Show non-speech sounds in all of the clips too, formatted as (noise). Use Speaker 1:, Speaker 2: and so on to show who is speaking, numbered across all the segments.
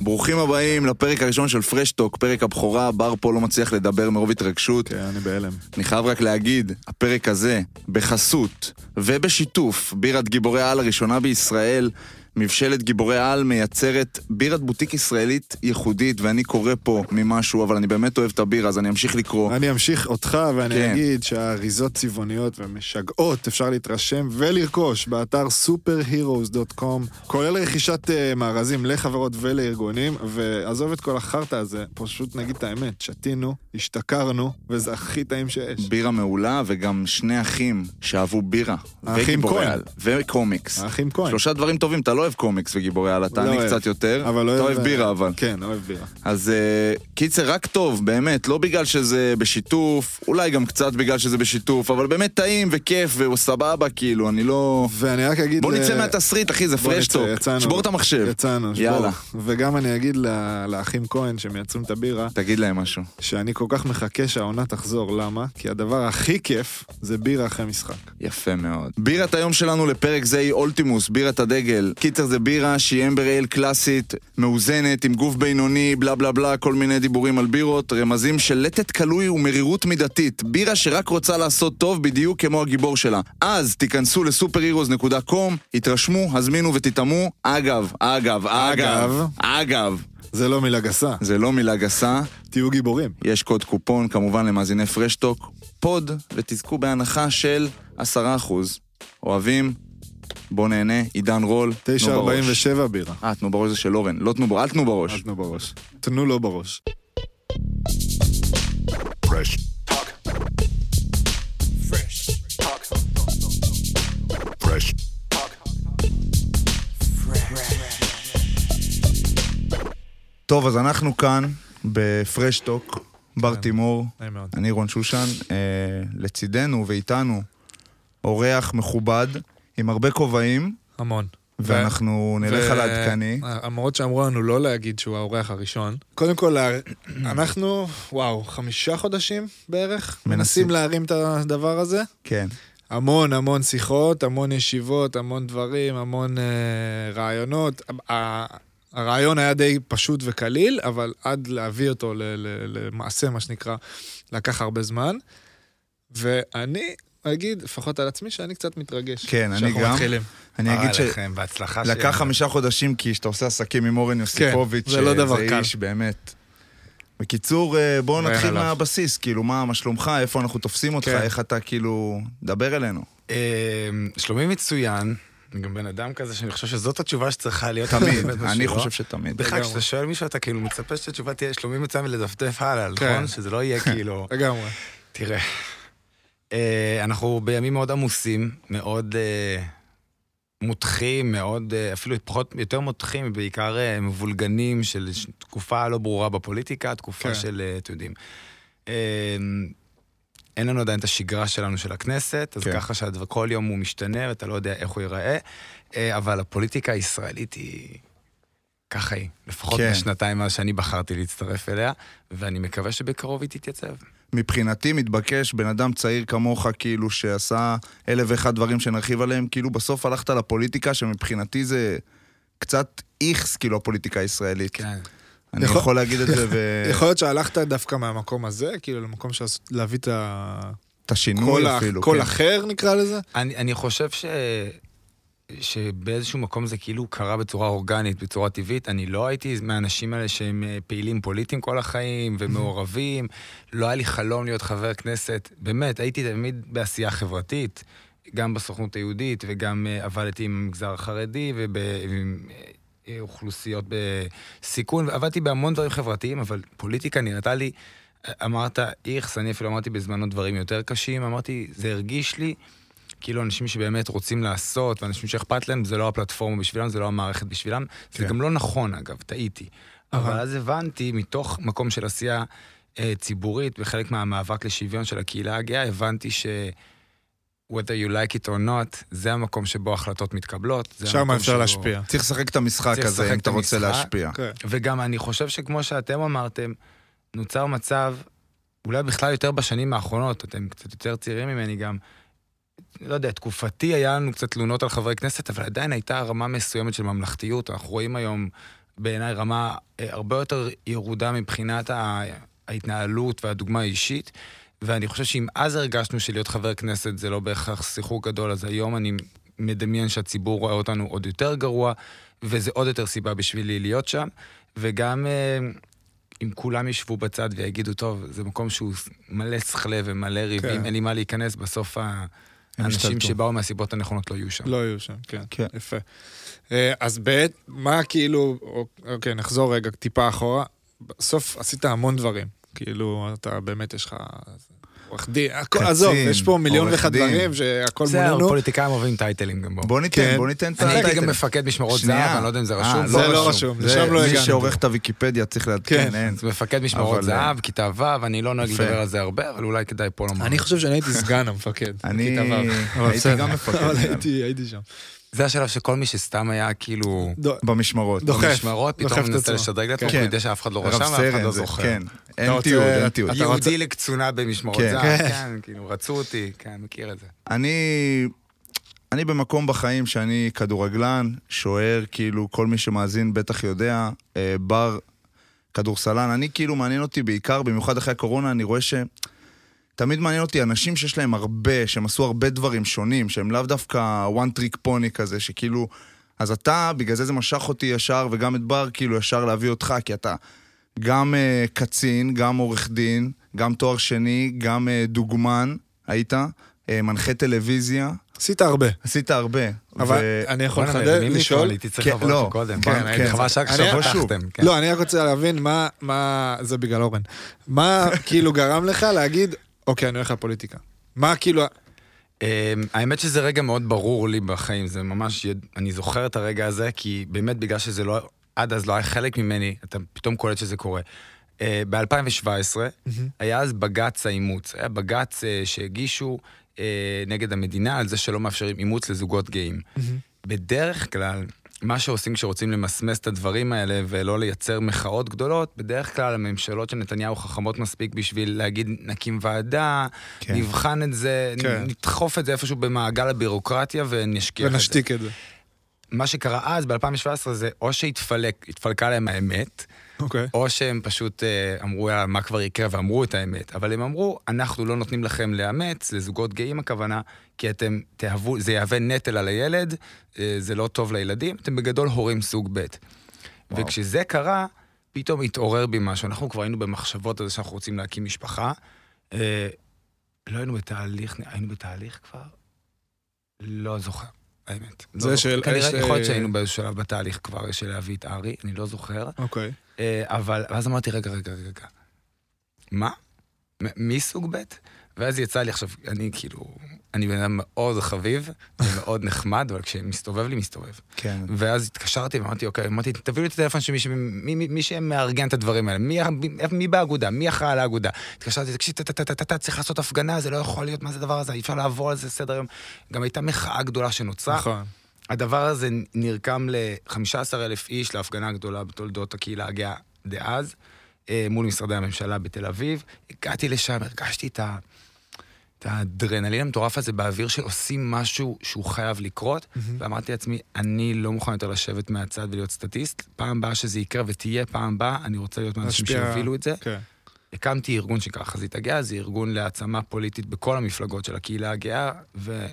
Speaker 1: ברוכים הבאים לפרק הראשון של פרשטוק, פרק הבכורה, בר פה לא מצליח לדבר מרוב התרגשות.
Speaker 2: כן, אני בהלם.
Speaker 1: אני חייב רק להגיד, הפרק הזה, בחסות ובשיתוף בירת גיבורי העל הראשונה בישראל, מבשלת גיבורי על מייצרת בירת בוטיק ישראלית ייחודית, ואני קורא פה ממשהו, אבל אני באמת אוהב את הבירה, אז אני אמשיך לקרוא.
Speaker 2: אני אמשיך אותך ואני
Speaker 1: אוקיי. כן.
Speaker 2: אגיד שהאריזות צבעוניות ומשגעות אפשר להתרשם ולרכוש באתר superheroes.com, כולל רכישת אה, מארזים לחברות ולארגונים, ועזוב את כל החרטא הזה, פשוט נגיד את האמת, שתינו, השתכרנו, וזה הכי טעים שיש.
Speaker 1: בירה מעולה, וגם שני אחים שאהבו בירה.
Speaker 2: האחים
Speaker 1: וגיבורי
Speaker 2: כהן.
Speaker 1: על, וקומיקס.
Speaker 2: האחים כהן.
Speaker 1: שלושה דברים טובים, אתה לא אוהב קומיקס וגיבורי על, אתה
Speaker 2: לא
Speaker 1: אני
Speaker 2: אוהב.
Speaker 1: קצת יותר.
Speaker 2: אבל לא
Speaker 1: אתה אוהב בירה אבל.
Speaker 2: כן, אוהב בירה.
Speaker 1: אז אה, קיצר, רק טוב, באמת, לא בגלל שזה בשיתוף, אולי גם קצת בגלל שזה בשיתוף, אבל באמת טעים וכיף והוא סבבה, כאילו, אני לא...
Speaker 2: ואני רק אגיד...
Speaker 1: בוא
Speaker 2: ל-
Speaker 1: נצא מהתסריט, אחי, זה
Speaker 2: בוא נצא,
Speaker 1: פרשטוק.
Speaker 2: יצאנו.
Speaker 1: שבור את המחשב.
Speaker 2: יצאנו, שבור.
Speaker 1: יאללה.
Speaker 2: וגם אני אגיד ל- לאחים כהן שמייצרים את הבירה,
Speaker 1: תגיד להם משהו.
Speaker 2: שאני כל כך מחכה שהעונה תחזור, למה? כי הדבר הכי כיף זה בירה אחרי משחק.
Speaker 1: יפה מאוד. בירת היום שלנו לפרק זה היא אולטימוס, בירת הדגל. קיצר זה בירה שהיא אמבר אייל קלאסית, מאוזנת, עם גוף בינוני, בלה בלה בלה, כל מיני דיבורים על בירות, רמזים של לטט קלוי ומרירות מידתית. בירה שרק רוצה לעשות טוב בדיוק כמו הגיבור שלה. אז תיכנסו לסופר-הירוז.com, התרשמו, הזמינו ותטעמו. אגב, אגב, אגב,
Speaker 2: אגב.
Speaker 1: אגב,
Speaker 2: זה לא מילה גסה,
Speaker 1: זה לא מילה גסה.
Speaker 2: תהיו גיבורים.
Speaker 1: יש קוד קופון כמובן למאזיני פרשטוק, פוד, ותזכו בהנחה של 10%. אוהבים, בוא נהנה, עידן רול, תנו בראש.
Speaker 2: 9.47 בירה.
Speaker 1: אה, תנו בראש זה של אורן, לא תנו בראש, אל תנו
Speaker 2: אל
Speaker 1: בראש.
Speaker 2: תנו בראש. תנו לא בראש.
Speaker 1: טוב, אז אנחנו כאן בפרשטוק, בר תימור,
Speaker 2: כן. נעים מאוד.
Speaker 1: אני רון שושן, אה, לצידנו ואיתנו אורח מכובד עם הרבה כובעים,
Speaker 3: המון.
Speaker 1: ואנחנו נלך
Speaker 3: ו-
Speaker 1: על העדכני.
Speaker 2: אה,
Speaker 3: למרות שאמרו לנו לא להגיד שהוא האורח הראשון,
Speaker 2: קודם כל, לה- (clears throat) אנחנו, וואו, חמישה חודשים בערך,
Speaker 1: מנסים.
Speaker 2: מנסים להרים את הדבר הזה.
Speaker 1: כן.
Speaker 2: המון המון שיחות, המון ישיבות, המון דברים, המון אה, רעיונות. ה- הרעיון היה די פשוט וקליל, אבל עד להביא אותו ל- ל- למעשה, מה שנקרא, לקח הרבה זמן. ואני אגיד, לפחות על עצמי, שאני קצת מתרגש.
Speaker 1: כן, אני
Speaker 2: שאנחנו
Speaker 1: גם.
Speaker 2: מתחילים.
Speaker 1: אני
Speaker 2: אה,
Speaker 1: אגיד ש...
Speaker 4: לכם, בהצלחה
Speaker 1: לקח חמישה חודשים, כי כשאתה עושה עסקים עם אורן יוסיפוביץ', אה,
Speaker 2: זה לא דבר
Speaker 1: זה
Speaker 2: קל. לא
Speaker 1: איש באמת. בקיצור, אה, בואו
Speaker 3: ואין
Speaker 1: נתחיל
Speaker 3: עליו.
Speaker 1: מהבסיס, כאילו, מה, מה שלומך, איפה אנחנו תופסים אותך,
Speaker 2: כן.
Speaker 1: איך אתה כאילו, דבר אלינו.
Speaker 4: אה, שלומי מצוין, אני גם בן אדם כזה שאני חושב שזאת התשובה שצריכה
Speaker 2: (laughs)
Speaker 4: להיות.
Speaker 1: תמיד,
Speaker 4: באמת
Speaker 1: אני
Speaker 4: בשבוע.
Speaker 2: אה?
Speaker 1: חושב שתמיד.
Speaker 4: בכלל,
Speaker 2: לגמרי.
Speaker 4: כשאתה שואל מישהו, אתה כאילו מצפה שהתשובה תהיה שלומי מצוין ולדפדף הלאה,
Speaker 2: כן.
Speaker 4: נכון? שזה לא יהיה כאילו...
Speaker 2: לגמרי.
Speaker 4: תראה, אה, אנחנו בימים מאוד עמוסים, מאוד אה, מותחים, מאוד, אה, אפילו פחות, יותר מותחים, בעיקר אה, מבולגנים של ש- תקופה לא ברורה בפוליטיקה, תקופה
Speaker 2: כן.
Speaker 4: של, אה, אתם יודעים. אה, אין לנו עדיין את השגרה שלנו של הכנסת, אז
Speaker 1: כן.
Speaker 4: ככה שכל יום הוא משתנה ואתה לא יודע איך הוא ייראה, אה, אבל הפוליטיקה הישראלית היא... ככה היא, לפחות
Speaker 1: כן.
Speaker 4: בשנתיים מאז שאני בחרתי להצטרף אליה, ואני מקווה שבקרוב היא תתייצב.
Speaker 1: מבחינתי מתבקש בן אדם צעיר כמוך, כאילו, שעשה אלף ואחד דברים שנרחיב עליהם, כאילו, בסוף הלכת לפוליטיקה, שמבחינתי זה קצת איכס, כאילו, הפוליטיקה הישראלית.
Speaker 4: כן.
Speaker 1: אני
Speaker 2: יכול-
Speaker 1: יכול להגיד את
Speaker 2: (laughs)
Speaker 1: זה, ו-
Speaker 2: יכול להיות שהלכת דווקא מהמקום הזה, כאילו למקום של להביא את
Speaker 1: את השינוי
Speaker 3: כאילו,
Speaker 1: אפילו.
Speaker 2: הקול
Speaker 1: כן.
Speaker 2: אחר, נקרא לזה.
Speaker 4: אני, אני חושב ש... שבאיזשהו מקום זה כאילו קרה בצורה אורגנית, בצורה טבעית. אני לא הייתי מהאנשים האלה שהם אה, פעילים פוליטיים כל החיים ומעורבים. לא היה לי חלום להיות חבר כנסת. באמת, הייתי תמיד בעשייה חברתית, גם בסוכנות היהודית וגם אה, עבדתי עם המגזר החרדי ועם אה, אוכלוסיות בסיכון, ועבדתי בהמון דברים חברתיים, אבל פוליטיקה נראתה לי, אה, אמרת איכס, אני אפילו אמרתי בזמנו דברים יותר קשים, אמרתי, זה הרגיש לי כאילו אנשים שבאמת רוצים לעשות, ואנשים שאכפת להם, זה לא הפלטפורמה בשבילם, זה לא המערכת בשבילם. כן. זה
Speaker 2: כן.
Speaker 4: גם לא נכון, אגב, טעיתי. אבל אז הבנתי, מתוך מקום של עשייה אה, ציבורית, בחלק מהמאבק לשוויון של הקהילה הגאה, הבנתי ש... whether you like it or not, זה המקום שבו ההחלטות מתקבלות. זה
Speaker 2: שם
Speaker 4: המקום
Speaker 2: אפשר
Speaker 4: שבו-
Speaker 2: להשפיע.
Speaker 1: צריך לשחק את המשחק
Speaker 4: צריך
Speaker 1: הזה,
Speaker 4: לשחק
Speaker 1: אם
Speaker 4: את
Speaker 1: אתה רוצה
Speaker 4: המשחק.
Speaker 1: להשפיע.
Speaker 2: כן.
Speaker 4: וגם אני חושב שכמו שאתם אמרתם, נוצר מצב, אולי בכלל יותר בשנים האחרונות, אתם קצת יותר צעירים ממני גם, לא יודע, תקופתי היה לנו קצת תלונות על חברי כנסת, אבל עדיין הייתה רמה מסוימת של ממלכתיות. אנחנו רואים היום בעיניי רמה אה, הרבה יותר ירודה מבחינת ה- ההתנהלות והדוגמה האישית. ואני חושב שאם אז הרגשנו שלהיות חבר כנסת זה לא בהכרח שיחוק גדול, אז היום אני מדמיין שהציבור רואה אותנו עוד יותר גרוע, וזה עוד יותר סיבה בשבילי להיות שם. וגם אה, אם כולם ישבו בצד ויגידו, טוב, זה מקום שהוא מלא שכלה ומלא ריבים,
Speaker 3: כן.
Speaker 4: אין לי מה להיכנס, בסוף ה-
Speaker 2: הם
Speaker 4: האנשים
Speaker 2: ישתלטו.
Speaker 4: שבאו מהסיבות הנכונות לא יהיו שם.
Speaker 3: לא יהיו שם, כן.
Speaker 2: כן.
Speaker 3: יפה. אה, אז בעת, מה כאילו, אוקיי, נחזור רגע טיפה אחורה. בסוף עשית המון דברים. כאילו, אתה באמת, יש לך... עורך דין, הכל,
Speaker 2: קצין,
Speaker 3: עזוב, יש פה מיליון
Speaker 2: עורך
Speaker 3: ואחד
Speaker 2: דין.
Speaker 3: דברים שהכל
Speaker 4: בסדר,
Speaker 3: מולנו.
Speaker 4: פוליטיקאים אוהבים טייטלים גם בו.
Speaker 2: בוא ניתן,
Speaker 3: כן.
Speaker 2: בוא ניתן את
Speaker 4: אני הייתי
Speaker 2: הטייטל.
Speaker 4: גם מפקד משמרות זהב,
Speaker 2: שנייה.
Speaker 4: אני לא יודע אם זה
Speaker 2: אה,
Speaker 4: רשום.
Speaker 3: זה לא רשום, לשם לא
Speaker 2: מי
Speaker 3: הגענו.
Speaker 2: שעורך את הוויקיפדיה צריך לעדכן,
Speaker 3: כן.
Speaker 2: אין.
Speaker 4: זה מפקד משמרות
Speaker 2: אבל,
Speaker 4: זהב, כיתה ו', אני לא נוהג
Speaker 2: יפה.
Speaker 4: לדבר על זה הרבה, אבל אולי כדאי פה לומר.
Speaker 3: אני חושב שאני הייתי סגן המפקד.
Speaker 2: אני
Speaker 3: בכיתה ו'. אבל
Speaker 2: הייתי
Speaker 3: בסדר.
Speaker 2: גם מפקד כן.
Speaker 3: אבל
Speaker 2: זהב.
Speaker 3: הייתי, הייתי שם. לא,
Speaker 4: זה השלב שכל מי שסתם היה כאילו
Speaker 3: דו-
Speaker 2: במשמרות.
Speaker 3: דוחף.
Speaker 4: במשמרות,
Speaker 3: דוחף
Speaker 4: פתאום
Speaker 3: את
Speaker 4: מנסה
Speaker 3: עצמו.
Speaker 4: לשדרג לעצמו,
Speaker 2: כן.
Speaker 4: הוא יודע שאף אחד לא
Speaker 2: רב
Speaker 4: רשם ואף אחד
Speaker 2: סרן
Speaker 4: לא
Speaker 2: זה,
Speaker 4: זוכר.
Speaker 2: כן. אין
Speaker 3: רוצה-
Speaker 2: תיעוד, אין תיעוד.
Speaker 3: אתה רוצה-
Speaker 4: יהודי לקצונה במשמרות
Speaker 2: כן.
Speaker 4: זהב,
Speaker 2: כן.
Speaker 4: כן, כאילו, רצו אותי, כן, מכיר את זה.
Speaker 2: אני... אני במקום בחיים שאני כדורגלן, שוער, כאילו, כל מי שמאזין בטח יודע, אה, בר, כדורסלן. אני כאילו, מעניין אותי בעיקר, במיוחד אחרי הקורונה, אני רואה ש... תמיד מעניין אותי אנשים שיש להם הרבה, שהם עשו הרבה דברים שונים, שהם לאו דווקא one trick pony כזה, שכאילו... אז אתה, בגלל זה זה משך אותי ישר, וגם את בר, כאילו, ישר להביא אותך, כי אתה גם uh, קצין, גם עורך דין, גם תואר שני, גם uh, דוגמן, היית, uh, מנחה טלוויזיה,
Speaker 3: עשית הרבה.
Speaker 2: עשית הרבה.
Speaker 3: אבל אני יכול
Speaker 4: בואנה,
Speaker 3: לחדד,
Speaker 4: מרימים לי
Speaker 3: לשאול,
Speaker 4: קול, הייתי צריך
Speaker 2: כן,
Speaker 4: לעבור
Speaker 2: לא.
Speaker 4: את זה קודם.
Speaker 2: כן, כן.
Speaker 4: כן, כן. חבל שרק
Speaker 3: אני-
Speaker 4: עכשיו
Speaker 2: שוב.
Speaker 4: פתחתם. כן.
Speaker 3: לא, אני רק רוצה להבין מה, מה, זה בגלל אורן. מה כאילו גרם לך להגיד, אוקיי, אני הולך לפוליטיקה. מה כאילו,
Speaker 4: אמ, האמת שזה רגע מאוד ברור לי בחיים, זה ממש, יד- אני זוכר את הרגע הזה, כי באמת בגלל שזה לא, עד אז לא היה חלק ממני, אתה פתאום קולט שזה קורה. אה, ב-2017 היה אז בג"ץ האימוץ, היה בג"ץ אה, שהגישו אה, נגד המדינה על זה שלא מאפשרים אימוץ לזוגות גאים. בדרך כלל, מה שעושים כשרוצים למסמס את הדברים האלה ולא לייצר מחאות גדולות, בדרך כלל הממשלות של נתניהו חכמות מספיק בשביל להגיד, נקים ועדה,
Speaker 2: כן.
Speaker 4: כן. נבחן את זה,
Speaker 3: כן.
Speaker 4: כן. נדחוף את זה איפשהו במעגל הבירוקרטיה ונשכיח את זה.
Speaker 3: ונשתיק את זה.
Speaker 4: מה שקרה אז, ב-2017, זה או שהתפלק, התפלקה להם האמת,
Speaker 3: אוקיי.
Speaker 4: או שהם פשוט אה, אמרו, יאללה, מה כבר יקרה, ואמרו את האמת. אבל הם אמרו, אנחנו לא נותנים לכם לאמץ, לזוגות גאים הכוונה, כי אתם תהוו, זה יהווה נטל על הילד, אה, זה לא טוב לילדים, אתם בגדול הורים סוג ב'. וכשזה קרה, פתאום התעורר בי משהו. אנחנו כבר היינו במחשבות על זה שאנחנו רוצים להקים משפחה. אה, לא היינו בתהליך, היינו בתהליך כבר? לא זוכר, האמת.
Speaker 3: זה
Speaker 4: לא זוכר.
Speaker 3: של- אה,
Speaker 4: כנראה,
Speaker 3: של-
Speaker 4: יכול להיות שהיינו באיזשהו שלב בתהליך כבר של להביא את ארי, אני לא זוכר.
Speaker 3: אוקיי.
Speaker 4: אה, אבל אז אמרתי, רגע, רגע, רגע, רגע. מה? מ- מי סוג ב'? ואז יצא לי עכשיו, אני כאילו, אני בן אדם מאוד חביב, מאוד נחמד, אבל כשמסתובב לי, מסתובב.
Speaker 2: כן.
Speaker 4: ואז התקשרתי ואמרתי, אוקיי, אמרתי, תביאו לי את הטלפון של מי, ש- מי, מי, מי שמארגן את הדברים האלה, מי, מי, מי באגודה, מי אחראי על האגודה. התקשרתי, תקשיב, טה, טה, טה, טה, טה, צריך לעשות הפגנה, זה לא יכול להיות, מה זה הדבר הזה, אי אפשר לעבור על זה סדר יום. גם הייתה מחאה גדולה שנוצרה.
Speaker 3: נכון.
Speaker 4: הדבר הזה נרקם ל-15 אלף איש להפגנה הגדולה בתולדות הקהילה הגאה דאז, אה, מול משרדי הממשלה בתל אביב. הגעתי לשם, הרגשתי את, ה... את האדרנלין המטורף הזה באוויר שעושים משהו שהוא חייב לקרות, mm-hmm. ואמרתי לעצמי, אני לא מוכן יותר לשבת מהצד ולהיות סטטיסט. פעם באה שזה יקרה ותהיה פעם באה, אני רוצה להיות מהאנשים
Speaker 3: להשפיע-
Speaker 4: שיובילו את זה.
Speaker 3: כן.
Speaker 4: הקמתי ארגון שנקרא חזית הגאה, זה ארגון להעצמה פוליטית בכל המפלגות של הקהילה הגאה, ו...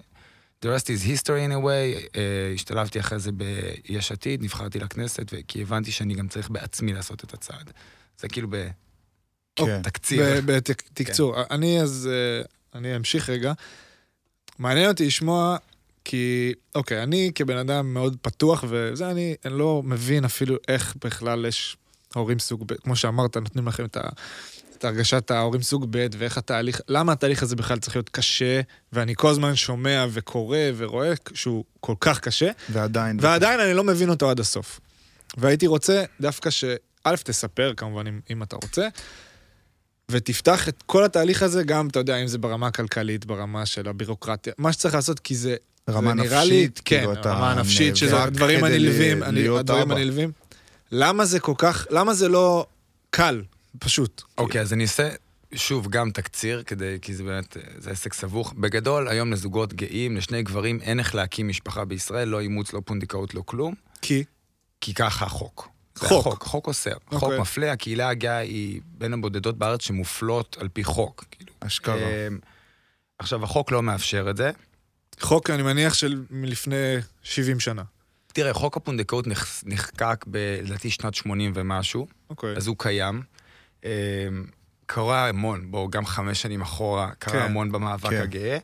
Speaker 4: The rest is history in a way, uh, השתלבתי אחרי זה ביש עתיד, נבחרתי לכנסת, ו- כי הבנתי שאני גם צריך בעצמי לעשות את הצעד. זה כאילו
Speaker 2: כן.
Speaker 4: בתקציב.
Speaker 3: בתקצור, אני אז, אה, אני אמשיך רגע. מעניין אותי לשמוע, כי, אוקיי, אני כבן אדם מאוד פתוח, וזה, אני אני לא מבין אפילו איך בכלל יש הורים סוג ב', כמו שאמרת, נותנים לכם את ה... את הרגשת ההורים סוג ב' ואיך התהליך, למה התהליך הזה בכלל צריך להיות קשה, ואני כל הזמן שומע וקורא ורואה שהוא כל כך קשה,
Speaker 2: ועדיין.
Speaker 3: ועדיין אני לא מבין אותו עד הסוף. והייתי רוצה דווקא ש... א', תספר כמובן אם, אם אתה רוצה, ותפתח את כל התהליך הזה גם, אתה יודע, אם זה ברמה הכלכלית, ברמה של הבירוקרטיה, מה שצריך לעשות, כי זה...
Speaker 2: רמה
Speaker 3: זה נראה
Speaker 2: נפשית,
Speaker 3: לי, כן,
Speaker 2: כאילו, אתה
Speaker 3: רמה נפשית, שזה
Speaker 2: נאבק
Speaker 3: הדברים
Speaker 2: כדי
Speaker 3: הנלווים,
Speaker 2: ל-
Speaker 3: אני-
Speaker 2: להיות
Speaker 3: הדברים
Speaker 2: אבא.
Speaker 3: הנלווים. למה זה כל כך, למה זה לא קל, פשוט?
Speaker 4: אוקיי, אז אני אעשה שוב גם תקציר, כדי, כי זה באמת, אה, זה עסק סבוך. בגדול, היום לזוגות גאים, לשני גברים, אין איך להקים משפחה בישראל, לא אימוץ, לא פונדקאות, לא כלום,
Speaker 3: כי...
Speaker 4: כי ככה החוק. זה
Speaker 3: חוק.
Speaker 4: החוק, החוק אוסר. Okay. חוק
Speaker 3: אוקיי.
Speaker 4: מפלה, הקהילה הגאה היא בין הבודדות בארץ שמופלות על פי חוק. כאילו.
Speaker 2: אשכרה.
Speaker 4: אמ, עכשיו, החוק לא מאפשר את זה.
Speaker 3: חוק, אני מניח, של מלפני 70 שנה.
Speaker 4: תראה, חוק הפונדקאות נחס- נחקק ב- לדעתי שנת 80 ומשהו,
Speaker 3: אוקיי.
Speaker 4: אז הוא קיים. אמ, קרה המון, בואו, גם חמש שנים אחורה, קרה
Speaker 3: כן.
Speaker 4: המון במאבק
Speaker 2: כן.
Speaker 4: הגאה,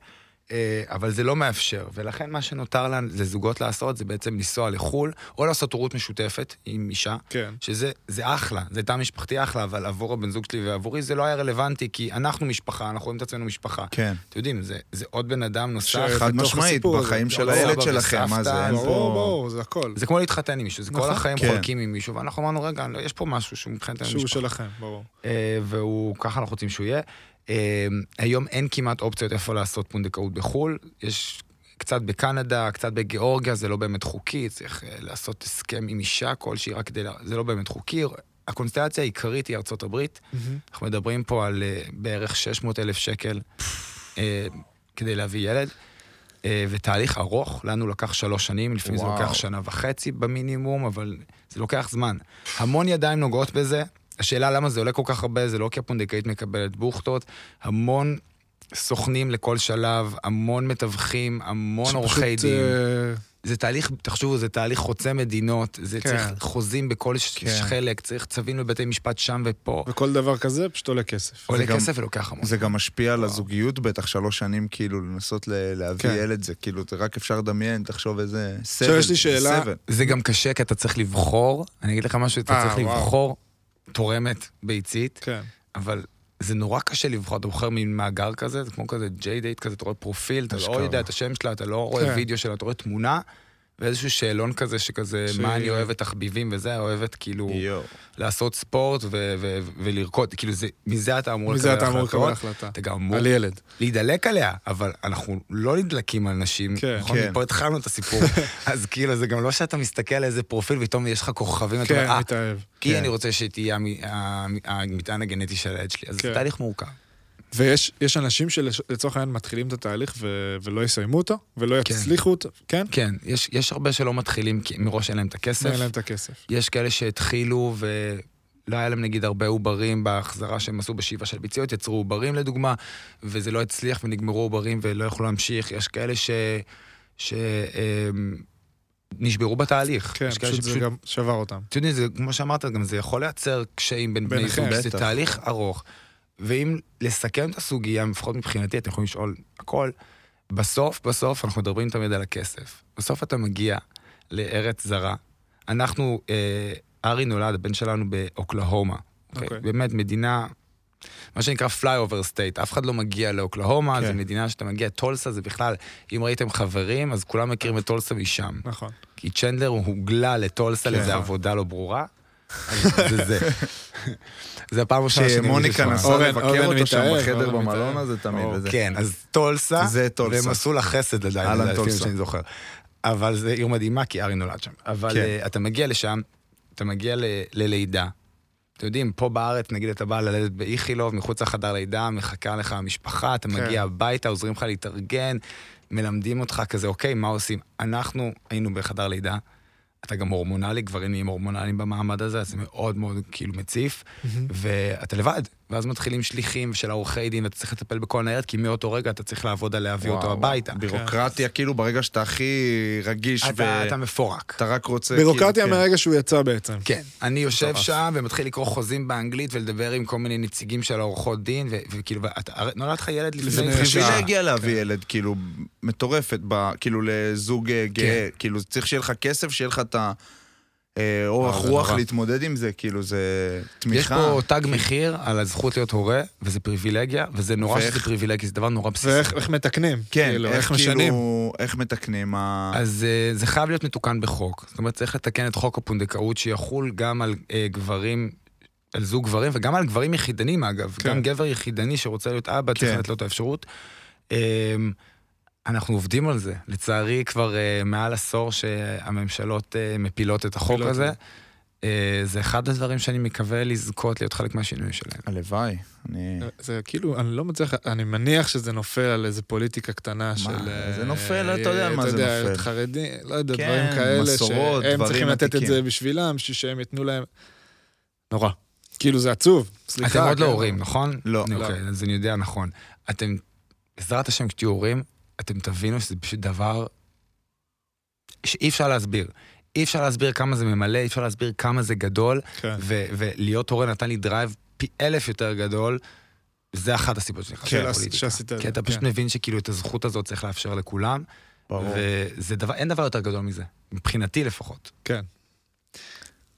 Speaker 4: אה, אבל זה לא מאפשר, ולכן מה שנותר לנ- לזוגות לעשות זה בעצם לנסוע לחו"ל, או לעשות הורות משותפת עם אישה,
Speaker 3: כן.
Speaker 4: שזה זה אחלה, זה תא משפחתי אחלה, אבל עבור הבן זוג שלי ועבורי זה לא היה רלוונטי, כי אנחנו משפחה, אנחנו רואים את עצמנו משפחה.
Speaker 2: כן.
Speaker 4: אתם יודעים, זה, זה עוד בן אדם נוסף.
Speaker 3: ש-
Speaker 2: חד
Speaker 3: אה, בתוך
Speaker 2: משמעית,
Speaker 3: הסיפור הזה.
Speaker 2: בחיים של
Speaker 4: לא,
Speaker 2: הילד
Speaker 4: סבא
Speaker 2: שלכם, מה זה?
Speaker 4: וסבתא,
Speaker 2: אין
Speaker 4: אז-
Speaker 3: ברור,
Speaker 2: פה...
Speaker 3: ברור, זה הכל.
Speaker 4: זה כמו להתחתן עם מישהו, זה כל
Speaker 3: נכון.
Speaker 4: החיים
Speaker 2: כן.
Speaker 4: חולקים עם מישהו, ואנחנו אמרנו, רגע, לא, יש פה משהו שהוא מבחינתנו
Speaker 3: שהוא
Speaker 4: משפחה.
Speaker 3: שלכם, ברור.
Speaker 4: אה, והוא, ככה אנחנו רוצים שהוא יהיה. אה, היום אין כמעט אופציות איפה לעשות פונדקאות בחו"ל. יש קצת בקנדה, קצת בגיאורגיה, זה לא באמת חוקי, צריך אה, לעשות הסכם עם אישה כלשהי רק כדי, לה- זה לא באמת חוקי. הקונסטלציה העיקרית היא ארצות הברית. אנחנו מדברים פה על אה, בערך 600 אלף שקל אה, כדי להביא ילד. אה, ותהליך ארוך, לנו לקח שלוש שנים, לפעמים זה
Speaker 2: וואו.
Speaker 4: לוקח שנה וחצי במינימום, אבל זה לוקח זמן. המון ידיים נוגעות בזה. השאלה למה זה עולה כל כך הרבה, זה לא כי הפונדקאית מקבלת בוכטות, המון סוכנים לכל שלב, המון מתווכים, המון עורכי
Speaker 3: שפשוט,
Speaker 4: דין.
Speaker 3: אה,
Speaker 4: זה תהליך, תחשבו, זה תהליך חוצה מדינות, זה
Speaker 3: כן.
Speaker 4: צריך חוזים בכל ש-
Speaker 2: כן.
Speaker 4: חלק, צריך צווים לבתי משפט שם ופה.
Speaker 3: וכל דבר כזה פשוט עולה כסף.
Speaker 4: עולה
Speaker 2: גם-
Speaker 4: כסף ולוקח המון.
Speaker 2: זה גם משפיע על הזוגיות בטח, שלוש שנים כאילו לנסות ל- להביא
Speaker 3: כן.
Speaker 2: ילד, זה כאילו, זה רק אפשר לדמיין, תחשוב איזה סבל.
Speaker 3: יש
Speaker 2: זה
Speaker 3: לי שאלה.
Speaker 2: סבל.
Speaker 4: זה גם קשה, כי אתה צריך לבחור, אני אגיד לך משהו, אתה
Speaker 3: אה,
Speaker 4: צריך
Speaker 3: וואו.
Speaker 4: לבחור תורמת ביצית,
Speaker 3: כן.
Speaker 4: אבל זה נורא קשה לבחור, אתה בוחר מין מאגר כזה, זה כמו כזה ג'יי דייט כזה, אתה רואה פרופיל, אתה
Speaker 2: אשכרה.
Speaker 4: לא יודע את השם שלה, אתה לא רואה
Speaker 3: כן.
Speaker 4: וידאו שלה, אתה רואה תמונה, ואיזשהו שאלון כזה, שכזה,
Speaker 3: ש-
Speaker 4: מה אני אוהבת תחביבים וזה, אוהבת כאילו
Speaker 2: יואו.
Speaker 4: לעשות ספורט ו- ו- ולרקוד, כאילו זה, מזה אתה אמור
Speaker 3: מזה
Speaker 4: לקבל
Speaker 3: אתה אמור לקבל
Speaker 4: החלטות.
Speaker 3: החלטה.
Speaker 4: אתה גם אמור
Speaker 3: על ילד.
Speaker 4: להידלק עליה, אבל אנחנו לא נדלקים על נשים,
Speaker 3: כן.
Speaker 4: נכון?
Speaker 2: כן.
Speaker 4: מפה התחלנו את
Speaker 3: (laughs)
Speaker 4: הסיפור. אז כאילו, זה גם לא שאתה מסתכל על איזה פרופיל, ופתאום יש לך כוכבים, אתה
Speaker 3: כן,
Speaker 4: אומר, אה,
Speaker 3: מתאהב.
Speaker 4: כי
Speaker 2: כן.
Speaker 4: אני רוצה שתהיה המ- המ- המטען הגנטי של הילד שלי. אז זה
Speaker 3: כן.
Speaker 4: תהליך מורכב.
Speaker 3: ויש יש אנשים שלצורך העניין מתחילים את התהליך ו- ולא יסיימו אותו, ולא
Speaker 4: כן.
Speaker 3: יצליחו אותו, כן?
Speaker 4: כן, יש יש הרבה שלא מתחילים, כי מראש אין להם את הכסף.
Speaker 3: אין להם את הכסף.
Speaker 4: יש כאלה שהתחילו ולא היה להם נגיד הרבה עוברים בהחזרה שהם עשו בשאיבה של ביציות, יצרו עוברים לדוגמה, וזה לא הצליח ונגמרו עוברים ולא יכלו להמשיך. יש כאלה ש... ש... אמ, נשברו בתהליך.
Speaker 3: כן,
Speaker 4: יש כאלה
Speaker 3: פשוט זה גם שבר אותם.
Speaker 4: אתם יודעים, זה, כמו שאמרת, גם זה יכול לייצר קשיים בין בני
Speaker 3: ביניכם,
Speaker 4: זוג, זה
Speaker 2: בטח.
Speaker 4: תהליך ארוך. ואם לסכם את הסוגיה, לפחות מבחינתי, אתם יכולים לשאול הכל, בסוף, בסוף, אנחנו מדברים תמיד על הכסף. בסוף אתה מגיע לארץ זרה. אנחנו, אה, ארי נולד, הבן שלנו באוקלהומה. אוקיי.
Speaker 3: אוקיי.
Speaker 4: באמת, מדינה, מה שנקרא flyover state, אף אחד לא מגיע לאוקלהומה,
Speaker 2: כן.
Speaker 4: זו מדינה שאתה מגיע, טולסה זה בכלל, אם ראיתם חברים, אז כולם מכירים את טולסה משם.
Speaker 3: נכון.
Speaker 4: כי צ'נדלר הוא הוגלה לטולסה
Speaker 2: כן.
Speaker 4: לאיזה עבודה לא
Speaker 2: (laughs)
Speaker 4: ברורה. אז זה זה. זה הפעם הראשונה שאני
Speaker 2: כשמוניקה
Speaker 4: מגיש
Speaker 2: נסעה
Speaker 4: לך.
Speaker 3: אורן-
Speaker 2: לבקר
Speaker 3: אורן
Speaker 2: אותו שם
Speaker 3: מתאהב,
Speaker 2: בחדר
Speaker 3: אורן
Speaker 2: במלון
Speaker 3: מתאהב.
Speaker 2: הזה תמיד,
Speaker 3: או,
Speaker 2: וזה.
Speaker 4: כן, אז טולסה,
Speaker 2: זה טולסה.
Speaker 4: ומסלול החסד עדיין,
Speaker 2: אהלן
Speaker 4: זה לפי מה
Speaker 2: טולסה.
Speaker 4: שאני זוכר. אבל זה עיר מדהימה, כי ארי נולד שם. אבל
Speaker 2: כן.
Speaker 4: אה, אתה מגיע לשם, אתה מגיע ל- ללידה. אתם יודעים, פה בארץ, נגיד אתה בא ללדת באיכילוב, מחוץ לחדר לידה, מחכה לך המשפחה,
Speaker 2: כן.
Speaker 4: אתה מגיע הביתה, עוזרים לך להתארגן, מלמדים אותך כזה, אוקיי, מה עושים? אנחנו היינו בחדר לידה, אתה גם הורמונלי, גברים נהיים הורמונליים במעמד הזה, אז זה מאוד מאוד כאילו מציף, ואתה לבד, ואז מתחילים שליחים של העורכי דין, ואתה צריך לטפל בכל ניירת, כי מאותו רגע אתה צריך לעבוד על להביא אותו
Speaker 2: וואו,
Speaker 4: הביתה.
Speaker 2: בירוקרטיה, כאילו ברגע שאתה הכי רגיש,
Speaker 4: אתה אתה מפורק.
Speaker 2: ואתה רק רוצה...
Speaker 3: בירוקרטיה
Speaker 2: כאילו, כן.
Speaker 3: מהרגע שהוא יצא בעצם.
Speaker 4: כן, אני יושב
Speaker 3: מטורף.
Speaker 4: שם ומתחיל לקרוא חוזים באנגלית ולדבר עם כל מיני נציגים של העורכות דין, ו- וכאילו, ואתה- הרי נולד לך ילד לפני
Speaker 3: לפני
Speaker 4: שעה.
Speaker 2: פריבילגיה
Speaker 4: כן.
Speaker 2: להביא ילד, כאילו, מטורפת, ב- כאילו, לזוג אה, גאה.
Speaker 4: כן.
Speaker 2: כאילו, צריך שיהיה לך כסף, שיהיה לך את האורך
Speaker 4: וואו, זה
Speaker 2: רוח
Speaker 4: נורא.
Speaker 2: להתמודד עם זה, כאילו, זה
Speaker 4: יש
Speaker 2: תמיכה.
Speaker 4: פה תג מחיר על הזכות להיות הורה, וזה פריבילגיה, וזה נורא
Speaker 2: ואיך-
Speaker 4: שזה פריבילגיה, כי זה דבר נורא בסיסי.
Speaker 3: ואיך איך מתקנים?
Speaker 2: כן,
Speaker 3: כאילו,
Speaker 2: איך
Speaker 3: איך משנים?
Speaker 2: כאילו, איך מתקנים ה...
Speaker 4: אז אה, זה חייב להיות מתוקן בחוק. זאת אומרת, צריך לתקן את חוק הפונדקאות שיחול גם על אה, גברים, על זוג גברים, וגם על גברים יחידנים אגב.
Speaker 3: כן.
Speaker 4: גם גבר יחידני שרוצה להיות אבא, צריך
Speaker 2: כן.
Speaker 4: לתת לו את האפשרות. אה, אנחנו עובדים על זה. לצערי, כבר אה, מעל עשור שהממשלות אה, מפילות את החוק
Speaker 3: מפילות,
Speaker 4: הזה. אה, זה אחד הדברים שאני מקווה לזכות להיות חלק מהשינוי שלהם.
Speaker 2: הלוואי. אני...
Speaker 3: זה כאילו, אני לא מצליח, אני מניח שזה נופל על איזה פוליטיקה קטנה של... אה,
Speaker 2: זה נופל, אתה יודע על מה זה
Speaker 3: אתה יודע,
Speaker 2: נופל.
Speaker 3: חרדים, לא יודע,
Speaker 2: כן,
Speaker 3: דברים כאלה,
Speaker 2: מסורות,
Speaker 3: שהם צריכים
Speaker 2: דברים
Speaker 3: לתת את
Speaker 2: עתיקים.
Speaker 3: זה בשבילם, בשביל שהם ייתנו להם... נורא. כאילו, זה עצוב. סליחה.
Speaker 4: אתם עוד לא
Speaker 3: כן.
Speaker 4: הורים, נכון?
Speaker 2: לא.
Speaker 4: אני- אוקיי, אז אני יודע נכון. אתם, בעזרת השם, כשתהיו הורים, אתם תבינו שזה פשוט דבר שאי אפשר להסביר. אי אפשר להסביר כמה זה ממלא, אי אפשר להסביר כמה זה גדול,
Speaker 3: כן.
Speaker 4: ו- ולהיות הורה נתן לי דרייב פי אלף יותר גדול, זה אחת הסיבות שנכנסתי
Speaker 3: כן,
Speaker 4: לפוליטיקה.
Speaker 3: שעשית את
Speaker 4: כי
Speaker 3: זה,
Speaker 4: אתה פשוט
Speaker 3: כן.
Speaker 4: מבין שכאילו את הזכות הזאת צריך לאפשר לכולם,
Speaker 2: ברור.
Speaker 4: וזה דבר, אין דבר יותר גדול מזה, מבחינתי לפחות.
Speaker 3: כן.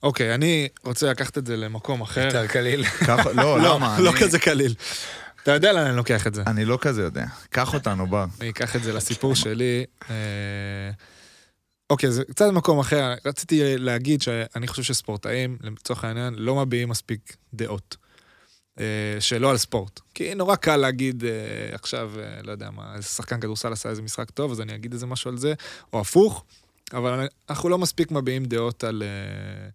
Speaker 3: אוקיי, אני רוצה לקחת את זה למקום אחר.
Speaker 4: יותר קליל.
Speaker 2: ככה- לא,
Speaker 3: לא,
Speaker 2: למה?
Speaker 3: לא
Speaker 2: אני-
Speaker 3: כזה קליל. אתה יודע לאן אני לוקח את זה.
Speaker 2: אני לא כזה יודע. קח אותנו, בר.
Speaker 3: אני אקח את זה לסיפור שלי. אה, אוקיי, זה קצת מקום אחר. רציתי להגיד שאני חושב שספורטאים, לצורך העניין, לא מביעים מספיק דעות. אה, שלא על ספורט. כי נורא קל להגיד אה, עכשיו, אה, לא יודע מה, איזה שחקן כדורסל עשה איזה משחק טוב, אז אני אגיד איזה משהו על זה, או הפוך, אבל (laughs) אנחנו לא מספיק מביעים דעות על אה,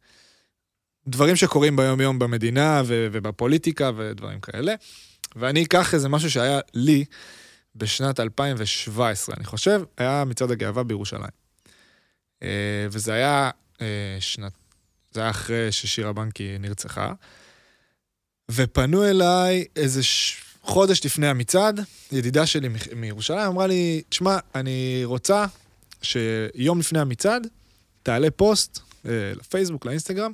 Speaker 3: דברים שקורים ביום-יום במדינה ו- ובפוליטיקה ודברים כאלה. ואני אקח איזה משהו שהיה לי, בשנת 2017, אני חושב, היה מצעד הגאווה בירושלים. אה, וזה היה אה, שנת... זה היה אחרי ששירה בנקי נרצחה. ופנו אליי איזה ש... חודש לפני המצעד, ידידה שלי מח- מירושלים אמרה לי, תשמע, אני רוצה שיום לפני המצעד תעלה פוסט אה, לפייסבוק, לאינסטגרם,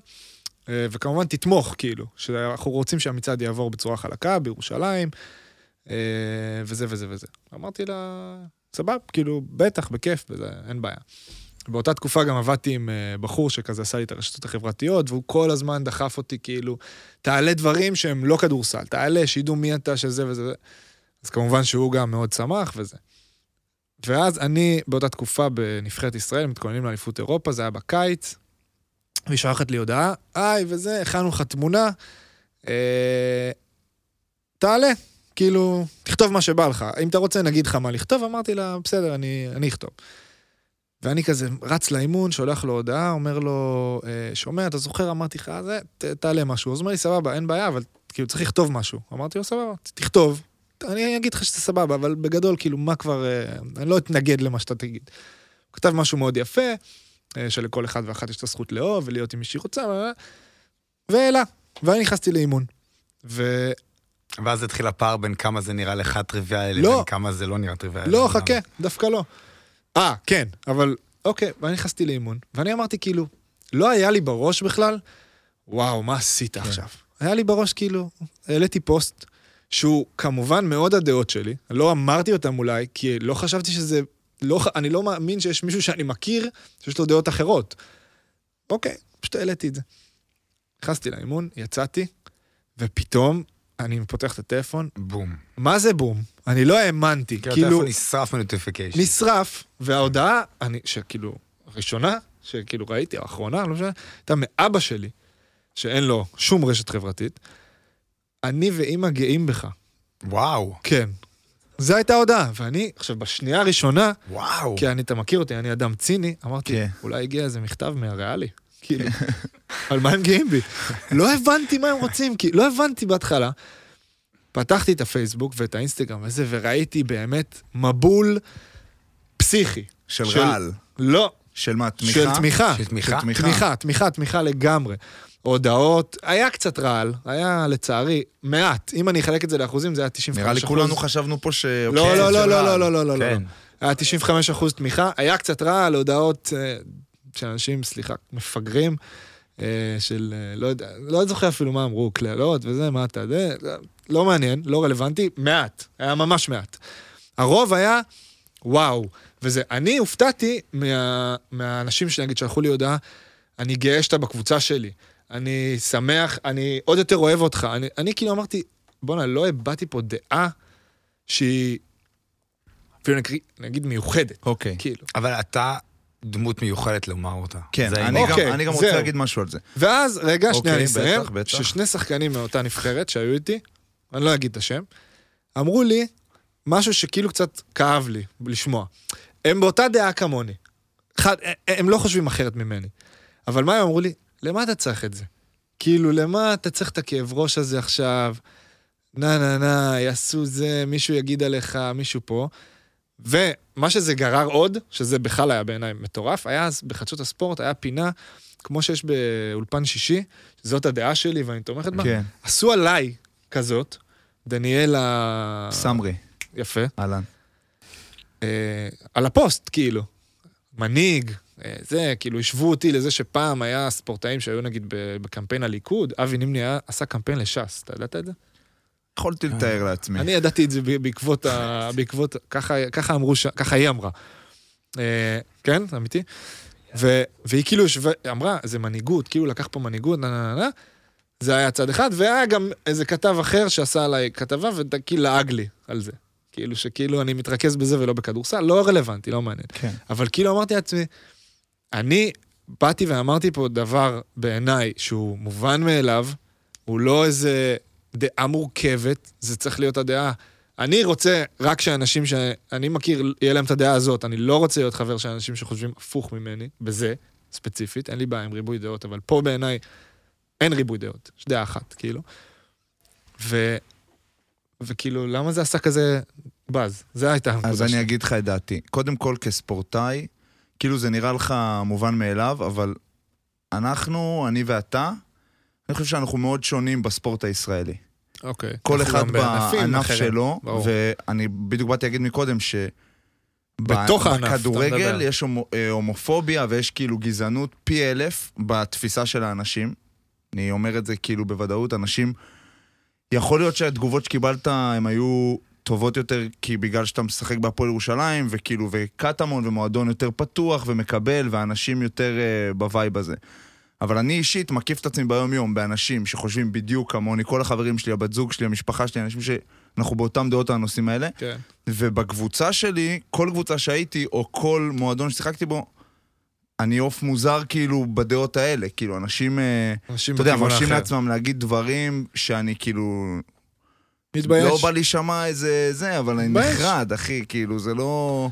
Speaker 3: אה, וכמובן תתמוך, כאילו, שאנחנו רוצים שהמצעד יעבור בצורה חלקה בירושלים, אה, וזה וזה וזה. אמרתי לה, סבב, כאילו, בטח, בכיף, וזה, אין בעיה. באותה תקופה גם עבדתי עם אה, בחור שכזה עשה לי את הרשתות החברתיות, והוא כל הזמן דחף אותי, כאילו, תעלה דברים שהם לא כדורסל, תעלה, שידעו מי אתה, שזה וזה. וזה." אז כמובן שהוא גם מאוד שמח וזה. ואז אני, באותה תקופה בנבחרת ישראל, מתכוננים לאליפות אירופה, זה היה בקיץ, והיא שולחת לי הודעה, היי וזה, הכנו לך תמונה, אה, תעלה, כאילו, תכתוב מה שבא לך. אם אתה רוצה, נגיד לך מה לכתוב, אמרתי לה, בסדר, אני, אני אכתוב. ואני כזה רץ לאימון, שולח לו הודעה, אומר לו, אה, שומע, אתה זוכר, אמרתי לך, "אה, זה, ת, תעלה משהו. אז הוא אומר לי, סבבה, אין בעיה, אבל כאילו, צריך לכתוב משהו. אמרתי לו, סבבה, ת- תכתוב. אני אגיד לך שזה סבבה, אבל בגדול, כאילו, מה כבר... אה, אני לא אתנגד למה שאתה תגיד. הוא כתב משהו מאוד יפה, אה, שלכל אחד ואחת יש את הזכות לאהוב ולהיות עם מי שהיא רוצה, אה, אה. והעלה. ואני נכנסתי לאימון. ו...
Speaker 4: ואז התחיל הפער בין כמה זה נראה לך טריוויאלי,
Speaker 3: לא.
Speaker 4: לבין כמה זה לא נראה טריוויאלי.
Speaker 3: לא, חכה, דווקא לא. אה, כן, אבל אוקיי, ואני נכנסתי לאימון, ואני אמרתי כאילו, לא היה לי בראש בכלל, וואו, מה עשית
Speaker 4: כן.
Speaker 3: עכשיו? היה לי בראש כאילו, העליתי פוסט, שהוא כמובן מאוד הדעות שלי, לא אמרתי אותם אולי, כי לא חשבתי שזה, לא, ח- אני לא מאמין שיש מישהו שאני מכיר שיש לו דעות אחרות. אוקיי, פשוט העליתי את זה. נכנסתי לאימון, יצאתי, ופתאום אני פותח את הטלפון,
Speaker 4: בום.
Speaker 3: מה זה בום? אני לא האמנתי,
Speaker 4: כאילו...
Speaker 3: כאילו...
Speaker 4: הטלפון נשרף מנוטיפיקיישן.
Speaker 3: נשרף, וההודעה, אני, שכאילו, הראשונה, שכאילו ראיתי, האחרונה, לא משנה, הייתה מאבא שלי, שאין לו שום רשת חברתית, אני ואימא גאים בך.
Speaker 4: וואו,
Speaker 3: כן. זו הייתה ההודעה, ואני, עכשיו, בשנייה הראשונה,
Speaker 4: וואו.
Speaker 3: כי אני, אתה מכיר אותי, אני אדם ציני, אמרתי,
Speaker 2: כן.
Speaker 3: אולי הגיע איזה מכתב מהריאלי. כאילו, על מה הם
Speaker 2: (laughs)
Speaker 3: גאים בי? לא הבנתי מה הם רוצים, כי לא הבנתי בהתחלה. פתחתי את הפייסבוק ואת האינסטגרם וזה, וראיתי באמת מבול פסיכי.
Speaker 2: של
Speaker 3: של-
Speaker 2: רעל.
Speaker 3: לא,
Speaker 2: של מה? תמיכה?
Speaker 3: של תמיכה.
Speaker 4: של תמיכה?
Speaker 2: של תמיכה.
Speaker 3: תמיכה, תמיכה, תמיכה לגמרי. הודעות, היה קצת רעל, היה לצערי מעט. אם אני אחלק את זה לאחוזים, זה היה 95%.
Speaker 2: נראה לי כולנו כן, חשבנו פה ש...
Speaker 3: לא,
Speaker 1: אוקיי,
Speaker 3: לא, לא, לא, לא, לא, לא, לא, לא.
Speaker 4: כן.
Speaker 3: היה 95 אחוז תמיכה, היה קצת רע על הודעות אה, של אנשים, סליחה, מפגרים, אה, של, אה, לא יודע, לא זוכר אפילו מה אמרו, קללות וזה, מה אתה יודע, לא מעניין, לא רלוונטי, מעט, היה ממש מעט. הרוב היה, וואו, וזה, אני הופתעתי מה, מהאנשים שנגיד שלחו לי הודעה, אני גאה שאתה בקבוצה שלי, אני שמח, אני עוד יותר אוהב אותך, אני, אני כאילו אמרתי, בואנה, לא הבעתי פה דעה שהיא... אפילו נקריא- נגיד מיוחדת.
Speaker 2: אוקיי.
Speaker 3: כאילו.
Speaker 4: אבל אתה דמות מיוחדת לומר אותה.
Speaker 2: כן,
Speaker 4: זה
Speaker 2: אני
Speaker 4: העניין.
Speaker 2: גם-
Speaker 3: אוקיי,
Speaker 2: אני גם רוצה
Speaker 3: זהו.
Speaker 2: להגיד משהו על זה.
Speaker 3: ואז, רגע,
Speaker 2: אוקיי,
Speaker 3: שנייה, אני אסיים,
Speaker 2: בטח, בטח.
Speaker 3: ששני שחקנים מאותה נבחרת שהיו איתי, אני לא אגיד את השם, אמרו לי משהו שכאילו קצת כאב לי לשמוע. הם באותה דעה כמוני. אחד, הם לא חושבים אחרת ממני. אבל מה הם אמרו לי? למה אתה צריך את זה? כאילו, למה אתה צריך את הכאב ראש הזה עכשיו? נה, נה, נה, יעשו זה, מישהו יגיד עליך, מישהו פה. ומה שזה גרר עוד, שזה בכלל היה בעיניי מטורף, היה אז בחדשות הספורט, היה פינה, כמו שיש באולפן שישי, זאת הדעה שלי ואני תומכת בה,
Speaker 1: כן.
Speaker 3: עשו עליי כזאת, דניאלה...
Speaker 1: סמרי,
Speaker 3: יפה.
Speaker 1: אהלן.
Speaker 3: אה, על הפוסט, כאילו. מנהיג, אה, זה, כאילו, השוו אותי לזה שפעם היה ספורטאים שהיו נגיד ב- בקמפיין הליכוד, אבי נימני היה- עשה קמפיין לש"ס, אתה ידעת את זה?
Speaker 1: יכולתי לתאר לעצמי.
Speaker 3: אה, אני ידעתי את זה ב- בעקבות, ה... בעקבות, ככה, ככה אמרו, ש... ככה היא אמרה. אה, כן, אמיתי? ו... והיא כאילו שווה, אמרה, זה מנהיגות, כאילו לקח פה מנהיגות, נה נה נה נה. זה היה צד אחד, והיה גם איזה כתב אחר שעשה עליי כתבה וכאילו לעג לי על זה. כאילו שכאילו אני מתרכז בזה ולא בכדורסל, לא רלוונטי, לא מעניין.
Speaker 1: כן.
Speaker 3: אבל כאילו אמרתי לעצמי, אני באתי ואמרתי פה דבר בעיניי שהוא מובן מאליו, הוא לא איזה דעה מורכבת, זה צריך להיות הדעה. אני רוצה רק שאנשים שאני מכיר, יהיה להם את הדעה הזאת. אני לא רוצה להיות חבר של אנשים שחושבים הפוך ממני, בזה, ספציפית. אין לי בעיה עם ריבוי דעות, אבל פה בעיניי אין ריבוי דעות, יש דעה אחת, כאילו. ו... וכאילו, למה זה עשה כזה באז? זה הייתה הנקודה
Speaker 1: אז אני
Speaker 3: שלי.
Speaker 1: אגיד לך את דעתי. קודם כל, כספורטאי, כאילו זה נראה לך מובן מאליו, אבל אנחנו, אני ואתה, אני חושב שאנחנו מאוד שונים בספורט הישראלי.
Speaker 3: אוקיי.
Speaker 1: כל
Speaker 3: אנחנו
Speaker 1: אחד
Speaker 3: גם בענפים
Speaker 1: בענף
Speaker 3: אחרים.
Speaker 1: שלו,
Speaker 3: ברור.
Speaker 1: ואני בדיוק באתי להגיד מקודם ש...
Speaker 3: בתוך הענף, אתה
Speaker 1: בכדורגל
Speaker 3: מדבר.
Speaker 1: יש הומו- אה, הומופוביה ויש כאילו גזענות פי אלף בתפיסה של האנשים. אני אומר את זה כאילו בוודאות, אנשים... יכול להיות שהתגובות שקיבלת הן היו טובות יותר, כי בגלל שאתה משחק בהפועל ירושלים, וכאילו, וקטמון, ומועדון יותר פתוח ומקבל, ואנשים יותר אה, בווייב הזה. אבל אני אישית מקיף את עצמי ביום-יום באנשים שחושבים בדיוק כמוני, כל החברים שלי, הבת זוג שלי, המשפחה שלי, אנשים שאנחנו באותם דעות על הנושאים האלה.
Speaker 3: כן.
Speaker 1: ובקבוצה שלי, כל קבוצה שהייתי, או כל מועדון ששיחקתי בו, אני עוף מוזר כאילו בדעות האלה. כאילו, אנשים, אה,
Speaker 3: אנשים
Speaker 1: אתה יודע,
Speaker 3: בכיוון
Speaker 1: מרשים
Speaker 3: האחר.
Speaker 1: לעצמם להגיד דברים שאני כאילו...
Speaker 3: מתבייש.
Speaker 1: לא בא להישמע איזה זה, אבל אני
Speaker 3: מתבייש.
Speaker 1: נחרד, אחי, כאילו, זה לא...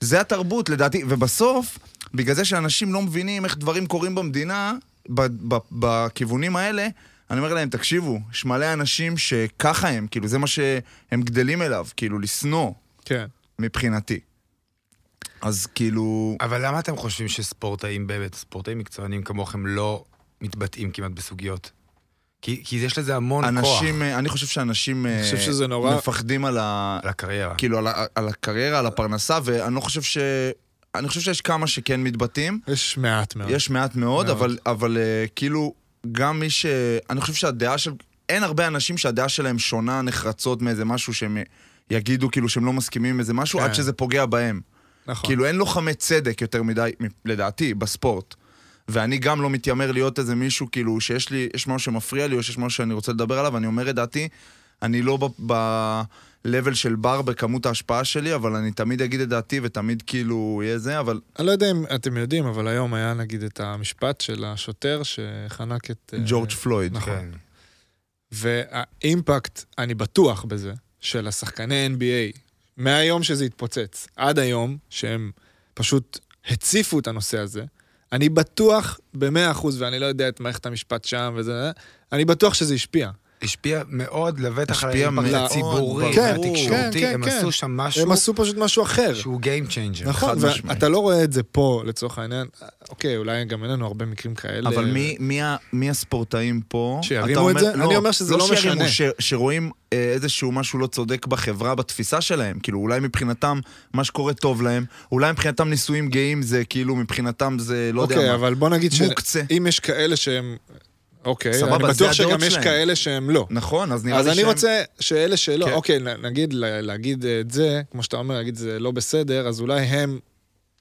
Speaker 1: זה התרבות, לדעתי, ובסוף, בגלל זה שאנשים לא מבינים איך דברים קורים במדינה, ב- ב- בכיוונים האלה, אני אומר להם, תקשיבו, יש מלא אנשים שככה הם, כאילו, זה מה שהם גדלים אליו, כאילו, לשנוא.
Speaker 3: כן.
Speaker 1: מבחינתי. אז כאילו...
Speaker 4: אבל למה אתם חושבים שספורטאים באמת, ספורטאים מקצוענים כמוכם לא מתבטאים כמעט בסוגיות? כי, כי יש לזה המון כוח
Speaker 1: אנשים, אה, אני חושב שאנשים
Speaker 3: אני חושב
Speaker 1: אה,
Speaker 3: שזה נורא-
Speaker 1: מפחדים על, ה,
Speaker 4: על הקריירה.
Speaker 3: כן,
Speaker 1: כאילו, על, ה, על הקריירה, על הפרנסה, ואני לא חושב ש... אני חושב שיש כמה שכן מתבטאים,
Speaker 3: יש מעט מאוד.
Speaker 1: יש מעט מאוד,
Speaker 3: נכון. מאוד.
Speaker 1: אבל, אבל אה, כאילו, גם מי ש... אני חושב שהדעה של... אין הרבה אנשים שהדעה שלהם שונה, נחרצות מאיזה משהו שהם יגידו כאילו שהם לא מסכימים עם איזה משהו,
Speaker 3: כן.
Speaker 1: עד שזה פוגע בהם.
Speaker 3: נכון.
Speaker 1: כאילו אין לוחמי צדק יותר מדי, מ- לדעתי, בספורט. ואני גם לא מתיימר להיות איזה מישהו, כאילו, שיש לי, יש משהו שמפריע לי, או שיש משהו שאני רוצה לדבר עליו, אני אומר את דעתי, אני לא ב-level של בר בכמות ההשפעה שלי, אבל אני תמיד אגיד את דעתי, ותמיד כאילו יהיה זה, אבל
Speaker 3: אני לא יודע אם אתם יודעים, אבל היום היה נגיד את המשפט של השוטר שחנק את... אה,
Speaker 1: ג'ורג' פלויד.
Speaker 3: נכון.
Speaker 4: כן.
Speaker 3: והאימפקט, אני בטוח בזה, של השחקני NBA, מהיום שזה התפוצץ עד היום, שהם פשוט הציפו את הנושא הזה, אני בטוח במאה אחוז, ואני לא יודע את מערכת המשפט שם וזה, אני בטוח שזה השפיע.
Speaker 4: השפיע מאוד לבטח על
Speaker 1: השפיע
Speaker 4: האימפקט
Speaker 1: מאוד,
Speaker 4: הציבורי,
Speaker 1: ברור.
Speaker 4: התקשורתי,
Speaker 3: כן, כן,
Speaker 4: הם
Speaker 3: כן.
Speaker 4: עשו שם
Speaker 3: הם
Speaker 4: משהו
Speaker 3: עשו פשוט משהו אחר.
Speaker 4: שהוא Game Changer.
Speaker 3: נכון,
Speaker 1: כן, חד משמעית.
Speaker 3: ואתה לא רואה את זה פה, לצורך העניין. אוקיי, אולי גם אין לנו הרבה מקרים כאלה.
Speaker 1: אבל מי, מי, ה- מי הספורטאים פה?
Speaker 3: שירימו
Speaker 1: אתה אומר-
Speaker 3: את זה? אני אומר שזה לא
Speaker 1: לא שירימו,
Speaker 3: משנה.
Speaker 1: ש, שרואים אה, איזשהו משהו לא צודק בחברה, בתפיסה שלהם. כאילו, אולי מבחינתם מה שקורה טוב להם, אולי מבחינתם נישואים גאים זה כאילו, מבחינתם זה לא יודע
Speaker 3: אוקיי,
Speaker 1: מה.
Speaker 3: אבל בוא נגיד
Speaker 1: מוקצה.
Speaker 3: שאם יש כאלה שהם... אוקיי,
Speaker 1: סבבה,
Speaker 3: אני
Speaker 1: זה
Speaker 3: בטוח
Speaker 1: הדעות
Speaker 3: שגם יש
Speaker 1: שלהם.
Speaker 3: כאלה שהם לא.
Speaker 1: נכון, אז נראה
Speaker 3: אז
Speaker 1: לי
Speaker 3: אני
Speaker 1: שהם...
Speaker 3: רוצה שאלה שלא,
Speaker 1: כן.
Speaker 3: אוקיי, נ- נגיד ל- להגיד את זה, כמו שאתה אומר, להגיד זה לא בסדר, אז אולי הם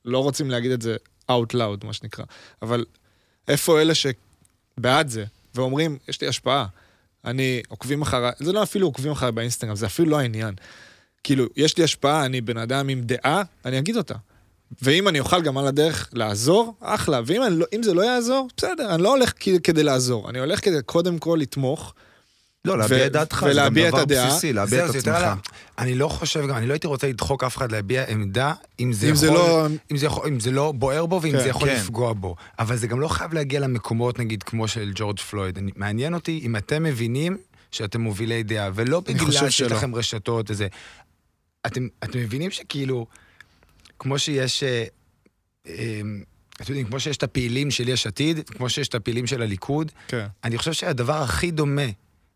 Speaker 3: לא רוצים להגיד את זה out loud, מה שנקרא. אבל איפה אלה שבעד זה, ואומרים, יש לי השפעה, אני עוקבים אחריי, זה לא אפילו עוקבים אחריי באינסטגרם, זה אפילו לא העניין. כאילו, יש לי השפעה, אני בן אדם עם דעה, אני אגיד אותה. ואם אני אוכל גם על הדרך לעזור, אחלה. ואם אני לא, אם זה לא יעזור, בסדר, אני לא הולך כ- כדי לעזור. אני הולך כדי קודם כל לתמוך,
Speaker 1: לא, להביע
Speaker 3: ו-
Speaker 1: את דעתך, זה גם
Speaker 3: ולהביע את
Speaker 1: דבר
Speaker 3: הדעה.
Speaker 1: בסיסי, להביע
Speaker 4: זהו,
Speaker 1: את
Speaker 4: זה יותר על
Speaker 1: עצמך.
Speaker 4: ה- אני לא חושב גם, אני לא הייתי רוצה לדחוק אף אחד להביע עמדה, אם זה
Speaker 3: אם זה לא-
Speaker 4: יכול... אם זה יכול... אם זה לא בוער בו ואם
Speaker 3: כן,
Speaker 4: זה יכול
Speaker 2: כן.
Speaker 4: לפגוע בו. אבל זה גם לא חייב להגיע למקומות, נגיד, כמו של ג'ורג' פלויד. אני- מעניין אותי אם אתם מבינים שאתם מובילי דעה, ולא
Speaker 3: חושב
Speaker 4: בגלל שיש
Speaker 3: שלא.
Speaker 4: לכם רשתות וזה. אתם אתם מבינים שכאילו, כמו שיש... אה, אה, אתם יודעים, כמו שיש את הפעילים של יש עתיד, כמו שיש את הפעילים של הליכוד,
Speaker 3: כן.
Speaker 4: אני חושב שהדבר הכי דומה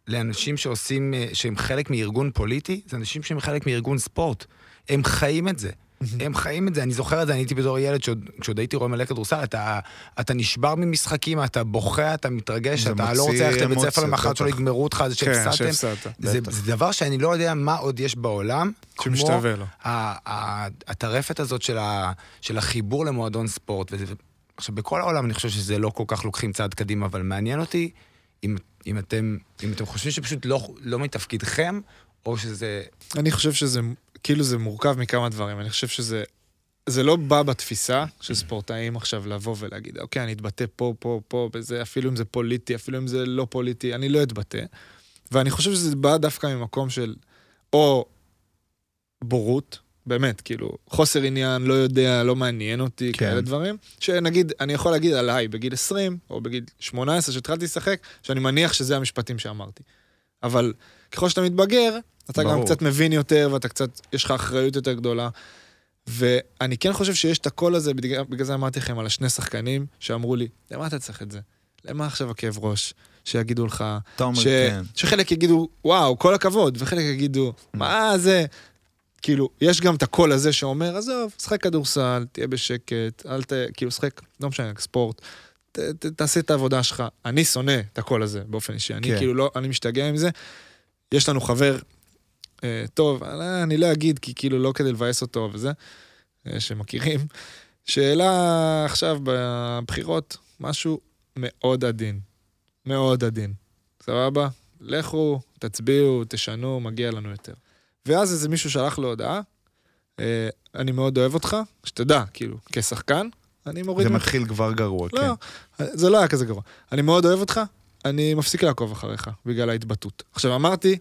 Speaker 4: לאנשים שעושים, אה, שהם חלק מארגון פוליטי, זה אנשים שהם חלק מארגון ספורט. הם חיים את זה. הם חיים את זה, אני זוכר את זה, אני הייתי בתור ילד, שעוד- כשעוד הייתי רואה מלא כדורסל, אתה, אתה נשבר ממשחקים, אתה בוכה, אתה מתרגש,
Speaker 2: זה
Speaker 4: אתה
Speaker 2: מוציא
Speaker 4: לא רוצה ללכת לבית
Speaker 2: אמוציות,
Speaker 4: ספר למחרת שלא
Speaker 2: בטח.
Speaker 4: יגמרו אותך, זה
Speaker 3: כן,
Speaker 4: שהפסדתם.
Speaker 3: שהפסדת.
Speaker 4: זה,
Speaker 1: בטח.
Speaker 4: זה דבר שאני לא יודע מה עוד יש בעולם, כמו
Speaker 3: שמשתווה לו.
Speaker 4: ה- ה- הטרפת הזאת של, ה, של החיבור למועדון ספורט. וזה, עכשיו, בכל העולם אני חושב שזה לא כל כך לוקחים צעד קדימה, אבל מעניין אותי אם, אם, אתם, אם אתם חושבים שפשוט לא, לא מתפקידכם, או שזה...
Speaker 3: אני חושב שזה, כאילו זה מורכב מכמה דברים. אני חושב שזה, זה לא בא בתפיסה של ספורטאים עכשיו לבוא ולהגיד, אוקיי, אני אתבטא פה, פה, פה, בזה, אפילו אם זה פוליטי, אפילו אם זה לא פוליטי, אני לא אתבטא. ואני חושב שזה בא דווקא ממקום של או בורות, באמת, כאילו, חוסר עניין, לא יודע, לא מעניין אותי,
Speaker 1: כן.
Speaker 3: כן. כאלה דברים, שנגיד, אני יכול להגיד עליי בגיל 20, או בגיל 18, שהתחלתי לשחק, שאני מניח שזה המשפטים שאמרתי. אבל ככל שאתה מתבגר, אתה ברור.
Speaker 1: ברור.
Speaker 3: גם קצת מבין יותר, ואתה קצת, יש לך אחריות יותר גדולה. ואני כן חושב שיש את הקול הזה, בגלל, בגלל זה אמרתי לכם על השני שחקנים, שאמרו לי, למה אתה צריך את זה? למה עכשיו הכאב ראש? שיגידו לך,
Speaker 1: אתה אומר,
Speaker 3: ש...
Speaker 1: כן. Mm.
Speaker 3: שחלק יגידו, וואו, כל הכבוד, וחלק יגידו, מה זה? כאילו, יש גם את הקול הזה שאומר, עזוב, שחק כדורסל, תהיה בשקט, אל ת... כאילו, שחק, לא משנה, ספורט, ת, ת, תעשה את העבודה שלך. אני שונא את הקול הזה באופן אישי, אני
Speaker 1: כן.
Speaker 3: כאילו לא, אני משתגע עם זה. יש לנו חבר אה, טוב, אה, אני לא אגיד, כי כאילו לא כדי לבאס אותו וזה, אה, שמכירים, שהעלה עכשיו בבחירות משהו מאוד עדין. מאוד עדין. סבבה? לכו, תצביעו, תשנו, מגיע לנו יותר. ואז איזה מישהו שלח לו הודעה, אה, אני מאוד אוהב אותך, שתדע, כאילו, כשחקן, אני מוריד
Speaker 1: זה
Speaker 3: ממך.
Speaker 1: מתחיל כבר גרוע, כן.
Speaker 3: לא, זה לא היה כזה גרוע. אני מאוד אוהב אותך, אני מפסיק לעקוב אחריך בגלל ההתבטאות. עכשיו אמרתי,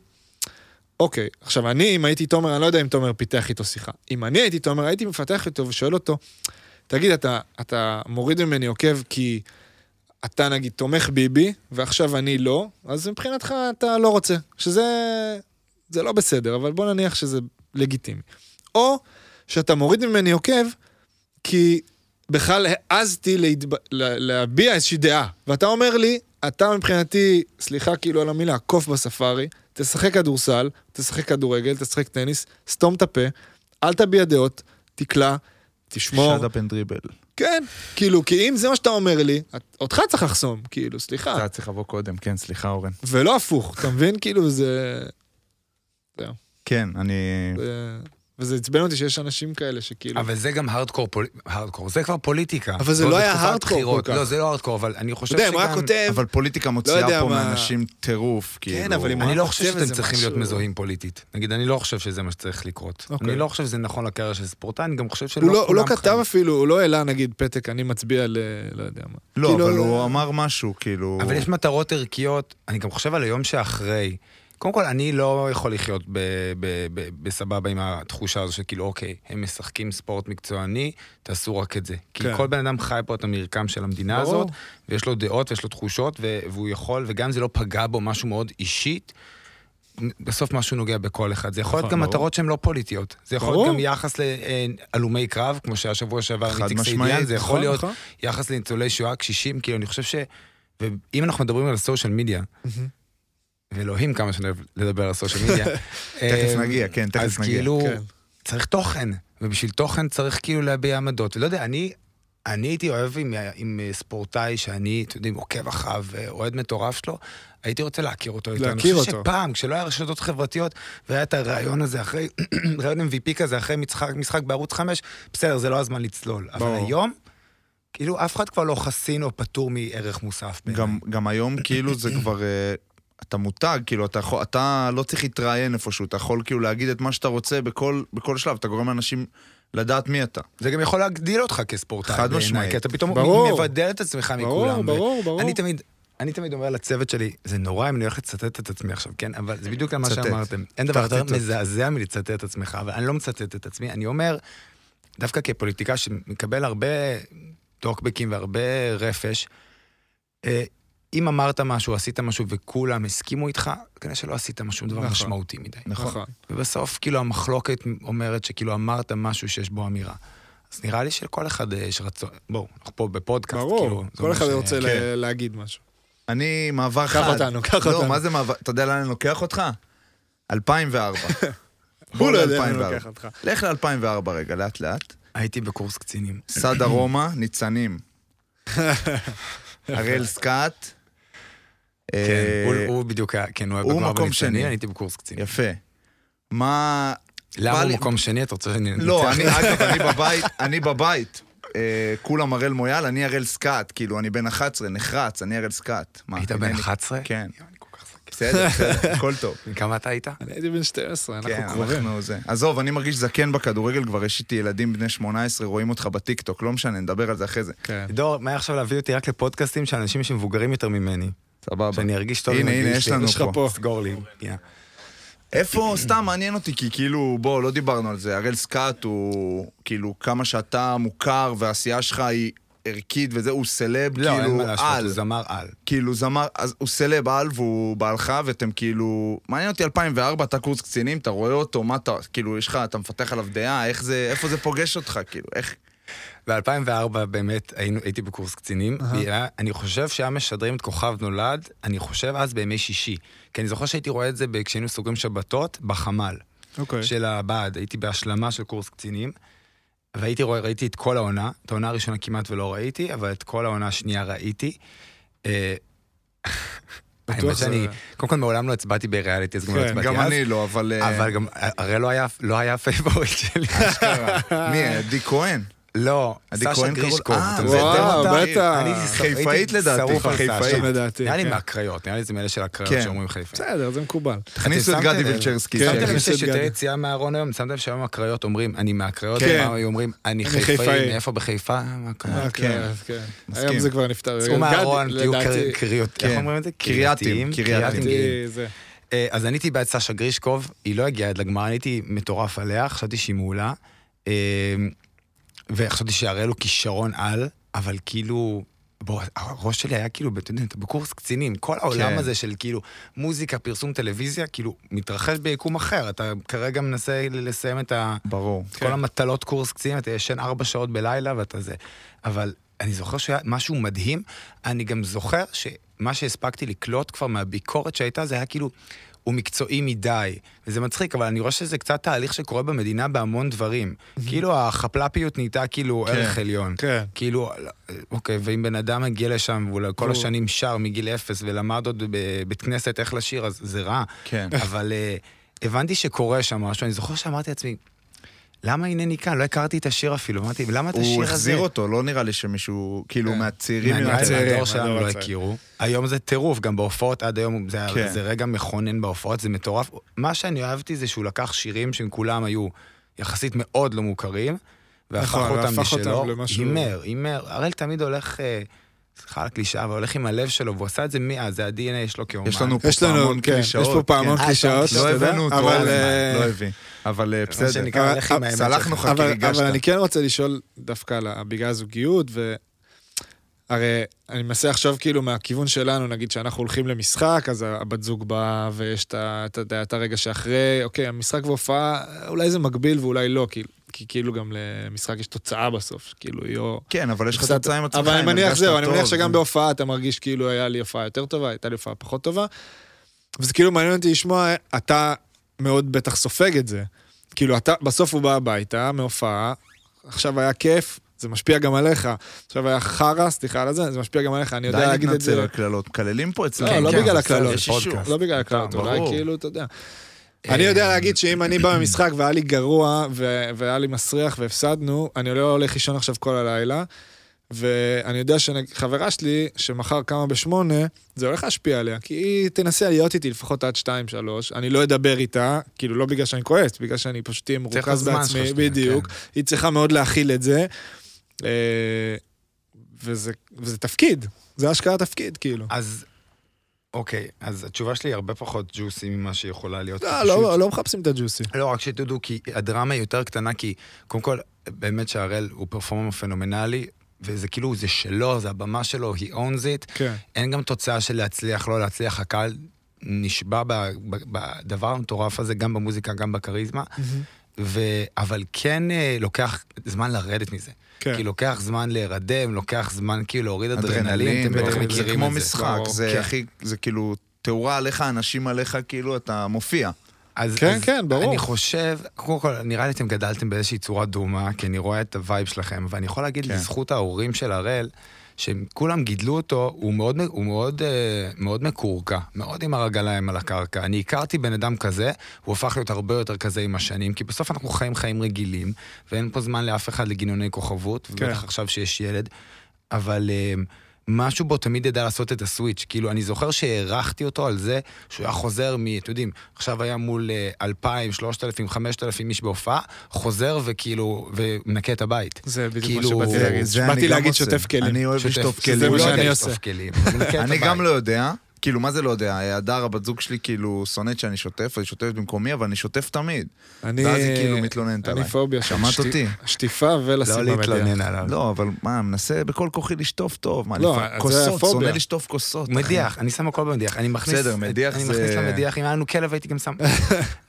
Speaker 3: אוקיי, עכשיו אני, אם הייתי תומר, אני לא יודע אם תומר פיתח איתו שיחה. אם אני הייתי תומר, הייתי מפתח איתו ושואל אותו, תגיד, אתה, אתה מוריד ממני עוקב כי אתה נגיד תומך ביבי, ועכשיו אני לא, אז מבחינתך אתה לא רוצה. שזה זה לא בסדר, אבל בוא נניח שזה לגיטימי. או שאתה מוריד ממני עוקב, כי בכלל העזתי להתב... לה- להביע איזושהי דעה. ואתה אומר לי, אתה מבחינתי, סליחה כאילו על המילה, קוף בספארי, תשחק כדורסל, תשחק כדורגל, תשחק טניס, סתום את הפה, אל תביע דעות, תקלע, תשמור.
Speaker 1: שד אפ אנד דריבל.
Speaker 3: כן, כאילו, כי אם זה מה שאתה אומר לי, את- אותך צריך לחסום, כאילו,
Speaker 1: זה
Speaker 3: סליחה.
Speaker 1: היה צריך לבוא קודם, כן, סליחה אורן.
Speaker 3: ולא הפוך, אתה מבין? כאילו, זה...
Speaker 1: כן, אני...
Speaker 3: זה- וזה עצבן אותי שיש אנשים כאלה שכאילו...
Speaker 4: אבל זה גם הארדקור, פול... הארדקור, זה כבר פוליטיקה.
Speaker 3: אבל זה
Speaker 4: ועוד
Speaker 3: לא היה
Speaker 4: בתקופת
Speaker 3: הארדקור כל
Speaker 4: בחירות.
Speaker 3: כך.
Speaker 4: לא, זה לא הארדקור, אבל אני
Speaker 3: אתה
Speaker 4: חושב
Speaker 3: יודע,
Speaker 4: שגם...
Speaker 3: אם הוא היה כותב...
Speaker 2: אבל פוליטיקה
Speaker 3: אה, לא
Speaker 2: מוציאה
Speaker 3: יודע
Speaker 2: פה
Speaker 3: מה- כן,
Speaker 2: מאנשים טירוף, כאילו.
Speaker 3: אבל אם הוא
Speaker 4: אני
Speaker 3: היה
Speaker 4: לא
Speaker 3: כותב
Speaker 4: חושב שאתם
Speaker 3: איזה
Speaker 4: צריכים להיות
Speaker 3: משהו-
Speaker 4: מזוהים פוליטית. נגיד, אני לא חושב שזה מה שצריך לקרות.
Speaker 3: אוקיי.
Speaker 4: אני לא חושב שזה נכון לקריירה של ספורטאי, אני גם חושב שלא
Speaker 3: הוא לא, הוא לא
Speaker 4: כולם
Speaker 3: כתב אפילו, הוא לא העלה נגיד פתק, אני מצביע ל... לא יודע מה.
Speaker 2: לא,
Speaker 3: כאילו,
Speaker 2: אבל הוא אמר משהו, כאילו...
Speaker 4: אבל יש מטרות ערכיות, אני גם חושב על היום שאחרי. קודם כל, אני לא יכול לחיות ב- ב- ב- בסבבה עם התחושה הזו שכאילו, אוקיי, הם משחקים ספורט מקצועני, תעשו רק את זה. כי
Speaker 3: כן.
Speaker 4: כל בן אדם חי פה את המרקם של המדינה
Speaker 3: ברור.
Speaker 4: הזאת, ויש לו דעות ויש לו תחושות, ו- והוא יכול, וגם אם זה לא פגע בו משהו מאוד אישית, בסוף משהו נוגע בכל אחד. זה יכול להיות גם
Speaker 3: נכון, ברור.
Speaker 4: מטרות שהן לא פוליטיות. זה יכול להיות
Speaker 3: ברור.
Speaker 4: גם יחס להלומי קרב, כמו שהיה שבוע שעבר עם
Speaker 2: חד
Speaker 4: איציק
Speaker 2: משמעית,
Speaker 4: סעידיאן, זה יכול
Speaker 3: נכון,
Speaker 4: להיות
Speaker 3: נכון.
Speaker 4: יחס לניצולי שואה, קשישים, כאילו, אני חושב ש... ואם אנחנו מדברים על סושיאל מדיה, ואלוהים כמה שאני אוהב לדבר על סושיאל מדיה.
Speaker 2: (laughs) תכף
Speaker 4: אמ,
Speaker 2: נגיע, כן, תכף
Speaker 4: אז
Speaker 2: נגיע,
Speaker 4: כאילו,
Speaker 3: כן.
Speaker 4: צריך תוכן, ובשביל תוכן צריך כאילו להביע עמדות. ולא יודע, אני... אני הייתי אוהב עם, עם ספורטאי שאני, אתם יודעים, עוקב אחריו, אוהד מטורף שלו, הייתי רוצה להכיר אותו יותר.
Speaker 3: להכיר
Speaker 4: אני חושב
Speaker 3: אותו.
Speaker 4: שפעם, כשלא היה רשתות חברתיות, והיה את הרעיון הזה אחרי, (clears throat) רעיון MVP כזה, אחרי משחק, משחק בערוץ 5, בסדר, זה לא הזמן לצלול. אבל
Speaker 3: ברור.
Speaker 4: היום, כאילו, אף אחד כבר לא חסין או פטור מערך מוסף. בעיניי.
Speaker 2: גם, גם היום, כאילו, זה כבר... אה, אתה מותג, כאילו, אתה, יכול, אתה לא צריך להתראיין איפשהו, אתה יכול כאילו להגיד את מה שאתה רוצה בכל, בכל שלב, אתה גורם לאנשים לדעת מי אתה.
Speaker 4: זה גם יכול להגדיל אותך כספורטאי
Speaker 2: חד
Speaker 4: בעיניי,
Speaker 2: משמעית.
Speaker 4: כי אתה פתאום
Speaker 3: ברור.
Speaker 4: מבדל את עצמך
Speaker 3: Mhm. ברור,
Speaker 4: מכולם.
Speaker 3: ברור, ברור.
Speaker 4: אני תמיד, אני תמיד אומר לצוות שלי, זה נורא אם אני הולך לצטט את עצמי עכשיו, כן? אבל זה בדיוק מה
Speaker 1: צטט.
Speaker 4: שאמרתם. אין דבר
Speaker 1: פתח
Speaker 4: יותר
Speaker 1: ציטוט.
Speaker 4: מזעזע מלצטט את עצמך, אבל אני לא מצטט את עצמי. אני אומר, דווקא כפוליטיקאי שמקבל הרבה טוקבקים והרבה רפש, אה, אם אמרת משהו, עשית משהו וכולם הסכימו איתך, כנראה שלא עשית משהו דבר
Speaker 3: נכון.
Speaker 4: משמעותי מדי.
Speaker 3: נכון.
Speaker 4: ובסוף, כאילו, המחלוקת אומרת שכאילו אמרת משהו שיש בו אמירה. אז נראה לי שלכל אחד אה, יש רצון, בואו, אנחנו פה בפודקאסט, כאילו.
Speaker 3: ברור,
Speaker 4: זה
Speaker 3: כל
Speaker 4: אומר
Speaker 3: אחד
Speaker 4: ש-
Speaker 3: רוצה
Speaker 4: כן.
Speaker 3: ל- להגיד משהו.
Speaker 1: אני מעבר חד.
Speaker 3: קח אותנו, קח
Speaker 1: לא,
Speaker 3: אותנו.
Speaker 1: מה זה מעבר? אתה יודע לאן אני לוקח אותך?
Speaker 3: (laughs)
Speaker 1: 2004.
Speaker 3: הוא לא יודע, אני
Speaker 1: 2004.
Speaker 3: לוקח אותך.
Speaker 1: לך ל-2004 רגע, לאט לאט.
Speaker 4: הייתי בקורס קצינים.
Speaker 1: סעד ארומה,
Speaker 3: (laughs)
Speaker 1: ניצנים. הראל סקאט.
Speaker 4: כן,
Speaker 1: אה,
Speaker 4: הוא- הוא בדיוק היה, כן, הוא היה
Speaker 1: הוא
Speaker 4: בגמר
Speaker 1: מקום
Speaker 4: בניצנים,
Speaker 1: שני.
Speaker 4: אני הייתי בקורס קצינים.
Speaker 1: יפה. מה...
Speaker 4: למה
Speaker 1: בא
Speaker 4: הוא
Speaker 1: לי-
Speaker 4: מקום שני? אתה רוצה שאני...
Speaker 1: לא,
Speaker 4: אנצח?
Speaker 1: אני, אגב, אני בבית, אני בבית. אה, כולם הראל מויאל, אני הראל סקאט, כאילו, אני בן 11, נחרץ, אני הראל סקאט. מה,
Speaker 4: היית בן
Speaker 1: אינני-
Speaker 4: 11?
Speaker 1: כן.
Speaker 4: יואו, אני כל כך זקן.
Speaker 1: בסדר, בסדר, הכל
Speaker 4: (laughs)
Speaker 1: טוב.
Speaker 4: בן כמה אתה היית?
Speaker 3: אני הייתי בן 12,
Speaker 1: כן,
Speaker 3: אנחנו קרובים.
Speaker 1: אנחנו זה. עזוב, אני מרגיש זקן בכדורגל, כבר יש איתי ילדים בני 18, רואים אותך בטיקטוק, לא משנה, נדבר על זה אחרי זה.
Speaker 3: כן.
Speaker 4: דור, מה עכשיו להביא אותי רק לפודקאסטים של אנשים שמבוגרים יותר ממני?
Speaker 1: סבבה.
Speaker 4: שאני ארגיש טוב
Speaker 1: הנה,
Speaker 4: עם הגיל
Speaker 1: הנה, יש
Speaker 4: שלי.
Speaker 1: לנו
Speaker 3: יש לך
Speaker 1: פה.
Speaker 3: פה.
Speaker 4: סגור לי. פינה.
Speaker 1: איפה, סתם מעניין אותי, כי כאילו, בוא, לא דיברנו על זה, הראל סקאט הוא, כאילו, כמה שאתה מוכר והעשייה שלך היא ערכית וזה, הוא סלב,
Speaker 4: לא, אין
Speaker 1: כאילו,
Speaker 4: מה להשוות,
Speaker 1: על.
Speaker 4: הוא זמר על.
Speaker 1: כאילו זמר, אז הוא סלב על והוא בעלך, ואתם כאילו... מעניין אותי 2004, אתה קורס קצינים, אתה רואה אותו, מה אתה... כאילו, יש לך, אתה מפתח עליו דעה, איך זה, איפה זה פוגש אותך, כאילו, איך...
Speaker 4: ב-2004 באמת היינו, הייתי בקורס קצינים, והיה- אני חושב שהיה משדרים את כוכב נולד, אני חושב אז בימי שישי. כי אני זוכר שהייתי רואה את זה ב- כשהיינו סוגרים שבתות, בחמ"ל.
Speaker 3: אוקיי.
Speaker 4: של הבה"ד, הייתי בהשלמה של קורס קצינים, והייתי רואה, ראיתי את כל העונה, את העונה הראשונה כמעט ולא ראיתי, אבל את כל העונה השנייה ראיתי. אה,
Speaker 3: בטוח
Speaker 4: האמת
Speaker 3: זה-
Speaker 4: שאני, קודם כל מעולם לא הצבעתי בריאליטי, אז גם לא
Speaker 3: כן,
Speaker 4: הצבעתי
Speaker 1: גם
Speaker 4: אז.
Speaker 1: אני לא, אבל... אה,
Speaker 4: אבל גם, הרי לא היה, לא היה (laughs) הפייבוריט שלי.
Speaker 1: אשכרה. מי, עדי כהן?
Speaker 4: לא,
Speaker 1: עדי
Speaker 4: סשה
Speaker 1: כהן קראו לו?
Speaker 4: גרישקוב.
Speaker 1: אה,
Speaker 4: אתה
Speaker 1: וואו,
Speaker 4: מזהה אותה?
Speaker 3: בטח.
Speaker 4: אני הייתי
Speaker 1: חיפאית לדעתי,
Speaker 4: שרוף על
Speaker 1: חיפאית.
Speaker 4: סשה.
Speaker 3: לדעתי,
Speaker 4: נראה לי
Speaker 3: כן.
Speaker 4: מהקריות, נראה לי זה מאלה של
Speaker 1: כן.
Speaker 4: הקריות שאומרים חיפאית.
Speaker 3: בסדר, זה מקובל.
Speaker 1: תכניסו את
Speaker 4: שמתם
Speaker 1: גדי
Speaker 4: לב?
Speaker 1: וילצ'רסקי.
Speaker 3: כן,
Speaker 4: שמתם
Speaker 1: שיגיד.
Speaker 4: לב שיש
Speaker 3: הכניסו את
Speaker 4: יותר
Speaker 3: גדי.
Speaker 4: יציאה מהארון היום? שמתם לב שהיום הקריות אומרים, אני מהקריות,
Speaker 3: כן.
Speaker 4: היום היו אומרים, אני
Speaker 3: אני
Speaker 4: חיפאי,
Speaker 3: חיפאי.
Speaker 4: מאיפה בחיפה? מה קרה?
Speaker 3: אה, כן, כן.
Speaker 1: מסכים.
Speaker 3: היום זה כבר נפתר.
Speaker 4: צאו מהארון,
Speaker 3: גדי,
Speaker 4: תהיו
Speaker 3: לדעתי,
Speaker 4: קר- קריות, איך
Speaker 1: כן.
Speaker 4: אומרים את זה?
Speaker 1: קרייתיים, קרייתיים.
Speaker 4: קרייתיים. גאים.
Speaker 3: לדעתי זה.
Speaker 4: אה, אז אני הייתי בעד סשה גרישקוב, היא לא הגיעה עד לגמר, אני הייתי מטורף עליה, חשבתי שהיא מעולה, אה, וחשבתי שהראל הוא כישרון על, אבל כאילו... בוא, הראש שלי היה כאילו, אתה יודע, אתה בקורס קצינים, כל העולם
Speaker 1: כן.
Speaker 4: הזה של כאילו מוזיקה, פרסום, טלוויזיה, כאילו מתרחש ביקום אחר. אתה כרגע מנסה ל- לסיים את ה...
Speaker 1: ברור.
Speaker 4: את
Speaker 3: כן.
Speaker 4: כל המטלות קורס קצינים, אתה ישן ארבע שעות בלילה ואתה זה. אבל אני זוכר שהיה משהו מדהים, אני גם זוכר שמה שהספקתי לקלוט כבר מהביקורת שהייתה, זה היה כאילו, הוא מקצועי מדי. וזה מצחיק, אבל אני רואה שזה קצת תהליך שקורה במדינה בהמון דברים. כאילו החפלפיות נהייתה כאילו ערך עליון.
Speaker 3: כן.
Speaker 4: כאילו, אוקיי, ואם בן אדם מגיע לשם, והוא כל השנים שר מגיל אפס, ולמד עוד בבית כנסת איך לשיר, אז זה רע.
Speaker 1: כן.
Speaker 4: (laughs) אבל אה, הבנתי שקורה שם משהו, אני זוכר שאמרתי לעצמי, למה הנני כאן? לא הכרתי את השיר אפילו, אמרתי, למה את השיר הזה?
Speaker 1: הוא החזיר אותו, לא נראה לי שמישהו, כאילו, מהצעירים...
Speaker 4: מעניין,
Speaker 1: יותר.
Speaker 3: הצעירים,
Speaker 4: הדור שלנו
Speaker 3: הדור
Speaker 4: לא
Speaker 3: הצעיר.
Speaker 4: הכירו. היום זה טירוף, גם בהופעות עד היום, זה,
Speaker 1: כן.
Speaker 4: זה רגע מכונן בהופעות, זה מטורף. מה שאני אהבתי זה שהוא לקח שירים שהם כולם היו יחסית מאוד לא מוכרים, והפך
Speaker 3: נכון,
Speaker 4: אותם
Speaker 3: והפך
Speaker 4: משלו.
Speaker 3: אותם למשהו-
Speaker 4: הימר, הימר. הראל תמיד הולך, אה, סליחה על הקלישאה, אבל הולך עם הלב שלו, והוא עשה את זה מאז, זה ה-DNA שלו כאומן.
Speaker 1: יש לנו פה
Speaker 3: יש לנו,
Speaker 1: פעמון
Speaker 3: כן, יש
Speaker 1: קלישאות.
Speaker 3: פה פעמון
Speaker 1: כן.
Speaker 3: קלישאות,
Speaker 1: לא
Speaker 3: אתה יודע,
Speaker 1: הבאנו אותו,
Speaker 3: אבל...
Speaker 1: אבל,
Speaker 3: אה,
Speaker 1: לא הביא. אבל אה, בסדר.
Speaker 4: שנקרא,
Speaker 3: לך עם
Speaker 1: אה,
Speaker 4: האמת
Speaker 1: סלחנו לך,
Speaker 4: שלך.
Speaker 1: כי
Speaker 3: אבל,
Speaker 1: ריגשת.
Speaker 3: אבל אני כן רוצה לשאול דווקא על ה- בגלל הזוגיות, ו... הרי אני מנסה עכשיו כאילו מהכיוון שלנו, נגיד שאנחנו הולכים למשחק, אז הבת זוג באה ויש את ה- אתה יודע, את הרגע שאחרי, אוקיי, המשחק והופעה, אולי זה מקביל ואולי לא, כי, כי כאילו גם למשחק יש תוצאה בסוף, כאילו היא או...
Speaker 1: כן, אבל יש לך
Speaker 3: קצת-
Speaker 1: תוצאה עם עצמך.
Speaker 3: אבל אני
Speaker 1: אם
Speaker 3: מניח
Speaker 1: הרגשת
Speaker 3: זהו, אני
Speaker 1: טוב,
Speaker 3: מניח
Speaker 1: זה-
Speaker 3: שגם בהופעה אתה מרגיש כאילו היה לי הופעה יותר טובה, הייתה לי הופעה פחות טובה. וזה כאילו מעניין אותי לשמוע, אתה מאוד בטח סופג את זה. כאילו, אתה, בסוף הוא בא הביתה מהופעה, עכשיו היה כיף, זה משפיע גם עליך. עכשיו היה חרא, סליחה על זה, זה משפיע גם עליך, אני יודע
Speaker 1: די
Speaker 3: להגיד את
Speaker 1: להתנצל
Speaker 3: זה.
Speaker 1: על קללות. מקללים פה אצלנו.
Speaker 3: לא, לא
Speaker 4: כן,
Speaker 3: בגלל
Speaker 4: זה
Speaker 3: הקללות.
Speaker 4: בסדר, זה פודקאסט.
Speaker 3: לא בגלל הקללות,
Speaker 1: ברור.
Speaker 3: אולי כאילו, אתה יודע. אני יודע להגיד שאם אני בא במשחק והיה לי גרוע, ו- והיה לי מסריח והפסדנו, אני לא הולך לישון עכשיו כל הלילה. ואני יודע שחברה שלי, שמחר קמה בשמונה, זה הולך להשפיע עליה, כי היא תנסה להיות איתי לפחות עד שתיים, שלוש. אני לא אדבר איתה, כאילו לא בגלל שאני כועס, בגלל שאני פשוט אהיה
Speaker 4: צריך
Speaker 3: מרוכז כן.
Speaker 4: הזמן שלך
Speaker 3: בעצמי,
Speaker 4: שנייה,
Speaker 3: בדיוק. היא צריכה מאוד להכיל את זה. אה, וזה, וזה תפקיד, זה אשכרה תפקיד, כאילו.
Speaker 4: אז, אוקיי, אז התשובה שלי היא הרבה פחות ג'וסי ממה שיכולה להיות.
Speaker 3: לא,
Speaker 4: פשוט-
Speaker 3: לא, לא מחפשים את הג'וסי.
Speaker 4: לא, רק שתדעו, כי הדרמה היא יותר קטנה, כי קודם כל, באמת שהראל הוא פרפורמר פנומנלי, וזה כאילו, זה שלו, זה הבמה שלו, he owns it.
Speaker 3: כן.
Speaker 4: אין גם תוצאה של להצליח, לא להצליח, הקהל נשבע ב- ב- בדבר המטורף הזה, גם במוזיקה, גם בכריזמה. ו... אבל כן אה, לוקח זמן לרדת מזה.
Speaker 3: כן.
Speaker 4: כי לוקח זמן להירדם, לוקח זמן כאילו להוריד אדרנלין,
Speaker 1: אדרנלין,
Speaker 4: אתם בטח
Speaker 1: זה
Speaker 4: מכירים את זה.
Speaker 1: כמו משחק,
Speaker 4: ברור.
Speaker 1: זה
Speaker 4: כן.
Speaker 1: הכי, זה כאילו תאורה עליך, אנשים עליך, כאילו אתה מופיע.
Speaker 4: אז,
Speaker 3: כן,
Speaker 4: אז
Speaker 3: כן, ברור.
Speaker 4: אני חושב, קודם כל, נראה לי אתם גדלתם באיזושהי צורה דומה, כי אני רואה את הווייב שלכם, ואני יכול להגיד כן. לזכות ההורים של הראל, שהם כולם גידלו אותו, הוא מאוד, הוא מאוד, אה, מאוד מקורקע, מאוד עם הרגליים על הקרקע. אני הכרתי בן אדם כזה, הוא הפך להיות הרבה יותר כזה עם השנים, כי בסוף אנחנו חיים חיים רגילים, ואין פה זמן לאף אחד לגינוני כוכבות,
Speaker 3: כן.
Speaker 4: ובטח עכשיו שיש ילד, אבל... אה, משהו בו תמיד ידע לעשות את הסוויץ'. כאילו, אני זוכר שהערכתי אותו על זה שהוא היה חוזר מ... אתם יודעים, עכשיו היה מול אה, 2,000, 3,000, 5,000 איש בהופעה, חוזר וכאילו, ומנקה את הבית.
Speaker 3: זה בדיוק
Speaker 4: כאילו-
Speaker 3: מה שבאתי להגיד.
Speaker 1: זה אני
Speaker 3: באתי
Speaker 1: גם
Speaker 3: להגיד
Speaker 1: עושה.
Speaker 3: שוטף כלים.
Speaker 1: אני אוהב
Speaker 4: שוטף-
Speaker 1: לשטוף
Speaker 4: זה
Speaker 1: כלים.
Speaker 4: מה
Speaker 3: לא
Speaker 4: שאני
Speaker 3: יודע
Speaker 4: עושה.
Speaker 3: לשטוף
Speaker 4: כלים, הוא מנקה את
Speaker 1: אני
Speaker 4: הבית.
Speaker 1: גם לא יודע, כאילו, מה זה לא יודע? הדר, הבת זוג שלי, כאילו, שונאת שאני שוטף, אז היא שוטפת במקומי, אבל אני שוטף תמיד.
Speaker 3: אני...
Speaker 1: ואז היא כאילו מתלוננת עליי.
Speaker 3: אני פוביה של
Speaker 1: שמעת
Speaker 3: שטי-
Speaker 1: אותי?
Speaker 3: שטיפה ולשים
Speaker 4: לא
Speaker 3: במדיה.
Speaker 4: להתלונן עליו.
Speaker 1: לא, אבל מה, מנסה בכל כוחי לשטוף טוב. מה,
Speaker 3: לא,
Speaker 1: לפעמים-
Speaker 3: אז זה
Speaker 1: כוסות,
Speaker 3: הפוביה.
Speaker 1: שונא לשטוף כוסות. אחי.
Speaker 4: מדיח, אני שם הכל במדיח. אני מכניס...
Speaker 1: בסדר, מדיח
Speaker 4: אני
Speaker 1: זה-
Speaker 4: מכניס למדיח, אם היה לנו כלב הייתי גם
Speaker 1: (laughs)
Speaker 4: שם...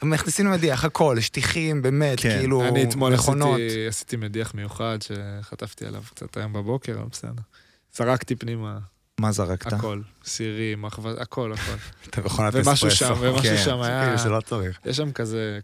Speaker 4: מכניסים למדיח, הכל, שטיחים, באמת,
Speaker 1: כן.
Speaker 4: כאילו...
Speaker 3: אני אתמול
Speaker 4: מכונות.
Speaker 3: עשיתי, עשיתי מדיח מיוחד שחטפתי עליו קצת היום בבוקר, אבל בסדר. זרקתי פנימה,
Speaker 1: מה זרקת?
Speaker 3: הכל, סירים, אחווה,
Speaker 1: (laughs)
Speaker 3: הכל, הכל.
Speaker 4: את מכונת
Speaker 3: ומשהו שם,
Speaker 4: אספרסו.
Speaker 3: ומשהו
Speaker 1: כן,
Speaker 3: שם היה...
Speaker 4: כאילו, זה לא צריך.
Speaker 3: יש שם כזה,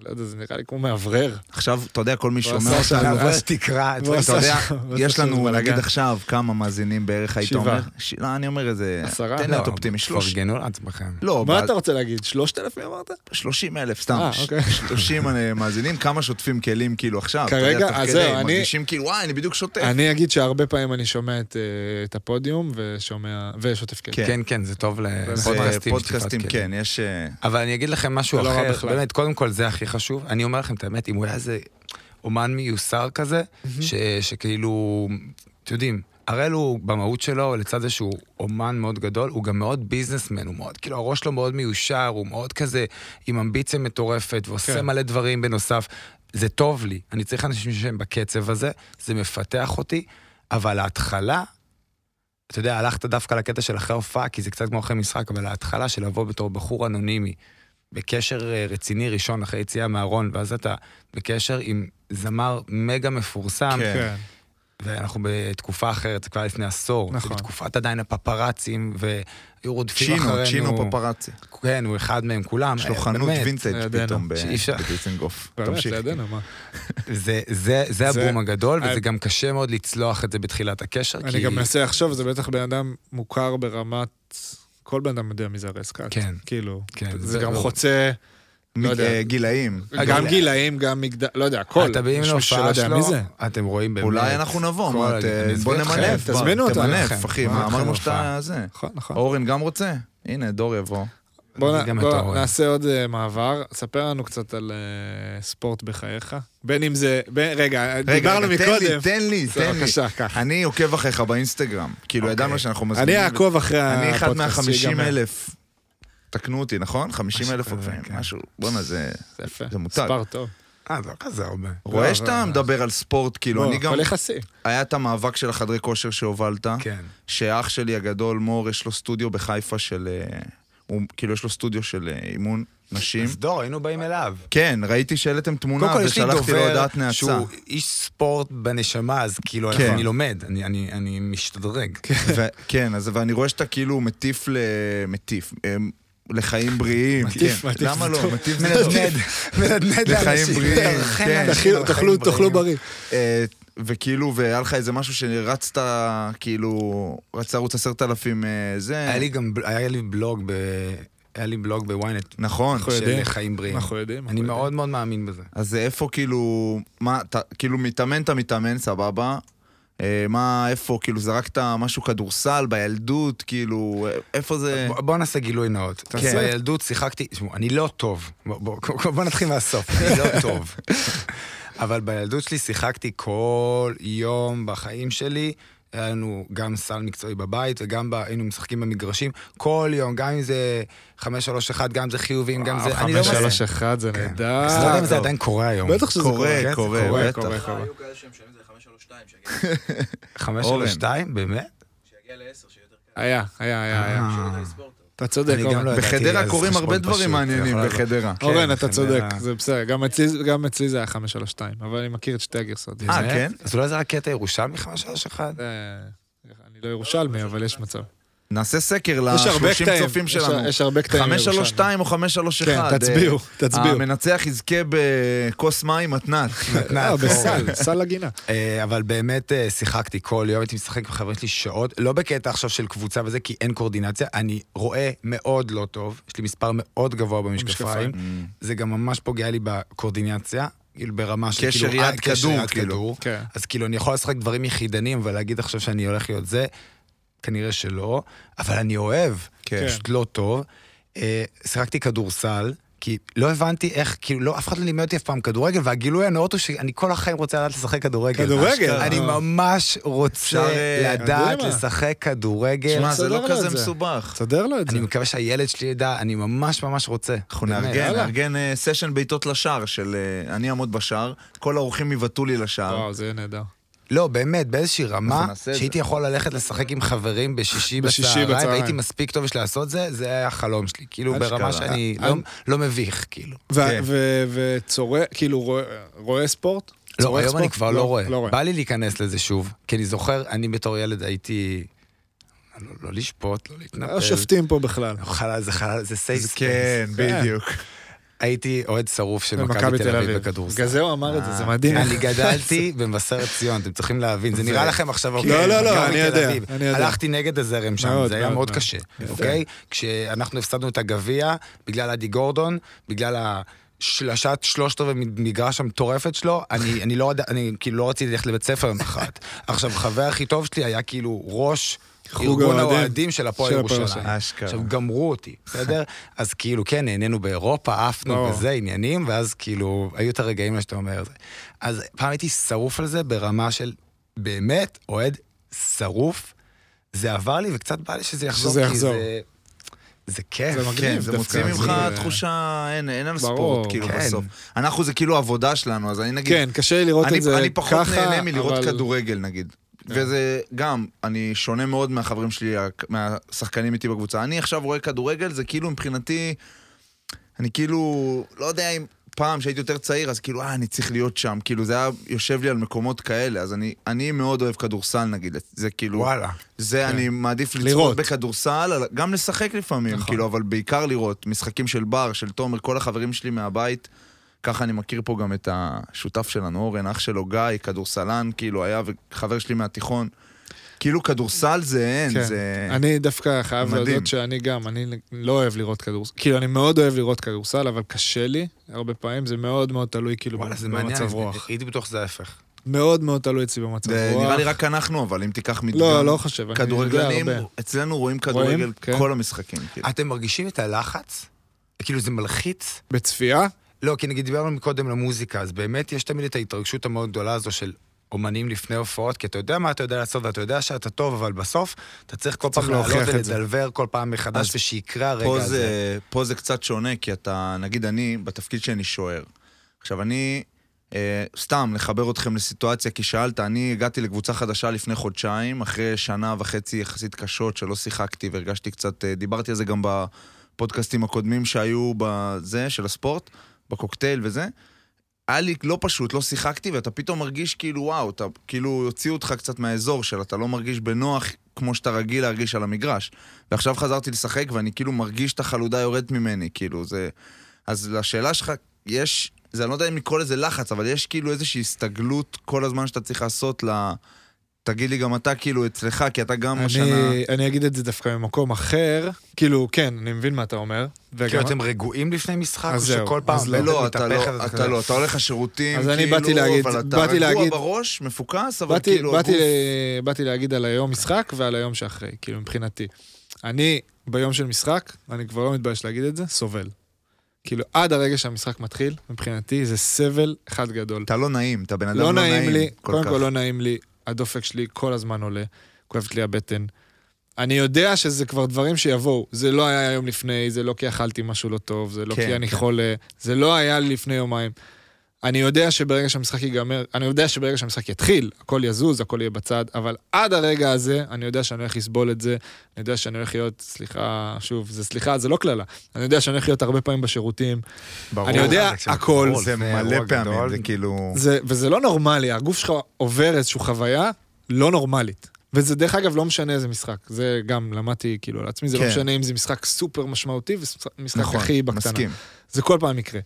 Speaker 3: לא יודע, זה נראה לי כמו מאוורר.
Speaker 1: עכשיו, אתה יודע, כל מי
Speaker 3: הוא
Speaker 1: שומע
Speaker 3: עשה
Speaker 1: אותנו,
Speaker 3: שם-
Speaker 4: אבל תקרא,
Speaker 3: (laughs) הוא
Speaker 1: אתה יודע,
Speaker 3: עשה שם-
Speaker 1: יש
Speaker 3: עשה שם
Speaker 1: לנו,
Speaker 3: בלאגן.
Speaker 1: נגיד עכשיו, כמה מאזינים בערך היית
Speaker 3: שבעה.
Speaker 1: אומר? ש- לא, אני אומר איזה...
Speaker 3: עשרה?
Speaker 1: תן
Speaker 3: לא,
Speaker 1: לי את אופטימי. שלוש-
Speaker 4: פרגנו לעצמכם.
Speaker 1: לא,
Speaker 3: מה
Speaker 1: ב-
Speaker 3: אתה רוצה להגיד? 3,000 אמרת?
Speaker 1: 30 אלף, סתם.
Speaker 3: אה,
Speaker 1: ש- (laughs)
Speaker 3: אוקיי.
Speaker 1: 30 מאזינים, כמה שוטפים כלים כאילו עכשיו? אתה
Speaker 3: כרגע,
Speaker 1: יודע, תוך
Speaker 3: אז
Speaker 1: כדי,
Speaker 3: זהו, אני-
Speaker 1: מרגישים כאילו, וואי, אני בדיוק שוטף.
Speaker 3: אני אגיד שהרבה פעמים אני שומע את, אה, את הפודיום ושומע, ושוטף כלים.
Speaker 1: כן.
Speaker 4: כן, כן, זה טוב
Speaker 1: זה
Speaker 4: לפודקאסטים.
Speaker 1: אה, פודקאסטים,
Speaker 4: שטיפת
Speaker 1: כן, יש... אה,
Speaker 4: אבל אני אגיד לכם משהו
Speaker 3: זה לא רע
Speaker 4: אחר,
Speaker 3: בכלל.
Speaker 4: באמת, קודם כל זה הכי חשוב. אני אומר לכם את האמת, אם הוא היה איזה אומן מיוסר כזה, ש- שכאילו, אתם יודעים, הראל הוא במהות שלו, לצד זה שהוא אומן מאוד גדול, הוא גם מאוד ביזנסמן, הוא מאוד, כאילו, הראש שלו מאוד מיושר, הוא מאוד כזה עם אמביציה מטורפת, ועושה
Speaker 3: כן.
Speaker 4: מלא דברים בנוסף. זה טוב לי, אני צריך אנשים שהם בקצב הזה, זה מפתח אותי, אבל ההתחלה, אתה יודע, הלכת דווקא לקטע של אחרי הופעה, כי זה קצת כמו אחרי משחק, אבל ההתחלה של לבוא בתור בחור אנונימי, בקשר אה, רציני ראשון אחרי יציאה מהארון, ואז אתה בקשר עם זמר מגה מפורסם,
Speaker 1: כן.
Speaker 3: כן.
Speaker 4: ואנחנו בתקופה אחרת, זה כבר לפני עשור.
Speaker 3: נכון.
Speaker 4: זה בתקופת עדיין הפפרצים, והיו רודפים
Speaker 1: צ'ינו,
Speaker 4: אחרינו.
Speaker 1: צ'ינו פפרצי.
Speaker 4: כן, הוא אחד מהם, כולם.
Speaker 1: יש לו
Speaker 4: אה,
Speaker 1: חנות
Speaker 4: באמת,
Speaker 1: וינטג'
Speaker 3: לידינו.
Speaker 1: פתאום ב-
Speaker 4: שאי אפשר-
Speaker 1: בדיצנגוף.
Speaker 3: (laughs) באמת, לא
Speaker 1: תמשיך.
Speaker 3: לידינו, מה?
Speaker 4: זה, זה, זה
Speaker 3: זה-
Speaker 4: הבום הגדול, וזה
Speaker 3: אני-
Speaker 4: גם קשה מאוד לצלוח את זה בתחילת הקשר,
Speaker 3: אני
Speaker 4: כי...
Speaker 3: גם מנסה לחשוב, זה בטח בן אדם מוכר ברמת... כל בן אדם יודע מי זה הרסקאט.
Speaker 4: כן.
Speaker 3: כאילו,
Speaker 4: כן,
Speaker 3: זה
Speaker 4: זה
Speaker 3: גם
Speaker 4: ברור.
Speaker 3: חוצה,
Speaker 1: מ-
Speaker 3: לא יודע.
Speaker 1: אה, גילאים.
Speaker 3: גם גילאים, גם מגדל, לא יודע, הכל.
Speaker 4: אתם באים
Speaker 3: יש מישהו
Speaker 4: להופעה
Speaker 3: שלא יודע מי
Speaker 4: שלו,
Speaker 3: זה.
Speaker 4: אתם רואים באמת...
Speaker 1: אולי אנחנו נבוא,
Speaker 4: כל
Speaker 1: מה,
Speaker 4: הג-
Speaker 1: ת-
Speaker 4: אני אסביר
Speaker 1: בוא
Speaker 4: לכם. כן,
Speaker 1: נמנף.
Speaker 3: תזמינו אותנו.
Speaker 1: תמנף,
Speaker 4: לכם.
Speaker 1: אחי,
Speaker 4: מה,
Speaker 1: מה אמרנו
Speaker 4: לכם
Speaker 1: שאתה זה.
Speaker 3: נכון, נכון.
Speaker 1: אורן גם רוצה? הנה, דור יבוא.
Speaker 3: בוא,
Speaker 4: אני גם
Speaker 3: נ,
Speaker 4: את
Speaker 3: בוא
Speaker 4: האוהל.
Speaker 3: נעשה עוד uh, מעבר, ספר לנו קצת על uh, ספורט בחייך. בין אם זה, ב, רגע,
Speaker 1: רגע,
Speaker 3: דיברנו
Speaker 1: רגע,
Speaker 3: מקודם.
Speaker 1: תן לי, תן לי, תן לי.
Speaker 3: בבקשה, ככה.
Speaker 1: אני עוקב אחריך באינסטגרם. כאילו, ידענו שאנחנו
Speaker 3: אני
Speaker 1: מזמינים.
Speaker 3: אעקוב אחרי הפודקאסט.
Speaker 1: אני אחד
Speaker 3: שיגמר.
Speaker 1: מהחמישים אלף. תקנו אותי, נכון? חמישים אלף
Speaker 4: כזה,
Speaker 1: עוקבים,
Speaker 4: כן.
Speaker 1: משהו. בואנה, זה...
Speaker 3: זה יפה,
Speaker 1: זה מותג.
Speaker 3: מספר טוב.
Speaker 4: אה, זה לא כזה הרבה.
Speaker 1: רואה
Speaker 3: לא,
Speaker 1: שאתה
Speaker 3: אבל-
Speaker 1: מדבר על ספורט, כאילו,
Speaker 3: בוא,
Speaker 1: אני גם...
Speaker 3: הכל יחסי.
Speaker 1: היה את המאבק של החדרי כושר שהובלת,
Speaker 4: כן.
Speaker 1: שאח שלי הגדול, מור, יש לו סטודיו בחיפה של... אה, הוא, כאילו, יש לו סטודיו של אה, אימון נשים.
Speaker 4: אז דור, היינו באים אליו.
Speaker 1: כן, ראיתי שהעליתם תמונה,
Speaker 4: קודם כל, יש לי
Speaker 1: ושלחתי לו
Speaker 4: דובר
Speaker 1: הודעת נאצה.
Speaker 4: שהוא איש ספורט בנשמה, אז כאילו,
Speaker 1: כן.
Speaker 4: אני לומד, אני- אני אני משתדרג.
Speaker 1: ו- כן, אז ואני רואה שאתה כאילו מטיף ל... מטיף. אה, לחיים בריאים.
Speaker 3: מטיף,
Speaker 1: כן.
Speaker 3: מטיף
Speaker 1: למה
Speaker 3: זה
Speaker 1: לא?
Speaker 3: טוב.
Speaker 1: מטיף זה טוב.
Speaker 4: מנדנד, מנדנד
Speaker 1: לחיים
Speaker 4: לאנשים.
Speaker 1: בריאים,
Speaker 4: תרחם
Speaker 1: כן.
Speaker 4: לאנשים
Speaker 3: תאכילו-
Speaker 4: על חיים
Speaker 3: תאכלו- תאכלו
Speaker 4: בריאים.
Speaker 3: בריא.
Speaker 1: אה, וכאילו, והיה לך איזה משהו שרצת, כאילו, רצת ערוץ עשרת אלפים אה, זה.
Speaker 3: אה.
Speaker 4: היה לי גם, ב- היה לי בלוג ב... היה לי בלוג בוויינט
Speaker 1: נכון.
Speaker 3: אנחנו
Speaker 4: של
Speaker 3: יודעים.
Speaker 4: חיים בריאים.
Speaker 3: אנחנו יודעים.
Speaker 4: אני
Speaker 3: אנחנו
Speaker 4: מאוד מאוד מאמין בזה.
Speaker 1: אז איפה כאילו, מה, אתה, כאילו מתאמן אתה מתאמן, סבבה. אה, מה, איפה, כאילו זרקת משהו כדורסל בילדות, כאילו, אה, איפה
Speaker 3: כן.
Speaker 1: זה...
Speaker 4: בוא- בוא נעשה גילוי נאות.
Speaker 1: תעשה.
Speaker 4: בילדות שיחקתי, תשמעו, אני לא טוב. בוא- בוא (laughs) בוא- בוא נתחיל מהסוף,
Speaker 3: (laughs)
Speaker 4: אני לא טוב. אבל בילדות שלי שיחקתי כל יום בחיים שלי היה לנו גם סל מקצועי בבית, וגם ב, היינו משחקים במגרשים כל יום, גם אם זה 531, גם אם זה חיובים, גם זה... אני לא מבין.
Speaker 3: 531 זה נהדר.
Speaker 4: אני לא יודע אם זה עדיין קורה היום.
Speaker 3: בטח שזה קורה.
Speaker 1: קורה,
Speaker 3: כן, זה
Speaker 1: קורה,
Speaker 3: קורה,
Speaker 1: בטח.
Speaker 3: קורה, קורה.
Speaker 5: היו כאלה שהם משלמים את זה ל-532, שיגיע
Speaker 4: 532, באמת?
Speaker 5: שיגיע ל-10, שיהיה יותר קל.
Speaker 3: היה, היה, היה, היה.
Speaker 5: שיודע לספור טוב.
Speaker 3: אתה צודק,
Speaker 4: אה. אני גם
Speaker 3: אורן.
Speaker 4: לא ידעתי,
Speaker 1: בחדרה
Speaker 4: אז
Speaker 1: קורים
Speaker 4: חשבון
Speaker 1: הרבה דברים
Speaker 4: פשוט,
Speaker 1: מעניינים
Speaker 4: יכול לעבוד.
Speaker 1: בחדרה.
Speaker 3: (laughs) אורן, אתה
Speaker 4: חדרה.
Speaker 3: צודק,
Speaker 4: לא-
Speaker 3: זה בסדר. גם אצלי- גם אצלי זה היה 532, אבל אני מכיר את שתי הגרסאות.
Speaker 1: אה,
Speaker 4: באמת?
Speaker 1: כן?
Speaker 4: אז אולי זה רק קטע ירושלמי 531?
Speaker 3: אה, אני לא ירושלמי, אבל יש מצב.
Speaker 4: אה,
Speaker 1: נעשה סקר
Speaker 3: יש הרבה
Speaker 1: ל-30
Speaker 3: קטעים,
Speaker 1: צופים
Speaker 3: יש-
Speaker 1: שלנו.
Speaker 3: יש הרבה קטעים.
Speaker 1: 532 או 531.
Speaker 3: כן, תצביעו,
Speaker 1: אה,
Speaker 3: תצביעו.
Speaker 1: המנצח יזכה בכוס מים מתנת.
Speaker 3: אה,
Speaker 4: נכון. (laughs)
Speaker 3: בסל, סל הגינה.
Speaker 4: אה, אבל באמת אה, שיחקתי כל יום, הייתי משחק עם חברים שלי שעות, לא בקטע עכשיו של קבוצה וזה, כי אין קואורדינציה, אני רואה מאוד לא טוב, יש לי מספר מאוד גבוה במשקפיים, זה גם ממש פוגע לי בקואורדינציה, כאילו ברמה של
Speaker 1: קשר
Speaker 4: כאילו,
Speaker 1: יד
Speaker 4: אה, קשר
Speaker 1: כדור,
Speaker 4: יד
Speaker 1: כאילו.
Speaker 4: כדור.
Speaker 3: כן.
Speaker 4: אז כאילו אני יכול לשחק דברים יחידנים, אבל להגיד עכשיו שאני הולך להיות זה, כנראה שלא, אבל אני אוהב,
Speaker 3: כן.
Speaker 4: פשוט לא טוב. אה, שיחקתי כדורסל. כי לא הבנתי איך, כאילו, לא, אף אחד לא לימד אותי אף פעם כדורגל, והגילוי הנאות הוא שאני כל החיים רוצה לדעת לשחק כדורגל.
Speaker 3: כדורגל?
Speaker 4: אני
Speaker 3: אה.
Speaker 4: ממש
Speaker 1: אפשר,
Speaker 4: רוצה
Speaker 1: אה,
Speaker 3: אתה
Speaker 4: לדעת
Speaker 3: יודע מה?
Speaker 4: לשחק כדורגל.
Speaker 1: שמע, זה
Speaker 3: כן, נסדר
Speaker 1: לא
Speaker 3: לו את
Speaker 1: כזה
Speaker 3: זה.
Speaker 1: מסובך.
Speaker 3: תסדר לו את זה.
Speaker 4: אני מקווה שהילד שלי ידע, אני ממש ממש רוצה.
Speaker 1: אנחנו
Speaker 4: באמת.
Speaker 1: נארגן, נארגן אה, סשן בעיטות לשער של אה, אני אעמוד בשער, כל האורחים יבעטו לי לשער.
Speaker 3: וואו, זה יהיה נהדר.
Speaker 4: לא, באמת, באיזושהי רמה,
Speaker 1: אנחנו נעשה את
Speaker 4: שהייתי יכול ללכת לשחק עם חברים בשישי
Speaker 3: בשישי
Speaker 4: בצהריים,
Speaker 3: בצהריים.
Speaker 4: והייתי מספיק טוב בשביל לעשות זה, זה היה החלום שלי. כאילו,
Speaker 1: אשכרה.
Speaker 4: ברמה שאני לא-
Speaker 3: אני-
Speaker 4: לא מביך, כאילו.
Speaker 1: כן.
Speaker 3: וצורא, כאילו, רואה- רואה ספורט?
Speaker 4: לא,
Speaker 3: צורך
Speaker 4: היום אני
Speaker 3: ספורט?
Speaker 4: כבר לא רואה.
Speaker 3: לא רואה.
Speaker 4: בא לי להיכנס לזה שוב, כי אני זוכר, אני בתור ילד הייתי... לא- לא לשפוט, לא
Speaker 3: לא
Speaker 4: להתנפל.
Speaker 3: שופטים פה בכלל.
Speaker 4: חלל, זה חלל, זה סייף
Speaker 1: אז
Speaker 4: ספייס.
Speaker 1: כן, בדיוק.
Speaker 4: הייתי אוהד שרוף של
Speaker 3: במכבי
Speaker 4: מכבי תל אביב בכדורסל.
Speaker 3: בגלל זה הוא אמר את
Speaker 1: אה,
Speaker 3: זה, זה מדהים.
Speaker 4: אה, כן,
Speaker 1: כן,
Speaker 4: אני גדלתי במבשרת ציון, אתם צריכים להבין, זה נראה לכם עכשיו... אוקיי,
Speaker 3: לא, לא,
Speaker 4: מכבי
Speaker 3: אני
Speaker 4: תל
Speaker 3: יודע,
Speaker 4: אביב.
Speaker 3: אני יודע.
Speaker 4: הלכתי נגד הזרם שם,
Speaker 3: מאוד,
Speaker 4: זה היה
Speaker 3: מאוד,
Speaker 4: מאוד
Speaker 3: מאוד.
Speaker 4: קשה, אוקיי? כשאנחנו הפסדנו את הגביע, בגלל אדי גורדון, בגלל השלשת שלושת רבעי מגרש המטורפת שלו, אני אני לא יודע- אני כאילו לא רציתי ללכת לבית ספר יום אחד. עכשיו, חבר הכי טוב שלי היה כאילו ראש...
Speaker 3: חוג
Speaker 4: ארגון
Speaker 3: האוהדים
Speaker 4: האוהדים של הפועל
Speaker 3: של הפועל
Speaker 4: ירושלים.
Speaker 1: ירושלים. אשכרה.
Speaker 4: עכשיו,
Speaker 3: (laughs)
Speaker 4: גמרו אותי, בסדר? אז כאילו, כן, נהנינו באירופה, עפנו
Speaker 3: ברור.
Speaker 4: וזה עניינים, ואז כאילו, היו את הרגעים האלה שאתה אומר זה. אז פעם הייתי שרוף על זה ברמה של באמת אוהד שרוף. זה עבר לי וקצת בא לי שזה יחזור,
Speaker 3: שזה
Speaker 4: כי
Speaker 3: יחזור.
Speaker 4: זה... זה כיף.
Speaker 3: זה מגניב.
Speaker 1: כן, זה
Speaker 3: דווקא,
Speaker 1: מוציא
Speaker 3: זה-
Speaker 1: ממך תחושה, אין, אין על
Speaker 3: ברור,
Speaker 1: ספורט, כאילו,
Speaker 4: כן.
Speaker 1: בסוף. אנחנו, זה כאילו העבודה שלנו, אז אני נגיד...
Speaker 3: כן, קשה לי לראות
Speaker 1: אני,
Speaker 3: את זה
Speaker 1: אני פחות
Speaker 3: ככה,
Speaker 1: נהנה מלראות
Speaker 3: אבל- כן.
Speaker 1: כדורגל, נגיד. וזה גם, אני שונה מאוד מהחברים שלי, הק- מהשחקנים איתי בקבוצה. אני עכשיו רואה כדורגל, זה כאילו מבחינתי, אני כאילו, לא יודע אם פעם שהייתי יותר צעיר, אז כאילו, אה, אני צריך להיות שם. כאילו, זה היה יושב לי על מקומות כאלה, אז אני, אני מאוד אוהב כדורסל, נגיד. זה כאילו...
Speaker 4: וואלה.
Speaker 1: זה אני מעדיף לצפות
Speaker 3: כן. לראות. נכון.
Speaker 1: בכדורסל, על- גם לשחק לפעמים, כאילו, אבל בעיקר לראות. משחקים של בר, של תומר, כל החברים שלי מהבית. ככה אני מכיר פה גם את השותף שלנו, אורן, אח שלו גיא, כדורסלן, כאילו היה, וחבר שלי מהתיכון. כאילו כדורסל זה אין,
Speaker 3: כן.
Speaker 1: זה...
Speaker 3: אני דווקא חייב
Speaker 1: מדהים.
Speaker 3: להודות שאני גם, אני לא אוהב לראות כדורסל. כאילו, אני מאוד אוהב לראות כדורסל, אבל קשה לי הרבה פעמים, זה מאוד מאוד תלוי כאילו
Speaker 4: וואלה, זה מעניין.
Speaker 3: במצב רוח.
Speaker 4: הייתי בטוח שזה ההפך.
Speaker 3: מאוד מאוד תלוי אצלי במצב
Speaker 1: זה
Speaker 3: רוח.
Speaker 1: נראה לי רק אנחנו, אבל אם תיקח מדגם...
Speaker 3: לא, לא חושב, אני
Speaker 1: כדורגלנים,
Speaker 3: יודע הרבה.
Speaker 1: אצלנו רואים כדורגל
Speaker 3: כן.
Speaker 1: כל המשחקים. כאילו.
Speaker 4: אתם מרגישים את הלחץ? כאילו זה מלחיץ?
Speaker 3: בצפייה?
Speaker 4: לא, כי נגיד דיברנו מקודם למוזיקה, אז באמת יש תמיד את ההתרגשות המאוד גדולה הזו של אומנים לפני הופעות, כי אתה יודע מה אתה יודע לעשות ואתה יודע שאתה טוב, אבל בסוף אתה צריך כל
Speaker 3: צריך
Speaker 4: פעם לעלות
Speaker 3: להוכיח את זה.
Speaker 4: ולדלבר כל פעם מחדש
Speaker 1: אז
Speaker 4: ושיקרה הרגע
Speaker 1: פה
Speaker 4: הזה.
Speaker 1: זה, פה זה קצת שונה, כי אתה, נגיד אני, בתפקיד שאני שוער. עכשיו, אני, אה, סתם, לחבר אתכם לסיטואציה, כי שאלת, אני הגעתי לקבוצה חדשה לפני חודשיים, אחרי שנה וחצי יחסית קשות, שלא שיחקתי והרגשתי קצת, אה, דיברתי על זה גם בפודקאסטים הקודמים שהיו בזה, של הספורט, בקוקטייל וזה. היה לי לא פשוט, לא שיחקתי, ואתה פתאום מרגיש כאילו, וואו, אתה, כאילו, יוציאו אותך קצת מהאזור של, אתה לא מרגיש בנוח כמו שאתה רגיל להרגיש על המגרש. ועכשיו חזרתי לשחק, ואני כאילו מרגיש את החלודה יורדת ממני, כאילו, זה... אז לשאלה שלך, יש, זה, אני לא יודע אם לקרוא לזה לחץ, אבל יש כאילו איזושהי הסתגלות כל הזמן שאתה צריך לעשות ל... תגיד לי גם אתה, כאילו, אצלך, כי אתה גם השנה...
Speaker 3: אני, אני אגיד את זה דווקא ממקום אחר. כאילו, כן, אני מבין מה אתה אומר.
Speaker 4: כאילו
Speaker 3: וגם...
Speaker 4: אתם רגועים לפני משחק, או
Speaker 3: אז זהו,
Speaker 4: שכל פעם...
Speaker 3: אז
Speaker 4: אתה
Speaker 1: לא, אתה
Speaker 4: מתהפך
Speaker 1: לא,
Speaker 4: ואתה
Speaker 1: אתה
Speaker 4: כזה-
Speaker 1: לא, אתה הולך לשירותים,
Speaker 3: אז אני
Speaker 1: כאילו,
Speaker 3: באתי להגיד-
Speaker 1: אבל אתה
Speaker 3: באתי
Speaker 1: רגוע
Speaker 3: להגיד-
Speaker 1: בראש, מפוקס, אבל
Speaker 3: באתי,
Speaker 1: כאילו,
Speaker 3: באתי,
Speaker 1: הגוף-
Speaker 3: ל... באתי להגיד על היום משחק ועל היום שאחרי, כאילו, מבחינתי. אני, ביום של משחק, אני כבר לא מתבייש להגיד את זה, סובל. כאילו, עד הרגע שהמשחק מתחיל, מבחינתי זה סבל אחד גדול.
Speaker 1: אתה לא נעים, אתה בן אדם
Speaker 3: לא
Speaker 1: לא
Speaker 3: נעים לי,
Speaker 1: כל
Speaker 3: קודם
Speaker 1: כך.
Speaker 3: כל לא נעים לי. הדופק שלי כל הזמן עולה, כואבת לי הבטן. אני יודע שזה כבר דברים שיבואו. זה לא היה יום לפני, זה לא כי אכלתי משהו לא טוב, זה לא
Speaker 1: כן,
Speaker 3: כי אני
Speaker 1: כן.
Speaker 3: חולה, זה לא היה לי לפני יומיים. אני יודע שברגע שהמשחק ייגמר, אני יודע שברגע שהמשחק יתחיל, הכל יזוז, הכל יהיה בצד, אבל עד הרגע הזה, אני יודע שאני הולך לסבול את זה, אני יודע שאני הולך להיות, סליחה, שוב, זה סליחה, זה לא קללה. אני יודע שאני הולך להיות הרבה פעמים בשירותים,
Speaker 1: ברור.
Speaker 3: אני יודע הכל.
Speaker 1: זה מלא פעמים, זה כאילו...
Speaker 3: זה, וזה לא נורמלי, הגוף שלך עובר איזושהי חוויה לא נורמלית. וזה דרך אגב לא משנה איזה משחק, זה גם למדתי כאילו על עצמי, זה
Speaker 1: כן.
Speaker 3: לא משנה אם זה משחק סופר משמעותי ומשחק
Speaker 1: נכון,
Speaker 3: הכי בקטנה.
Speaker 1: מסכים.
Speaker 3: זה כל פעם יקרה.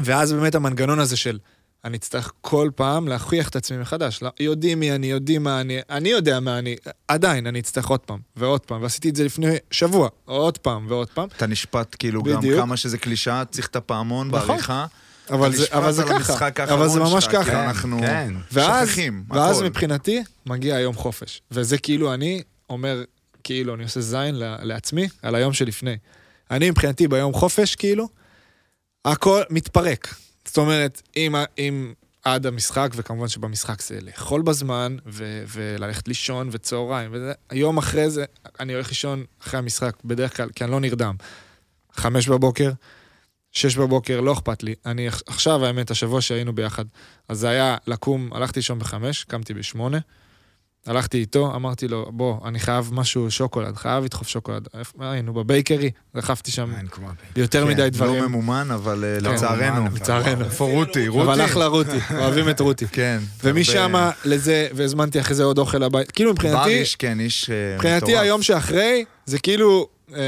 Speaker 3: ואז באמת המנגנון הזה של אני אצטרך כל פעם להכריח את עצמי מחדש. לא, יודעים מי אני, יודעים מה אני, אני יודע מה אני, עדיין אני אצטרך עוד פעם ועוד פעם, ועשיתי את זה לפני שבוע, עוד פעם ועוד פעם,
Speaker 1: אתה נשפט כאילו גם
Speaker 3: בדיוק.
Speaker 1: כמה שזה קלישאה, צריך את הפעמון
Speaker 3: נכון.
Speaker 1: בעריכה.
Speaker 3: אבל
Speaker 1: אתה
Speaker 3: זה,
Speaker 1: נשפט
Speaker 3: אבל זה
Speaker 1: על
Speaker 3: ככה,
Speaker 1: המשחק האחרון
Speaker 3: אבל זה ממש
Speaker 1: שלך,
Speaker 3: ככה.
Speaker 1: כן, אנחנו
Speaker 4: כן.
Speaker 3: ואז,
Speaker 1: שוכחים,
Speaker 3: ואז
Speaker 1: הכל.
Speaker 3: מבחינתי, מגיע יום חופש. וזה כאילו אני אומר, כאילו, אני עושה זין ל- לעצמי על היום שלפני. אני מבחינתי ביום חופש, כאילו, הכל מתפרק. זאת אומרת, אם, ה- אם עד המשחק, וכמובן שבמשחק זה לאכול בזמן, ו- וללכת לישון, וצהריים, וזה, יום אחרי זה, אני הולך לישון אחרי המשחק, בדרך כלל, כי אני לא נרדם. חמש בבוקר, שש בבוקר, לא אכפת לי. אני עכ- עכשיו, האמת, השבוע שהיינו ביחד, אז זה היה לקום, הלכתי לישון בחמש, קמתי בשמונה, הלכתי איתו, אמרתי לו, בוא, אני חייב משהו, שוקולד, חייב לדחוף שוקולד. איפה- היינו בבייקרי, דחפתי שם
Speaker 4: אה, אין כמו הפעמים.
Speaker 3: יותר מדי
Speaker 1: כן, לא
Speaker 3: דברים.
Speaker 1: ממומן, אבל אה,
Speaker 3: כן,
Speaker 1: לצערנו.
Speaker 4: ממומן,
Speaker 3: לצערנו.
Speaker 1: איפה רותי?
Speaker 3: אבל
Speaker 1: רותי?
Speaker 3: אחלה
Speaker 1: (laughs)
Speaker 3: רותי, אוהבים את רותי.
Speaker 1: כן.
Speaker 3: ומשם
Speaker 1: הרבה-
Speaker 3: לזה, והזמנתי אחרי זה עוד אוכל לבית. כאילו
Speaker 1: בר
Speaker 3: מבחינתי,
Speaker 1: איש, כן, איש אה,
Speaker 3: מבחינתי
Speaker 1: מטורף.
Speaker 3: היום שאחרי, זה כאילו, אה,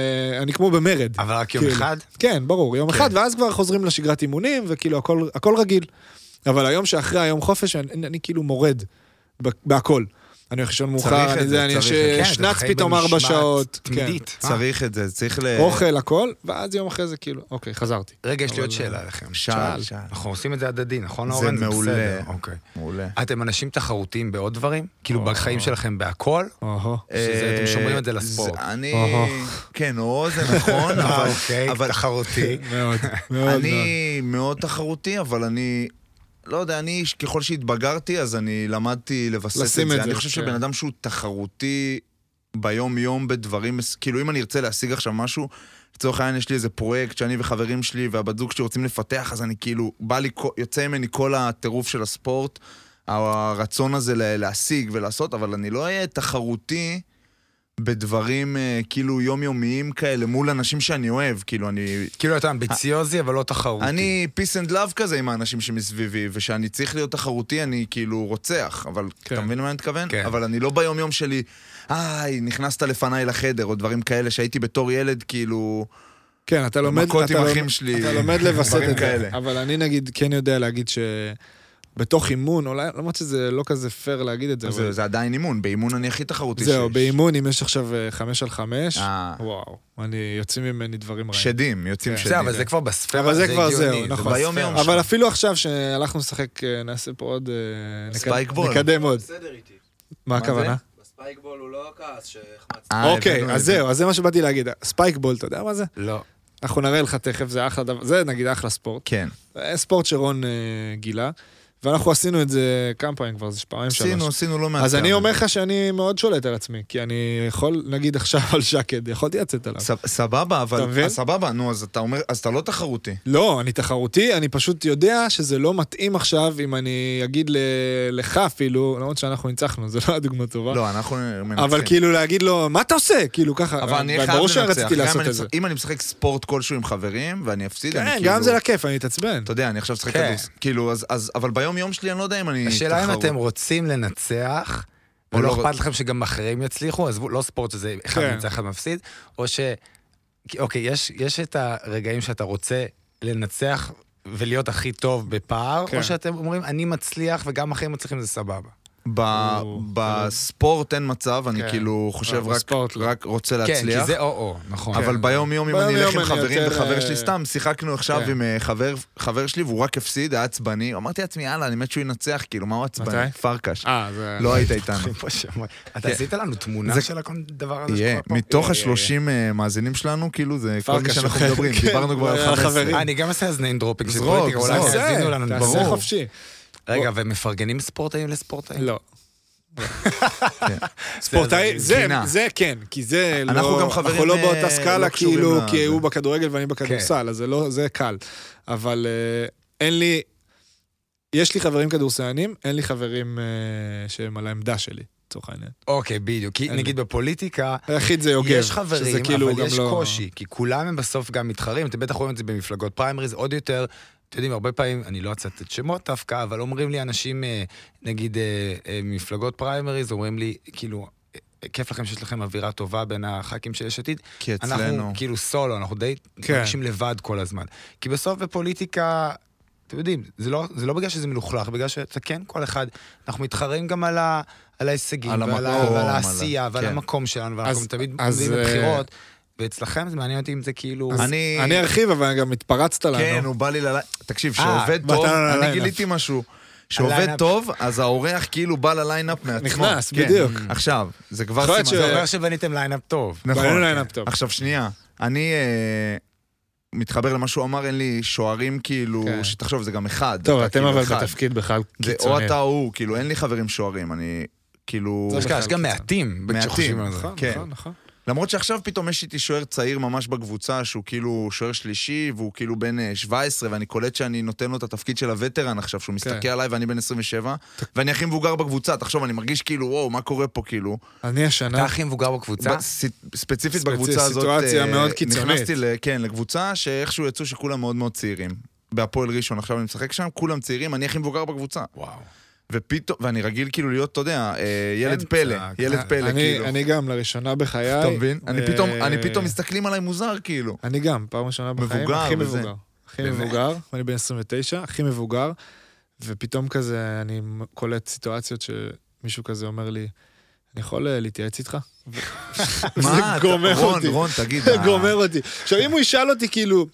Speaker 3: אני כמו במרד.
Speaker 4: אבל רק יום
Speaker 3: כאילו.
Speaker 4: אחד?
Speaker 3: כן, ברור, יום אחד, ואז כבר חוזרים לשגרת אימונים, וכאילו הכל, הכל רגיל. אבל היום שאחרי היום חופש, אני, אני, אני כאילו מורד ב- בהכל. אני הולך לישון מאוחר,
Speaker 1: צריך את
Speaker 3: אני
Speaker 1: זה,
Speaker 3: זה, אני
Speaker 1: צריך את
Speaker 4: כן,
Speaker 1: זה.
Speaker 4: זה
Speaker 3: יש שנץ
Speaker 4: חיים
Speaker 3: פתאום ארבע
Speaker 4: במשמעת
Speaker 3: שעות. כן.
Speaker 4: תמידית.
Speaker 1: צריך את זה, צריך ל...
Speaker 3: אוכל, הכל, ואז יום אחרי זה כאילו, אוקיי, חזרתי.
Speaker 4: רגע, יש לי עוד שאלה אליכם.
Speaker 1: שאל, שאל.
Speaker 4: אנחנו עושים את זה הדדי, נכון,
Speaker 1: זה
Speaker 4: אורן?
Speaker 1: מעולה.
Speaker 4: בסדר, אוקיי.
Speaker 1: מעולה.
Speaker 4: אתם אנשים תחרותיים בעוד דברים? כאילו, בחיים שלכם בהכל?
Speaker 3: אוהו.
Speaker 4: שזה- אתם שומרים את זה לספורט.
Speaker 1: אה, זה- אני...
Speaker 3: אוהו.
Speaker 1: כן, או, זה
Speaker 4: (laughs)
Speaker 1: נכון, אבל...
Speaker 4: אוקיי.
Speaker 1: אבל
Speaker 4: תחרותי.
Speaker 3: מאוד, מאוד אה. מאוד.
Speaker 1: אה, אני מאוד תחרותי, אבל אני... לא יודע, אני, ש- ככל שהתבגרתי, אז אני למדתי לבסס את זה.
Speaker 3: לשים את זה,
Speaker 1: אני חושב
Speaker 3: כן.
Speaker 1: שבן אדם שהוא תחרותי ביום-יום בדברים... מס- כאילו, אם אני ארצה להשיג עכשיו משהו, לצורך העניין יש לי איזה פרויקט שאני וחברים שלי והבת זוג שלי רוצים לפתח, אז אני כאילו, בא לי, כל- יוצא ממני כל הטירוף של הספורט, הרצון הזה ל- להשיג ולעשות, אבל אני לא אהיה תחרותי. בדברים אה, כאילו יומיומיים כאלה מול אנשים שאני אוהב, כאילו אני
Speaker 4: (laughs) כאילו, אתה אמביציוזי, אבל לא תחרותי.
Speaker 1: אני
Speaker 3: אוקיי.
Speaker 1: peace and love כזה עם האנשים שמסביבי, וכשאני צריך להיות תחרותי אני כאילו רוצח, אבל
Speaker 3: כן.
Speaker 1: אתה מבין למה אני מתכוון?
Speaker 4: כן.
Speaker 1: אבל אני לא ביום-יום שלי, איי, נכנסת לפניי לחדר, או דברים כאלה שהייתי בתור ילד, כאילו...
Speaker 3: כן, אתה לומד...
Speaker 1: מכות
Speaker 3: אתה
Speaker 1: עם
Speaker 3: לומד-
Speaker 1: אחים שלי,
Speaker 3: אתה לומד לווסת
Speaker 1: דברים
Speaker 3: את זה.
Speaker 1: כאלה.
Speaker 3: אבל אני נגיד כן יודע להגיד ש... בתוך אימון, אולי, למרות שזה לא כזה פייר להגיד את זה, אבל
Speaker 1: זה, זה עדיין אימון, באימון אני הכי תחרותי
Speaker 3: זהו,
Speaker 1: שיש.
Speaker 3: באימון, אם יש עכשיו אה, חמש על חמש,
Speaker 1: אה.
Speaker 3: וואו, אני, יוצאים ממני דברים רעים.
Speaker 1: שדים,
Speaker 3: כן.
Speaker 1: יוצאים שדים.
Speaker 4: בסדר, אבל זה כבר בספירה,
Speaker 3: אבל זה כבר
Speaker 4: הגיוני,
Speaker 3: זהו, נכון.
Speaker 1: ביום יום
Speaker 3: אבל אפילו עכשיו שהלכנו לשחק, אה, נעשה פה עוד... אה, נק-
Speaker 1: ספייק בול.
Speaker 3: נקדם עוד.
Speaker 5: בסדר איתי.
Speaker 3: מה
Speaker 1: מה
Speaker 3: הכוונה?
Speaker 5: בספייק בול הוא לא כעס שהחמצתי.
Speaker 1: אה, הבנו
Speaker 3: אוקיי,
Speaker 1: את
Speaker 3: אז
Speaker 1: זה.
Speaker 3: זהו, אז זה מה שבאתי להגיד. ספייק בול, אתה יודע מה זה?
Speaker 4: לא.
Speaker 3: אנחנו נראה לך תכף, זה אחלה דבר, זה נגיד אחלה ספורט.
Speaker 1: כן.
Speaker 3: אה, ספורט שרון אה, גילה, ואנחנו עשינו את זה כמה פעמים כבר, זה פעמים שלוש.
Speaker 1: עשינו, עשינו לא מעט.
Speaker 3: אז אני
Speaker 1: פעמים.
Speaker 3: אומר לך שאני מאוד שולט על עצמי, כי אני יכול, נגיד עכשיו על שקד, יכולתי לצאת עליו.
Speaker 1: ס- סבבה,
Speaker 3: אתה
Speaker 1: אבל...
Speaker 3: מבין?
Speaker 1: אז סבבה, נו, אז אתה אומר, אז אתה לא תחרותי.
Speaker 3: לא, אני תחרותי, אני פשוט יודע שזה לא מתאים עכשיו אם אני אגיד ל- לך אפילו, למרות שאנחנו ניצחנו, זו לא הדוגמה טובה.
Speaker 1: לא, אנחנו מנצחים.
Speaker 3: אבל כאילו להגיד לו, מה אתה עושה? כאילו ככה,
Speaker 1: אבל אני חייב לנצח.
Speaker 3: ברור שרציתי
Speaker 1: גם אם
Speaker 3: לעשות
Speaker 1: אני
Speaker 3: את זה.
Speaker 1: משחק- אם אני משחק ספורט כלשהו עם חברים, ואני אפסיד, אני
Speaker 3: כן,
Speaker 1: כאילו...
Speaker 3: גם זה לכיף, אני אתעצבן.
Speaker 1: (laughs) אתה יודע, אני עכשיו משחק
Speaker 4: כן.
Speaker 1: כדורסל. כאילו, אז- אז, אבל ביום יום שלי אני לא יודע אם אני...
Speaker 4: השאלה אם
Speaker 1: תחרות.
Speaker 4: אתם רוצים לנצח,
Speaker 1: או
Speaker 4: ולא
Speaker 1: לא
Speaker 4: אכפת
Speaker 1: רוצ-
Speaker 4: לכם שגם אחרים יצליחו, עזבו, לא ספורט שזה אחד
Speaker 3: כן.
Speaker 4: מנצח אחד מפסיד, או ש... כי- אוקיי, יש- יש את הרגעים שאתה רוצה לנצח ולהיות הכי טוב בפער,
Speaker 3: כן.
Speaker 4: או שאתם אומרים, אני מצליח וגם אחרים מצליחים זה סבבה.
Speaker 1: ב-
Speaker 3: או,
Speaker 1: בספורט אין מצב, אני
Speaker 3: כן. כאילו
Speaker 1: כאילו חושב רק-
Speaker 3: בספורט לא.
Speaker 1: רק רוצה
Speaker 4: כן, כי
Speaker 1: להצליח.
Speaker 4: זה או-או, נכון.
Speaker 1: אבל ביום יום, אם
Speaker 3: כן. ביום
Speaker 1: אני
Speaker 3: יום
Speaker 1: אלך עם
Speaker 3: אני
Speaker 1: חברים
Speaker 3: יותר,
Speaker 1: וחבר
Speaker 3: אה,
Speaker 1: שלי, סתם שיחקנו עכשיו
Speaker 3: כן.
Speaker 1: עם אה, חבר- חבר שלי והוא רק הפסיד, היה עצבני. אמרתי לעצמי, יאללה, אני מת שהוא ינצח, כאילו, מה הוא עצבני?
Speaker 3: מתי?
Speaker 1: פרקש.
Speaker 3: אה, זה...
Speaker 1: לא היית איתנו.
Speaker 4: אחי, פה שמיים. אתה עשית לנו תמונה
Speaker 1: זה-
Speaker 4: של הכל הדבר הזה
Speaker 1: יהיה,
Speaker 4: שקורה פה?
Speaker 1: מתוך
Speaker 4: יהיה,
Speaker 1: השלושים אה, מאזינים שלנו, כאילו, זה כל מי
Speaker 3: פרקש
Speaker 1: שאנחנו
Speaker 3: אוכל,
Speaker 1: מדברים,
Speaker 3: כן,
Speaker 1: דיברנו כבר
Speaker 3: על
Speaker 1: על 15.
Speaker 3: חברים.
Speaker 4: יהיה. אני גם אעשה אז name dropping של
Speaker 1: זרוק,
Speaker 4: פוליטיקה, אולי
Speaker 1: זרוק.
Speaker 4: יאזינו לנו,
Speaker 3: תעשה
Speaker 4: ברור.
Speaker 3: חופשי.
Speaker 4: רגע, ומפרגנים ספורטאים לספורטאים?
Speaker 3: לא.
Speaker 1: כן.
Speaker 3: (laughs) ספורטאי, זה-
Speaker 1: גינה.
Speaker 3: זה כן, כי זה לא...
Speaker 1: אנחנו גם חברים,
Speaker 3: אנחנו לא
Speaker 1: אה,
Speaker 3: באותה
Speaker 1: לא
Speaker 3: סקאלה,
Speaker 1: קשורים כן.
Speaker 3: כאילו,
Speaker 1: ל-
Speaker 3: כי הוא בכדורגל ואני בכדורסל, אז זה לא, זה קל. אבל אה, אין לי... יש לי חברים כדורסלנים, אין לי חברים אה, שהם על העמדה שלי, לצורך העניין.
Speaker 4: אוקיי, בדיוק. כי
Speaker 3: אין
Speaker 4: נגיד בפוליטיקה,
Speaker 3: היחיד זה יוגב.
Speaker 4: יש
Speaker 3: שזה
Speaker 4: חברים,
Speaker 3: כאילו
Speaker 4: אבל
Speaker 3: גם
Speaker 4: יש
Speaker 3: לא-
Speaker 4: קושי, כי כולם הם בסוף גם מתחרים, אתם בטח רואים את זה במפלגות פריימריז, עוד יותר, אתם יודעים, הרבה פעמים, אני לא אצטט שמות דווקא, אבל אומרים לי אנשים, אה, נגיד, אה, אה, מפלגות פריימריז, אומרים לי, כאילו, אה, כיף לכם שיש לכם אווירה טובה בין הח"כים של יש עתיד.
Speaker 1: כי
Speaker 4: אנחנו
Speaker 1: אצלנו...
Speaker 4: כאילו סולו, אנחנו די
Speaker 3: כן.
Speaker 4: מרגישים לבד כל הזמן. כי בסוף בפוליטיקה, אתם יודעים, זה לא, זה לא בגלל שזה מלוכלך, בגלל שאתה כן, כל אחד, אנחנו מתחרים גם על, ה, על ההישגים,
Speaker 1: על
Speaker 4: ועל, ה,
Speaker 1: המקום,
Speaker 4: ועל
Speaker 1: על ה-
Speaker 4: העשייה, ועל
Speaker 1: כן.
Speaker 4: המקום שלנו, ואנחנו
Speaker 3: אז-
Speaker 4: תמיד
Speaker 3: אז,
Speaker 4: מביאים
Speaker 3: אה,
Speaker 4: לבחירות, ואצלכם זה מעניין אותי אם זה כאילו...
Speaker 3: אז
Speaker 1: אני-
Speaker 3: אני ארחיב, אבל גם התפרצת לנו.
Speaker 1: כן, הוא בא לי ללילה... תקשיב,
Speaker 4: אה,
Speaker 1: שעובד
Speaker 3: לא. באת
Speaker 1: טוב,
Speaker 3: לליינאפ.
Speaker 1: אני גיליתי משהו. שעובד
Speaker 4: הליינאפ.
Speaker 1: טוב, אז האורח כאילו בא לליינאפ מעצמו.
Speaker 3: נכנס,
Speaker 1: כן.
Speaker 3: בדיוק.
Speaker 1: עכשיו, זה כבר
Speaker 3: יכול להיות
Speaker 1: סימן.
Speaker 3: ש-
Speaker 4: זה אומר שבניתם ליינאפ טוב.
Speaker 1: נכון.
Speaker 3: בנינו ליינאפ טוב.
Speaker 1: עכשיו, שנייה. אני אה, מתחבר למה שהוא אמר, אין לי שוערים כאילו,
Speaker 3: כן.
Speaker 1: שתחשוב, זה גם אחד.
Speaker 3: טוב,
Speaker 1: אתה
Speaker 3: אתם
Speaker 1: כאילו
Speaker 3: אבל
Speaker 1: אחד.
Speaker 3: בתפקיד בכלל
Speaker 1: זה או
Speaker 3: קיצוני.
Speaker 1: אתה או הוא, כאילו, אין לי חברים שוערים, אני כאילו...
Speaker 3: זה
Speaker 4: יש
Speaker 3: בכלל
Speaker 4: יש גם
Speaker 3: קיצון.
Speaker 4: לא מעטים,
Speaker 1: מעטים,
Speaker 4: כשחושבים על זה.
Speaker 3: נכון,
Speaker 1: כן.
Speaker 3: נכון, נכון.
Speaker 1: למרות שעכשיו פתאום יש איתי שוער צעיר ממש בקבוצה, שהוא כאילו שוער שלישי, והוא כאילו בן אה, 17, ואני קולט שאני נותן לו את התפקיד של הווטרן עכשיו, שהוא
Speaker 3: כן.
Speaker 1: מסתכל עליי ואני בן 27, ואני הכי מבוגר בקבוצה, תחשוב, אני מרגיש כאילו, וואו, מה קורה פה כאילו?
Speaker 3: אני
Speaker 4: אתה
Speaker 3: השנה,
Speaker 4: הכי מבוגר בקבוצה?
Speaker 1: בס- ספציפית
Speaker 3: ספציפית,
Speaker 1: בקבוצה הזאת,
Speaker 3: סיטואציה
Speaker 1: אה,
Speaker 3: מאוד קיצונית.
Speaker 1: נכנסתי, ל- כן, לקבוצה שאיכשהו יצאו שכולם מאוד מאוד צעירים. בהפועל ראשון, עכשיו אני משחק שם, כולם צעירים, אני הכי מבוגר בקבוצה.
Speaker 4: וואו.
Speaker 1: ופתאום, ואני רגיל כאילו להיות, אתה יודע,
Speaker 3: כן,
Speaker 1: אה, ילד
Speaker 4: אמצע,
Speaker 1: פלא, ילד
Speaker 3: אה, אני-
Speaker 1: פלא, כאילו.
Speaker 3: אני גם, לראשונה בחיי.
Speaker 1: אתה מבין? אני פתאום,
Speaker 3: אה,
Speaker 1: אני פתאום מסתכלים עליי מוזר, כאילו.
Speaker 3: אני גם, פעם ראשונה בחיים,
Speaker 1: מבוגר
Speaker 3: הכי
Speaker 1: וזה.
Speaker 3: מבוגר. הכי
Speaker 1: באמת?
Speaker 3: מבוגר, אני בן 29, הכי מבוגר, ופתאום כזה אני קולט סיטואציות שמישהו כזה אומר לי, אני יכול אה, להתייעץ איתך?
Speaker 1: (laughs) מה?
Speaker 3: זה גומר
Speaker 1: אתה- רון,
Speaker 3: אותי.
Speaker 1: רון, תגיד.
Speaker 3: (laughs) זה
Speaker 1: אה,
Speaker 3: גומר אותי. עכשיו, אם הוא ישאל אותי, כאילו,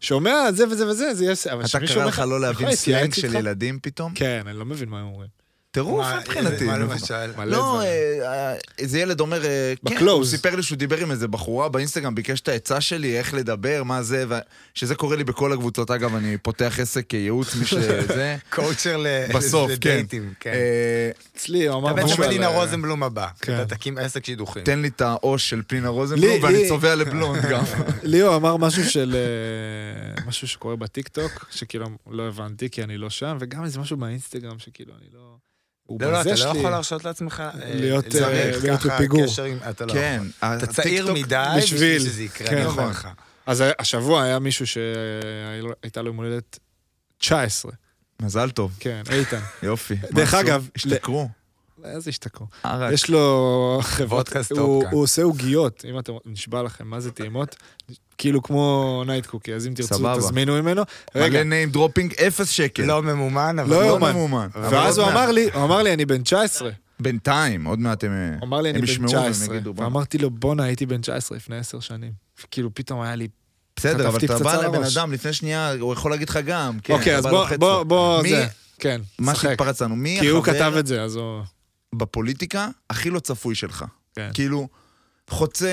Speaker 3: שומע זה וזה וזה, זה יהיה... ס- אבל
Speaker 1: אתה
Speaker 3: כשמישהו
Speaker 1: קרא
Speaker 3: אומר
Speaker 1: לך לא להבין
Speaker 3: "יכול
Speaker 1: סלנג
Speaker 3: להתייעץ
Speaker 1: של
Speaker 3: איתך?"
Speaker 1: ילדים פתאום?
Speaker 3: כן, אני לא מבין מה הם אומרים.
Speaker 1: טירוף
Speaker 4: מה-
Speaker 1: מבחינתי.
Speaker 4: מה
Speaker 1: נו.
Speaker 4: למשל?
Speaker 3: מלא
Speaker 1: לא,
Speaker 3: דברים.
Speaker 1: אה, אה, איזה ילד אומר, אה, כן,
Speaker 3: בקלוז.
Speaker 1: הוא סיפר לי שהוא דיבר עם איזה בחורה באינסטגרם, ביקש את העצה שלי, איך לדבר, מה זה, ו- שזה קורה לי בכל הקבוצות, אגב, אני פותח עסק כייעוץ, מי שזה.
Speaker 4: קואוצ'ר ל-
Speaker 1: בסוף, כן.
Speaker 4: לדייטים, כן.
Speaker 1: אה,
Speaker 3: אצלי, הוא אמר
Speaker 4: אתה בעצם
Speaker 3: משהו על...
Speaker 4: מדינה
Speaker 3: אה,
Speaker 4: רוזנבלום הבא.
Speaker 3: כן.
Speaker 4: אתה תקים עסק שידוכים.
Speaker 1: תן לי את העו"ש של פנינה
Speaker 3: לי-
Speaker 1: רוזנבלום,
Speaker 3: לי-
Speaker 1: ואני צובע לבלונד גם.
Speaker 3: ליאו אמר משהו של... אה, משהו שקורה בטיקטוק, שכאילו לא הבנתי כי אני לא שם, וגם איזה משהו באינסטגרם שכאילו אני לא... הוא
Speaker 4: לא, לא, אתה
Speaker 3: בזה
Speaker 4: לא
Speaker 3: שלי.
Speaker 4: יכול להרשות לעצמך אה,
Speaker 3: להיות, אה,
Speaker 4: לזרק
Speaker 3: להיות
Speaker 4: ככה
Speaker 3: בפיגור.
Speaker 4: קשר עם... אתה לא
Speaker 1: כן,
Speaker 4: יכול. אתה
Speaker 1: הטיקטוק-
Speaker 4: צעיר מדי בשביל
Speaker 3: בשביל-
Speaker 4: שזה יקרה,
Speaker 3: כן,
Speaker 4: אני אומר
Speaker 1: נכון.
Speaker 4: לך.
Speaker 3: אז השבוע היה מישהו שהייתה לו יום הולדת 19,
Speaker 1: מזל טוב,
Speaker 3: כן, איתן.
Speaker 1: יופי.
Speaker 3: דרך
Speaker 1: מה עשו?
Speaker 3: אגב,
Speaker 1: השתכרו.
Speaker 3: איזה השתכרו.
Speaker 4: אה,
Speaker 1: ערק.
Speaker 3: יש לו חברות,
Speaker 4: וודקה סטופ
Speaker 3: הוא
Speaker 4: כאן.
Speaker 3: הוא עושה עוגיות, אם אתם, נשבע לכם, מה זה טעימות? כאילו כמו נייט קוקי, אז אם תרצו
Speaker 1: סבבה.
Speaker 3: תזמינו ממנו. רגע,
Speaker 1: מלא name dropping, אפס שקל.
Speaker 4: לא ממומן, אבל...
Speaker 3: לא
Speaker 1: כן. לא
Speaker 3: יאומן.
Speaker 1: ממומן.
Speaker 3: ואז הוא אמר לי, הוא אמר לי, אני בן 19.
Speaker 1: בינתיים, עוד מעט הם אה,
Speaker 3: הוא אמר לי, אני
Speaker 1: הם
Speaker 3: בן
Speaker 1: ישמעו
Speaker 3: 19.
Speaker 1: והם יגידו, "בוא".
Speaker 3: ואמרתי לו, בואנה, הייתי בן 19 לפני 10 שנים. כאילו, פתאום היה לי...
Speaker 1: בסדר, אבל
Speaker 3: חטפתי
Speaker 1: אתה
Speaker 3: פצצה
Speaker 1: בא לבן
Speaker 3: לראש.
Speaker 1: אדם לפני שנייה, הוא יכול להגיד לך גם. כן,
Speaker 3: אוקיי,
Speaker 1: אתה
Speaker 3: אז
Speaker 1: בא
Speaker 3: בוא,
Speaker 1: לוחץ
Speaker 3: בוא,
Speaker 1: לו.
Speaker 3: בוא,
Speaker 1: מי-
Speaker 3: זה. כן,
Speaker 1: מה
Speaker 3: שחק.
Speaker 1: שהתפרץ לנו, מי
Speaker 3: כי הוא
Speaker 1: החבר
Speaker 3: כתב את זה, אז הוא...
Speaker 1: בפוליטיקה הכי לא צפוי שלך?
Speaker 3: כן.
Speaker 1: כאילו, חוצה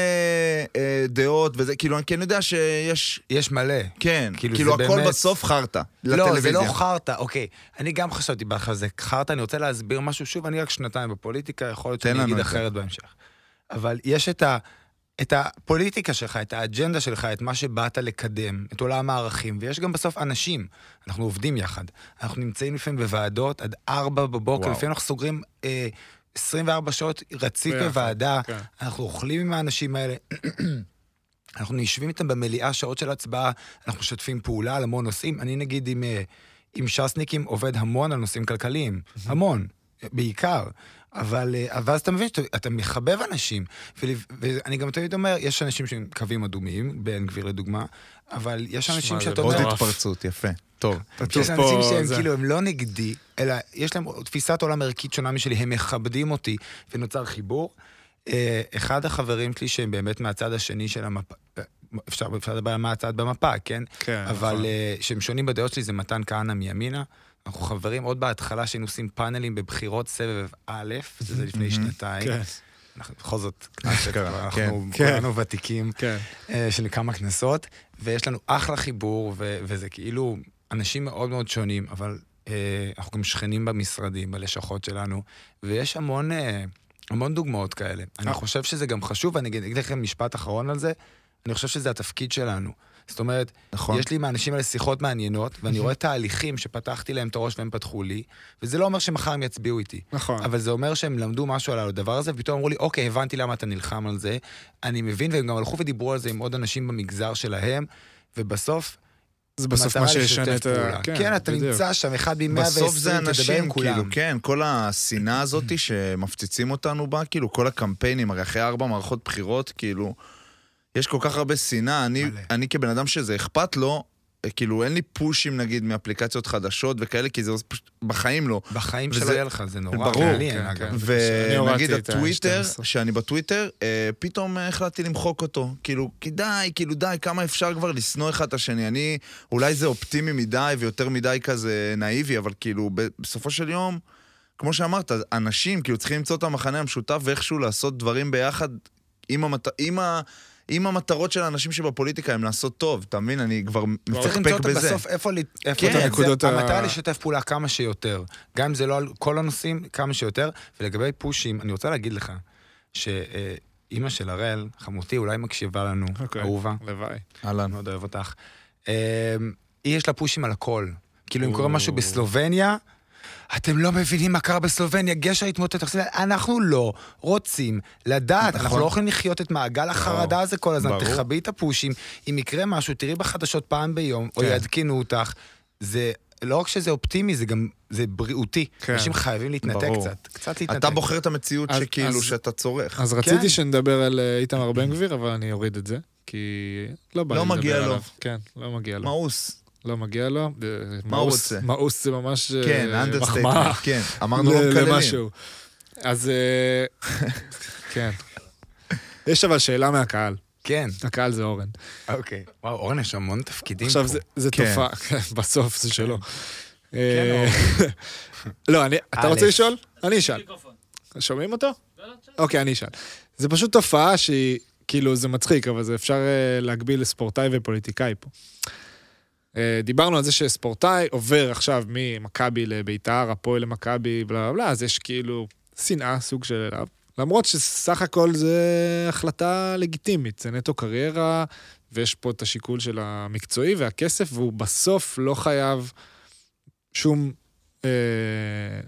Speaker 1: אה, דעות וזה, כאילו, אני כן יודע שיש,
Speaker 4: יש מלא.
Speaker 1: כן,
Speaker 4: כאילו,
Speaker 1: כאילו
Speaker 4: זה
Speaker 1: הכל
Speaker 4: באמת-
Speaker 1: בסוף חרטא,
Speaker 4: לא, זה
Speaker 1: לטלוויזיה.
Speaker 4: לא חרטא, אוקיי. אני גם חשבתי בהתחלה שזה חרטא, אני רוצה להסביר משהו. שוב, אני רק שנתיים בפוליטיקה, יכול להיות
Speaker 1: תן
Speaker 4: שאני
Speaker 1: לנו
Speaker 4: אגיד
Speaker 1: את זה.
Speaker 4: אחרת בהמשך. אבל יש את ה... את הפוליטיקה שלך, את האג'נדה שלך, את מה שבאת לקדם, את עולם הערכים, ויש גם בסוף אנשים, אנחנו עובדים יחד. אנחנו נמצאים לפעמים בוועדות עד 4 בבוקר,
Speaker 1: וואו.
Speaker 4: לפעמים אנחנו סוגרים אה, 24 שעות רציף
Speaker 3: ביחד,
Speaker 4: בוועדה,
Speaker 3: כן.
Speaker 4: אנחנו אוכלים עם האנשים האלה, (clears throat) אנחנו יושבים איתם במליאה שעות של הצבעה, אנחנו משתפים פעולה על המון נושאים. אני נגיד עם, אה, עם ש"סניקים עובד המון על נושאים כלכליים, המון, אה, בעיקר. אבל, אה, אבל אז אתה מבין שאתה אתה מחבב אנשים, ול- ואני גם תמיד אומר, יש אנשים שהם קווים אדומים, בן גביר לדוגמה, אבל יש אנשים
Speaker 3: זה
Speaker 4: שאתה
Speaker 1: עוד
Speaker 4: אומר,
Speaker 1: התפרצות, יפה. טוב.
Speaker 4: יש
Speaker 3: כתוב
Speaker 4: אנשים
Speaker 3: פה...
Speaker 4: שהם
Speaker 3: זה.
Speaker 4: כאילו, הם לא נגדי, אלא יש להם תפיסת עולם ערכית שונה משלי, הם מכבדים אותי, ונוצר חיבור. אה, אחד החברים שלי שהם באמת מהצד השני של המפה, אה, אפשר אפשר לדבר מה הצד במפה, כן?
Speaker 3: כן,
Speaker 4: אבל
Speaker 3: נכון.
Speaker 4: אה, שהם שונים בדעות שלי זה מתן כהנא מימינה. אנחנו חברים עוד בהתחלה שהיינו עושים פאנלים בבחירות סבב א', שזה לפני שנתיים.
Speaker 3: כן,
Speaker 4: אנחנו בכל זאת, כנסת, אנחנו
Speaker 3: כן.
Speaker 4: כולנו ותיקים.
Speaker 3: כן.
Speaker 4: אה, של כמה כנסות, ויש לנו אחלה חיבור, ו- וזה כאילו אנשים מאוד מאוד שונים, אבל אה, אנחנו גם שכנים במשרדים, בלשכות שלנו, ויש המון, אה, המון דוגמאות כאלה. אני חושב שזה גם חשוב, ואני אגיד אגיד לכם משפט אחרון על זה, אני חושב שזה התפקיד שלנו. זאת אומרת,
Speaker 1: נכון.
Speaker 4: יש לי מהאנשים האלה שיחות מעניינות, ואני רואה תהליכים שפתחתי להם את הראש והם פתחו לי, וזה לא אומר שמחר הם יצביעו איתי.
Speaker 3: נכון.
Speaker 4: אבל זה אומר שהם למדו משהו על הדבר הזה, ופתאום אמרו לי, אוקיי, הבנתי למה אתה נלחם על זה. אני מבין, והם גם הלכו ודיברו על זה עם עוד אנשים במגזר שלהם, ובסוף...
Speaker 3: זה בסוף מה
Speaker 4: המטרה
Speaker 3: שישנה
Speaker 4: לשתף
Speaker 3: את ה...
Speaker 4: פעולה. כן, אתה
Speaker 3: בדיוק.
Speaker 4: נמצא שם, אחד ב-120,
Speaker 1: בסוף זה
Speaker 4: תדבר עם
Speaker 1: אנשים, כאילו,
Speaker 4: כולם.
Speaker 1: כן, כל השנאה הזאת שמפציצים אותנו בה, כאילו, כל הקמפיינים, הרי אחרי ארבע מערכות בחירות, כאילו, יש כל כך הרבה שנאה, אני,
Speaker 4: מלא.
Speaker 1: אני כבן אדם שזה אכפת לו, אה, כאילו, אין לי פושים, נגיד, מאפליקציות חדשות וכאלה, כי זה פשוט בחיים לא.
Speaker 4: בחיים
Speaker 1: וזה-
Speaker 4: שלא יהיה לך, זה נורא
Speaker 1: ברור,
Speaker 4: מעניין,
Speaker 3: כן,
Speaker 4: אגב.
Speaker 3: כן.
Speaker 1: ונגיד
Speaker 3: שאני הורדתי את
Speaker 1: הטוויטר,
Speaker 3: ה- 12.
Speaker 1: שאני בטוויטר, אה, פתאום אה, החלטתי למחוק אותו. כאילו, כי די, כאילו די, כמה אפשר כבר לשנוא אחד את השני. אני, אולי זה אופטימי מדי ויותר מדי כזה נאיבי, אבל כאילו, ב- בסופו של יום, כמו שאמרת, אנשים כאילו צריכים למצוא את המחנה המשותף ואיכשהו לעשות דברים ביחד עם המט... עם ה... אם המטרות של האנשים שבפוליטיקה הם לעשות טוב, אתה מבין? אני כבר
Speaker 4: צריך למצוא
Speaker 1: מפקפק
Speaker 4: אותה
Speaker 1: בזה.
Speaker 4: בסוף איפה ל- איפה
Speaker 1: כן,
Speaker 4: אתה- זה-
Speaker 3: הנקודות ה-
Speaker 4: המטרה לשתף פעולה כמה שיותר. גם אם זה לא על כל הנושאים, כמה שיותר. ולגבי פושים, אני רוצה להגיד לך, שאימא של הראל, חמותי, אולי מקשיבה לנו,
Speaker 3: אוקיי.
Speaker 4: אהובה,
Speaker 3: לוואי.
Speaker 1: אהלן.
Speaker 4: אני מאוד אוהב אותך. אמ, היא יש לה פושים על הכל. כאילו, אם קורה משהו בסלובניה, אתם לא מבינים מה קרה בסלובניה, גשר התמוטט, אנחנו לא רוצים לדעת, אנחנו
Speaker 1: נכון.
Speaker 4: לא יכולים לחיות את מעגל החרדה הזה כל הזמן.
Speaker 1: ברור.
Speaker 4: תכבי את הפושים, אם יקרה משהו, תראי בחדשות פעם ביום, או יעדכנו אותך. זה... לא רק שזה אופטימי, זה גם, זה בריאותי.
Speaker 3: כן.
Speaker 4: אנשים חייבים להתנתק
Speaker 1: ברור.
Speaker 4: קצת, קצת להתנתק.
Speaker 1: אתה בוחר את המציאות
Speaker 3: אז-
Speaker 1: שכאילו,
Speaker 3: אז-
Speaker 1: שאתה צורך.
Speaker 3: אז רציתי שנדבר על אה, איתמר בן גביר, אבל אני אוריד את זה, כי לא בא
Speaker 1: לא
Speaker 3: לי לדבר
Speaker 1: מגיע לו.
Speaker 3: עליו. כן, לא מגיע לו.
Speaker 1: מאוס.
Speaker 3: לא מגיע לו. אה,
Speaker 1: מה הוא
Speaker 3: מאוס-
Speaker 1: רוצה?
Speaker 3: מאוס זה ממש אה,
Speaker 1: כן,
Speaker 3: מחמאה.
Speaker 1: אנדרסטייטמנט, כן. אמרנו לא
Speaker 3: ל-
Speaker 1: מקללים.
Speaker 3: למשהו.
Speaker 1: (laughs)
Speaker 3: אז... אה, כן. יש אבל שאלה מהקהל.
Speaker 4: כן,
Speaker 3: הקהל זה אורן.
Speaker 4: אוקיי. וואו, אורן, יש המון תפקידים
Speaker 3: עכשיו,
Speaker 4: פה.
Speaker 3: זה- זה
Speaker 1: כן.
Speaker 3: תופעה, (laughs) כן, בסוף זה שלו. אה,
Speaker 4: אורן.
Speaker 3: (laughs) לא, אני- אתה רוצה
Speaker 4: א'.
Speaker 3: לשאול? אני אשאל. שומעים אותו? אוקיי, אני אשאל. זה פשוט תופעה שהיא, כאילו, זה מצחיק, אבל זה אפשר אה, להגביל לספורטאי ופוליטיקאי פה. אה, דיברנו על זה שספורטאי עובר עכשיו ממכבי לביתר, הפועל למכבי, בלה בלה בלה, אז יש כאילו שנאה, סוג של אליו. למרות שסך הכל זה החלטה לגיטימית, זה נטו קריירה, ויש פה את השיקול של המקצועי והכסף, והוא בסוף לא חייב שום אה,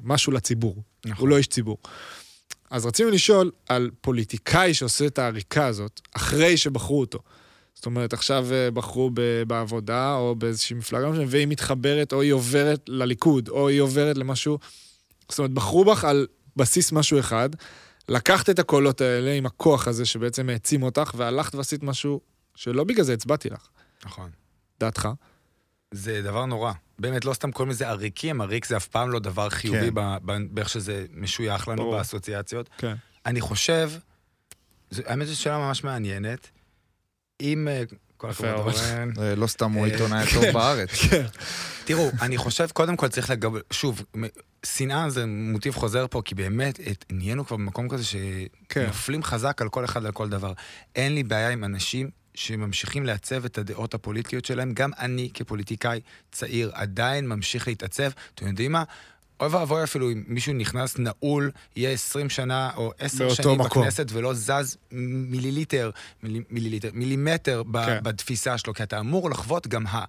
Speaker 3: משהו לציבור. נכון. הוא לא איש ציבור. אז רצינו לשאול על פוליטיקאי שעושה את העריקה הזאת, אחרי שבחרו אותו. זאת אומרת, עכשיו אה, בחרו ב- בעבודה או באיזושהי מפלגה, לא משנה, והיא מתחברת או היא עוברת לליכוד, או היא עוברת למשהו... זאת אומרת, בחרו בך על בסיס משהו אחד, לקחת את הקולות האלה עם הכוח הזה שבעצם העצים אותך, והלכת ועשית משהו שלא בגלל זה הצבעתי לך,
Speaker 4: נכון.
Speaker 3: דעתך.
Speaker 4: זה דבר נורא. באמת, לא סתם קוראים לזה עריקים, עריק זה אף פעם לא דבר חיובי
Speaker 1: כן.
Speaker 4: כן. ב- ב- באיך שזה משוייך לנו
Speaker 3: ברור.
Speaker 4: באסוציאציות.
Speaker 3: כן.
Speaker 4: אני חושב, זו, האמת זו שאלה ממש מעניינת. אם... אה, כל
Speaker 3: יפה,
Speaker 4: הכבוד,
Speaker 3: אורן.
Speaker 4: אורן.
Speaker 1: אה, לא סתם הוא
Speaker 3: (laughs)
Speaker 1: העיתונאי הטוב
Speaker 3: כן.
Speaker 1: בארץ.
Speaker 4: (laughs) תראו, אני חושב, קודם כל צריך לגב... שוב, מ- שנאה זה מוטיב חוזר פה, כי באמת, את... נהיינו כבר במקום כזה
Speaker 3: כן.
Speaker 4: שנופלים חזק על כל אחד, על כל דבר. אין לי בעיה עם אנשים שממשיכים לעצב את הדעות הפוליטיות שלהם. גם אני, כפוליטיקאי צעיר, עדיין ממשיך להתעצב. אתם יודעים מה? אוי ואבוי אפילו אם מישהו נכנס נעול, יהיה 20 שנה או 10
Speaker 3: באותו
Speaker 4: שנים
Speaker 3: מקום.
Speaker 4: בכנסת ולא זז מ- מיליליטר, מילי, מיליליטר, מילימטר ב,
Speaker 3: כן.
Speaker 4: בתפיסה שלו, כי אתה אמור לחוות גם ה...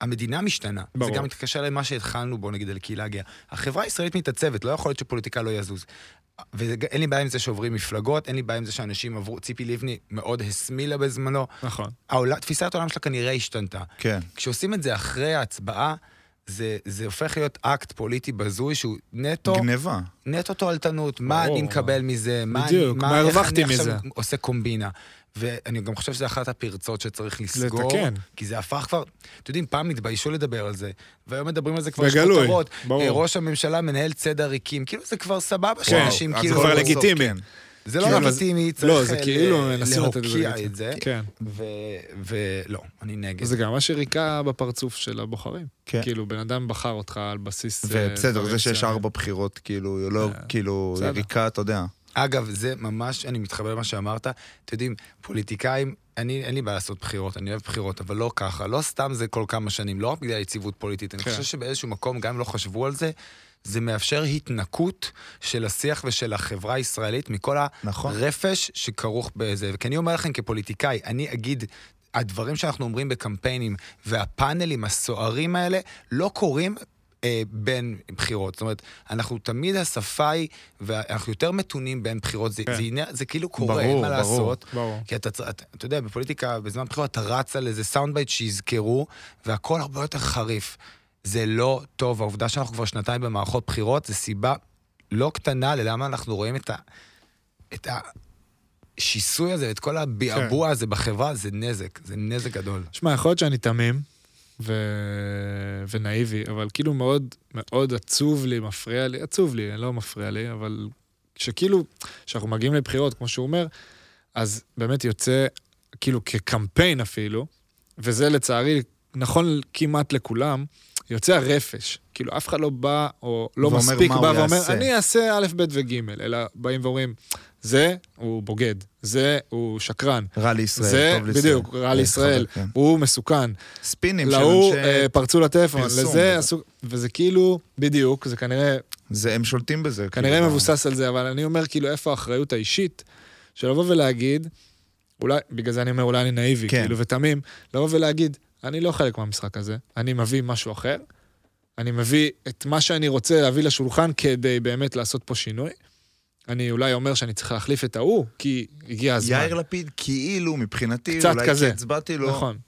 Speaker 4: המדינה משתנה.
Speaker 3: ברור.
Speaker 4: זה גם מתקשר למה שהתחלנו בו, נגיד, על קהילה הגאה. החברה הישראלית מתעצבת, לא יכול להיות שפוליטיקה לא יזוז. ואין לי בעיה עם זה שעוברים מפלגות, אין לי בעיה עם זה שאנשים עברו, ציפי לבני מאוד הסמילה בזמנו.
Speaker 3: נכון.
Speaker 4: העולה, תפיסת העולם שלה כנראה השתנתה.
Speaker 1: כן.
Speaker 4: כשעושים את זה אחרי ההצבעה, זה, זה הופך להיות אקט פוליטי בזוי שהוא נטו...
Speaker 1: גניבה.
Speaker 4: נטו תועלתנות, מה
Speaker 3: ברור.
Speaker 4: אני מקבל מזה, מה אני-
Speaker 3: בדיוק, מה
Speaker 4: איך אני
Speaker 3: הרווחתי
Speaker 4: עכשיו
Speaker 3: מזה?
Speaker 4: עושה קומבינה. ואני גם חושב שזו אחת הפרצות שצריך לסגור.
Speaker 3: לתקן.
Speaker 4: כי זה הפך כבר, אתם יודעים, פעם התביישו לדבר על זה, והיום מדברים על זה כבר
Speaker 3: בגלוי,
Speaker 4: שכותרות.
Speaker 3: ברור.
Speaker 4: אה, ראש הממשלה מנהל צד עריקים, כאילו זה כבר סבבה
Speaker 3: כן,
Speaker 4: שאנשים,
Speaker 1: אז
Speaker 4: כאילו...
Speaker 3: זה כבר
Speaker 1: ברור,
Speaker 3: לגיטימי.
Speaker 1: כן.
Speaker 4: זה
Speaker 3: כן,
Speaker 4: לא
Speaker 3: אבל-
Speaker 4: לגיטימי, צריך
Speaker 3: לא, זה
Speaker 4: אה,
Speaker 3: כאילו
Speaker 4: ל-
Speaker 3: מנסים לתת לזה
Speaker 4: להוקיע
Speaker 3: לגיטימי.
Speaker 4: את זה.
Speaker 3: כן.
Speaker 4: ו- ולא, אני נגד.
Speaker 3: זה גם ממש יריקה בפרצוף של הבוחרים.
Speaker 1: כן.
Speaker 3: כאילו, בן אדם בחר אותך על בסיס... אה,
Speaker 1: ובסדר,
Speaker 3: דברים
Speaker 1: זה שיש
Speaker 3: מסוימים.
Speaker 1: ארבע בחירות, כאילו, לא, כאילו,
Speaker 3: אה, בסדר.
Speaker 1: יריקה, אתה יודע.
Speaker 4: אגב, זה ממש, אני מתחבר למה שאמרת, אתם יודעים, פוליטיקאים אני, אין לי בעיה לעשות בחירות, אני אוהב בחירות, אבל לא ככה. לא סתם זה כל כמה שנים, לא רק בגלל יציבות פוליטית. אני
Speaker 3: כן.
Speaker 4: חושב שבאיזשהו מקום, גם אם לא חשבו על זה, זה מאפשר התנקות של השיח ושל החברה הישראלית מכל
Speaker 1: נכון.
Speaker 4: הרפש שכרוך בזה. כי אני אומר לכם כפוליטיקאי, אני אגיד... הדברים שאנחנו אומרים בקמפיינים והפאנלים הסוערים האלה לא קורים אה, בין בחירות. זאת אומרת, אנחנו תמיד, השפה היא, ואנחנו יותר מתונים בין בחירות. זה, כן. זה, עניין- זה כאילו קורה, אין
Speaker 1: ברור,
Speaker 4: מה
Speaker 1: ברור.
Speaker 4: לעשות.
Speaker 3: ברור.
Speaker 4: כי אתה, צ- אתה, אתה יודע, בפוליטיקה, בזמן בחירות, אתה רץ על איזה סאונד בייט שיזכרו, והכל הרבה יותר חריף. זה לא טוב. העובדה שאנחנו כבר שנתיים במערכות בחירות, זו סיבה לא קטנה ללמה אנחנו רואים את, ה, את השיסוי הזה, את כל
Speaker 3: כן.
Speaker 4: הביעבוע הזה בחברה, זה נזק, זה נזק גדול.
Speaker 1: נכון.
Speaker 3: שמע, יכול להיות שאני תמים ו... ונאיבי, אבל כאילו מאוד מאוד עצוב לי, מפריע לי, עצוב לי, לא מפריע לי, אבל שכאילו, כשאנחנו מגיעים לבחירות, כמו שהוא אומר, אז באמת יוצא, כאילו כקמפיין אפילו, וזה לצערי נכון כמעט לכולם, יוצא הרפש. כאילו, אף אחד לא בא, או לא
Speaker 1: ואומר
Speaker 3: מספיק
Speaker 1: מה
Speaker 3: בא
Speaker 1: הוא
Speaker 3: ואומר,
Speaker 1: יעשה.
Speaker 3: אני אעשה א', ב' וג', אלא באים ואומרים, זה, הוא בוגד, זה, הוא שקרן,
Speaker 1: רע לישראל,
Speaker 3: זה,
Speaker 1: טוב לישראל.
Speaker 3: בדיוק, רע לישראל,
Speaker 1: חזק, כן.
Speaker 3: הוא מסוכן.
Speaker 1: ספינים של
Speaker 3: להוא אה,
Speaker 1: אנשי...
Speaker 3: פרצו לטלפון,
Speaker 1: פרסום.
Speaker 3: לזה עשו... וזה כאילו, בדיוק, זה כנראה,
Speaker 1: זה- הם שולטים בזה.
Speaker 3: כנראה
Speaker 1: כאילו.
Speaker 3: מבוסס על זה, אבל אני אומר, כאילו, איפה האחריות האישית של לבוא ולהגיד, אולי, בגלל זה אני אומר, אולי אני נאיבי,
Speaker 1: כן.
Speaker 3: כאילו, ותמים, לבוא ולהגיד, אני לא חלק מהמשחק הזה, אני מביא משהו אחר, אני מביא את מה שאני רוצה להביא לשולחן כדי באמת לעשות פה שינוי. אני אולי אומר שאני צריך להחליף את ההוא, כי הגיע הזמן.
Speaker 1: יאיר לא- לפיד כאילו מבחינתי,
Speaker 3: קצת
Speaker 1: אולי
Speaker 3: כזה.
Speaker 1: כי הצבעתי לו,
Speaker 3: נכון.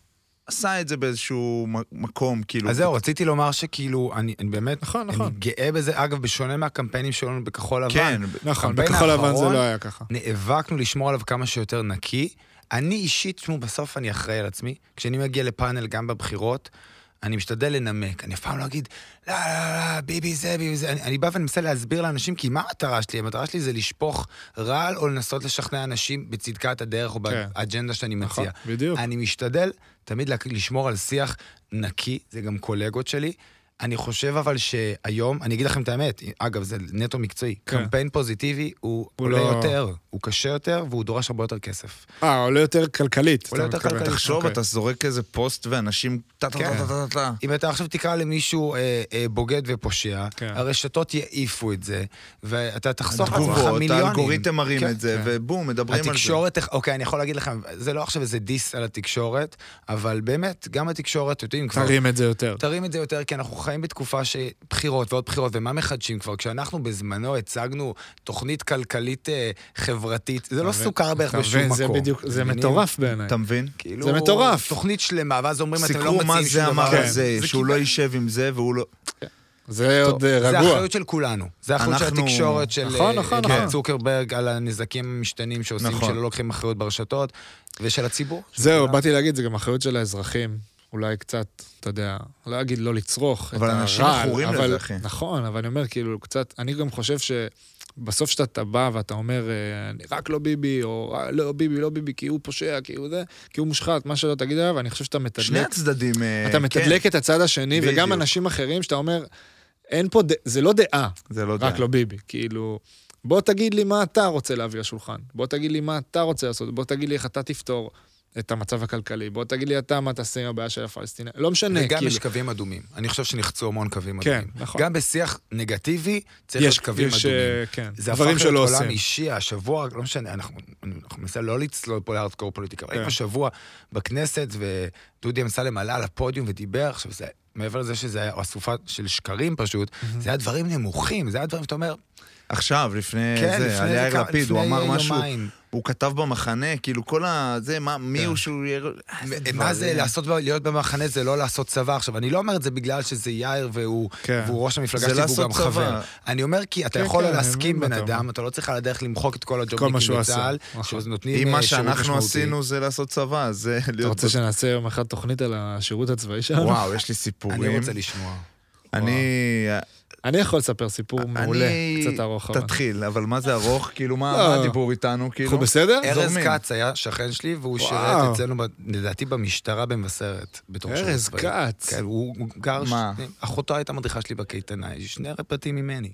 Speaker 1: עשה את זה באיזשהו מ- מקום, כאילו.
Speaker 4: אז זהו, רציתי לומר שכאילו, אני, אני באמת,
Speaker 3: לא נכון,
Speaker 4: אני
Speaker 3: נכון.
Speaker 4: גאה בזה, אגב, בשונה מהקמפיינים שלנו בכחול לבן.
Speaker 1: כן,
Speaker 3: נכון,
Speaker 4: הקמפיין
Speaker 3: בכחול לבן זה
Speaker 4: האחרון-
Speaker 3: לא היה ככה.
Speaker 4: נאבקנו לשמור עליו כמה שיותר נקי. אני אישית, תשמעו, בסוף אני אחראי על עצמי. כשאני מגיע לפאנל, גם בבחירות, אני משתדל לנמק. אני אף פעם לא אגיד, לא, לא, לא, ביבי זה, ביבי זה. אני, אני בא ואני מנסה להסביר לאנשים, כי מה המטרה שלי? המטרה שלי זה לשפוך רעל או לנסות לשכנע אנשים בצדקת הדרך או
Speaker 3: כן.
Speaker 4: באג'נדה שאני
Speaker 3: נכון,
Speaker 4: מציע.
Speaker 3: בדיוק.
Speaker 4: אני משתדל תמיד לק- לשמור על שיח נקי, זה גם קולגות שלי. אני חושב אבל שהיום, אני אגיד לכם את האמת, אגב, זה נטו מקצועי,
Speaker 3: כן.
Speaker 4: קמפיין פוזיטיבי הוא
Speaker 3: הוא
Speaker 4: עולה
Speaker 3: לא-
Speaker 4: יותר, הוא קשה יותר והוא דורש הרבה יותר כסף.
Speaker 3: אה, עולה יותר כלכלית.
Speaker 4: עולה
Speaker 3: אתה
Speaker 4: יותר
Speaker 3: מתכוון.
Speaker 4: כלכלית.
Speaker 1: תחשוב,
Speaker 3: אוקיי.
Speaker 1: אתה זורק איזה פוסט ואנשים
Speaker 4: כן.
Speaker 1: טה-טה-טה-טה-טה.
Speaker 4: אם אתה עכשיו תקרא למישהו אה, אה, בוגד ופושע,
Speaker 3: כן.
Speaker 4: הרשתות יעיפו את זה, ואתה תחסוך לעצמך
Speaker 1: תגובות,
Speaker 4: מיליונים.
Speaker 1: האלגוריתם מרים
Speaker 4: כן.
Speaker 1: את זה, ובום, מדברים על זה.
Speaker 4: התקשורת, אוקיי, אני יכול להגיד לכם, זה לא עכשיו איזה דיס על התקשורת, אבל באמת, גם התקשורת, אתם יודעים, כבר
Speaker 3: תרים את זה יותר.
Speaker 4: תרים את זה יותר, כי אנחנו חיים בתקופה שבחירות ועוד בחירות, ומה מחדשים כבר? כשאנחנו בזמנו הצגנו תוכנית כלכלית אה, חברתית, זה לא
Speaker 3: אתה מבין?
Speaker 4: סוכר בערך
Speaker 3: אתה
Speaker 4: בשום
Speaker 3: מבין?
Speaker 4: מקום.
Speaker 3: זה בדיוק, זה
Speaker 4: מבינים?
Speaker 3: מטורף בעיניי.
Speaker 1: אתה מבין?
Speaker 4: כאילו,
Speaker 3: זה מטורף.
Speaker 4: תוכנית שלמה, ואז אומרים, אתם לא
Speaker 1: סיקרו מה
Speaker 4: מציעים שום
Speaker 1: זה
Speaker 4: דבר. כאילו-
Speaker 1: אמר
Speaker 3: כן.
Speaker 1: על זה, שהוא לא יישב עם זה והוא לא...
Speaker 3: זה עוד אה,
Speaker 4: זה
Speaker 3: רגוע.
Speaker 4: האחריות של כולנו, זה האחריות של
Speaker 1: אנחנו-
Speaker 4: התקשורת של
Speaker 3: נכון,
Speaker 4: אה,
Speaker 3: נכון,
Speaker 4: מרק
Speaker 3: נכון.
Speaker 4: צוקרברג על הנזקים המשתנים שעושים,
Speaker 1: נכון.
Speaker 4: שלא לוקחים אחריות ברשתות, ושל הציבור. של
Speaker 3: זהו,
Speaker 4: כולם.
Speaker 3: באתי להגיד, זה גם אחריות של האזרחים. אולי קצת, אתה יודע, לא אגיד לא לצרוך את
Speaker 1: אבל
Speaker 3: הרעל.
Speaker 1: אנשים מכורים
Speaker 3: אבל-
Speaker 1: לזה, אחי.
Speaker 3: נכון, אבל אני אומר, כאילו, קצת, אני גם חושב ש... בסוף שאתה בא ואתה אומר, אה, אני רק לא ביבי, או "אה, לא ביבי, לא ביבי, כי הוא פושע, כי הוא זה, כי הוא מושחת, מה שלא תגיד עליו, אני חושב שאתה
Speaker 1: שני
Speaker 3: מתדלק
Speaker 1: הצדדים... אה,
Speaker 3: אתה מתדלק
Speaker 1: כן.
Speaker 3: את הצד השני, וגם
Speaker 1: בדיוק.
Speaker 3: אנשים אחרים שאתה אומר, אין פה, ד... זה לא דעה,
Speaker 1: זה לא יודע.
Speaker 3: רק לא ביבי. כאילו, בוא תגיד לי מה אתה רוצה להביא לשולחן. בוא תגיד לי מה אתה רוצה לעשות. בוא תגיד לי איך אתה תפתור את המצב הכלכלי. בוא תגיד לי אתה מה תעשה עם הבעיה של הפלסטינים. לא משנה,
Speaker 4: וגם
Speaker 3: כאילו.
Speaker 4: יש קווים אדומים. אני חושב שנחצו המון קווים
Speaker 3: כן,
Speaker 4: אדומים.
Speaker 3: נכון.
Speaker 4: גם בשיח נגטיבי צריך להיות קווים
Speaker 3: יש,
Speaker 4: אדומים.
Speaker 3: אה, כן,
Speaker 4: זה הפך
Speaker 3: דברים
Speaker 4: להיות
Speaker 3: שלא
Speaker 4: עולם
Speaker 3: עושים.
Speaker 4: אישי, השבוע, לא משנה, אנחנו אנחנו מנסה לא לצלול פה להארדקור פוליטיקה, אבל
Speaker 3: כן.
Speaker 4: היינו השבוע בכנסת, ודודי אמסלם עלה על הפודיום ודיבר, עכשיו זה, מעבר לזה שזה היה אסופה של שקרים פשוט, זה היה דברים נמוכים, זה היה דברים שאתה אומר,
Speaker 1: עכשיו, לפני
Speaker 4: כן,
Speaker 1: אה, זה, על
Speaker 4: לפני
Speaker 1: יאיר
Speaker 4: כמה-
Speaker 1: לפיד, הוא
Speaker 4: לפני
Speaker 1: אמר משהו,
Speaker 4: יומיים.
Speaker 1: הוא כתב במחנה, כאילו כל ה... זה, מה, מי הוא שהוא יהיה... אה,
Speaker 4: מה זה לעשות, להיות במחנה זה לא לעשות צבא. עכשיו, אני לא אומר את זה בגלל שזה יאיר והוא,
Speaker 3: כן.
Speaker 4: והוא ראש המפלגה
Speaker 1: זה
Speaker 4: שלי והוא
Speaker 1: לעשות
Speaker 4: גם
Speaker 1: צבא.
Speaker 4: חבר. אני אומר כי אתה
Speaker 3: כן,
Speaker 4: יכול
Speaker 3: כן,
Speaker 4: לא
Speaker 3: אני
Speaker 4: להסכים
Speaker 3: מבין
Speaker 4: בן
Speaker 3: מה אתה
Speaker 4: אדם, אתה לא צריך על הדרך למחוק את כל
Speaker 3: מה
Speaker 4: הג'ובניקים
Speaker 3: שהוא עשה.
Speaker 4: בצה"ל,
Speaker 3: נכון.
Speaker 4: שנותנים
Speaker 1: אם מה
Speaker 4: אה, שירות
Speaker 1: שאנחנו
Speaker 4: משמעותי.
Speaker 1: עשינו זה לעשות צבא, אז זה
Speaker 3: אתה
Speaker 1: להיות...
Speaker 3: רוצה שנעשה יום אחד תוכנית על השירות הצבאי שלנו?
Speaker 1: וואו, יש לי
Speaker 4: אני
Speaker 1: סיפורים.
Speaker 4: רוצה לשמוע.
Speaker 1: אני...
Speaker 3: אני יכול לספר סיפור מעולה,
Speaker 1: אני-
Speaker 3: קצת ארוך. אבל.
Speaker 1: תתחיל, אבל מה זה ארוך? כאילו, מה
Speaker 3: לא.
Speaker 1: מה הדיבור איתנו?
Speaker 3: אנחנו
Speaker 1: כאילו...
Speaker 3: בסדר?
Speaker 4: ארז
Speaker 1: זורמים.
Speaker 4: כץ היה שכן שלי, והוא
Speaker 3: אה, וואו.
Speaker 4: שירת אצלנו, ב- לדעתי, במשטרה במבשרת. בתור שירות
Speaker 3: ארז
Speaker 4: צבאי.
Speaker 3: כץ.
Speaker 4: כן, הוא הוא גר...
Speaker 1: מה?
Speaker 4: שני- אחותו הייתה מדריכה שלי בקייטנה, יש שני רפטים ממני.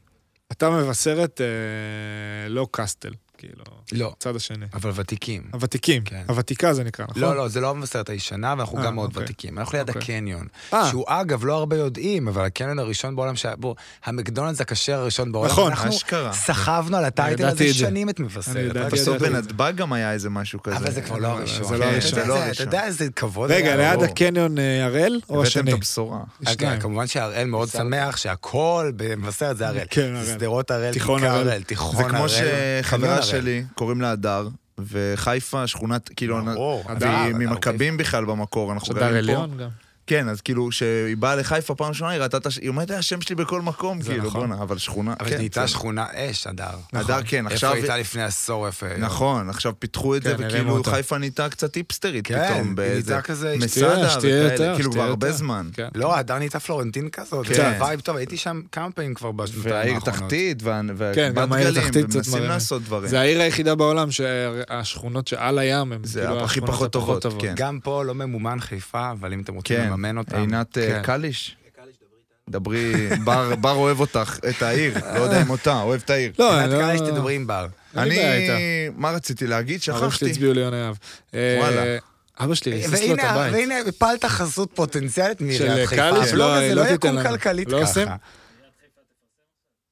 Speaker 3: אתה מבשרת אה, לא קסטל. כאילו,
Speaker 4: לא,
Speaker 3: הצד השני.
Speaker 4: אבל ותיקים.
Speaker 3: הוותיקים,
Speaker 4: כן.
Speaker 3: הוותיקה זה נקרא, נכון?
Speaker 4: לא, לא, זה לא מבשרת הישנה, ואנחנו
Speaker 3: אה,
Speaker 4: גם מאוד
Speaker 3: אוקיי.
Speaker 4: ותיקים. אנחנו ליד
Speaker 3: אוקיי.
Speaker 4: הקניון,
Speaker 3: אה.
Speaker 4: שהוא אגב, לא הרבה יודעים, אבל הקניון הראשון בעולם שהיה בו, המקדונלדס הכשר הראשון בעולם.
Speaker 3: נכון,
Speaker 4: אנחנו
Speaker 1: אשכרה.
Speaker 4: סחבנו על הטייטל
Speaker 3: ידעתי
Speaker 4: הזה
Speaker 3: את זה.
Speaker 4: שנים את
Speaker 3: כן, אני
Speaker 4: מבשרת.
Speaker 3: ידעתי,
Speaker 4: רק
Speaker 1: בסוף
Speaker 3: ידעתי.
Speaker 1: בנתב"ג גם היה איזה משהו כזה.
Speaker 4: אבל זה כבר לא הראשון.
Speaker 3: זה לא
Speaker 4: כן,
Speaker 1: זה
Speaker 3: הראשון.
Speaker 4: אתה יודע,
Speaker 1: לא
Speaker 4: אתה
Speaker 1: הראשון.
Speaker 4: יודע איזה כבוד
Speaker 3: רגע,
Speaker 4: היה
Speaker 3: ליד
Speaker 4: לו.
Speaker 3: הקניון אה, הראל
Speaker 1: הבאתם
Speaker 3: או
Speaker 1: אה, כן,
Speaker 3: השני?
Speaker 1: את הבשורה.
Speaker 4: אגב,
Speaker 3: שניים.
Speaker 4: כמובן שהראל מאוד שמח שהכל במבשרת זה הראל.
Speaker 3: כן, הראל.
Speaker 4: שדרות הראל,
Speaker 3: תיכון
Speaker 4: כיכר
Speaker 3: הראל.
Speaker 4: הראל, תיכון
Speaker 1: זה
Speaker 4: הראל.
Speaker 1: כמו
Speaker 4: חניון
Speaker 1: שחברה
Speaker 4: הראל.
Speaker 1: שלי, קוראים לה הדר, וחיפה, שכונת, כאילו,
Speaker 4: ברור,
Speaker 1: והיא
Speaker 4: הדר, הדר,
Speaker 1: ממכבים בכלל במקור, אנחנו
Speaker 3: אוקיי. שדר
Speaker 1: גרים פה.
Speaker 3: עליון גם.
Speaker 1: כן, אז כאילו, כשהיא באה לחיפה פעם ראשונה, היא ראתה את הש... היא אומרת, "אה, השם שלי בכל מקום, כאילו,
Speaker 3: נכון.
Speaker 1: בואנה, אבל שכונה...
Speaker 4: אבל
Speaker 1: כן,
Speaker 4: נהייתה
Speaker 1: זה-
Speaker 4: שכונה אש, הדר.
Speaker 1: הדר, כן,
Speaker 4: איפה
Speaker 1: עכשיו...
Speaker 4: הייתה לפני עשור, איפה...
Speaker 1: נכון, עכשיו פיתחו את זה,
Speaker 3: כן, הרימו
Speaker 1: וכאילו
Speaker 3: אותה.
Speaker 1: חיפה נהייתה קצת היפסטרית
Speaker 4: כן,
Speaker 1: פתאום,
Speaker 4: היא
Speaker 1: באיזה...
Speaker 4: נהייתה כזה-
Speaker 1: מסעדה
Speaker 3: שתהיה
Speaker 1: וכאלה,
Speaker 3: יותר,
Speaker 1: כאילו, כבר
Speaker 3: שתהיה
Speaker 1: הרבה
Speaker 3: יותר.
Speaker 1: זמן.
Speaker 3: כן.
Speaker 4: לא, הדר נהייתה פלורנטין כזאת.
Speaker 1: כן.
Speaker 4: כן. וייב טוב, הייתי שם כמה פעמים כבר בשנתיים
Speaker 1: והעיר
Speaker 4: האחרונות.
Speaker 1: תחתית, וה-
Speaker 3: נכון, כן,
Speaker 1: והבת
Speaker 3: גם העיר
Speaker 1: גלים,
Speaker 3: תחתית קצת
Speaker 1: ומנסים
Speaker 3: מרימים.
Speaker 1: לעשות דברים.
Speaker 3: כן. זה העיר היחידה בעולם שהשכונות שעל הים הן
Speaker 1: זה
Speaker 3: כאילו
Speaker 1: הכי
Speaker 3: השכונות
Speaker 1: פחות
Speaker 3: הפחות
Speaker 1: טובות, כן.
Speaker 4: גם פה לא ממומן חיפה, אבל אם אתם רוצים
Speaker 1: כן,
Speaker 4: לממן אותם...
Speaker 1: עינת אה,
Speaker 4: כן.
Speaker 1: קליש.
Speaker 4: (laughs)
Speaker 1: דברי, בר בר אוהב אותך, את העיר, לא יודע אם אותה, אוהב את העיר.
Speaker 3: לא,
Speaker 4: עינת
Speaker 3: אני לא...
Speaker 4: קליש תדברי עם בר.
Speaker 3: אין לי בעיה
Speaker 1: אני,
Speaker 3: איתה. אה,
Speaker 1: מה רציתי להגיד?
Speaker 3: ההורים שלי
Speaker 1: שכחתי.
Speaker 3: הצביעו ליונה יהב. אה,
Speaker 1: וואלה.
Speaker 3: אבא שלי ריסס לו את
Speaker 4: אה, והנה,
Speaker 3: הבית.
Speaker 4: והנה, הפלת חזות פוטנציאלית מעיריית
Speaker 3: של
Speaker 4: חיפה.
Speaker 3: קליש,
Speaker 4: הבלוג
Speaker 3: לא,
Speaker 4: הזה
Speaker 3: לא
Speaker 4: לא
Speaker 3: תיתן
Speaker 4: יקום
Speaker 3: לנו.
Speaker 4: כלכלית
Speaker 3: לא עושים?
Speaker 4: ככה.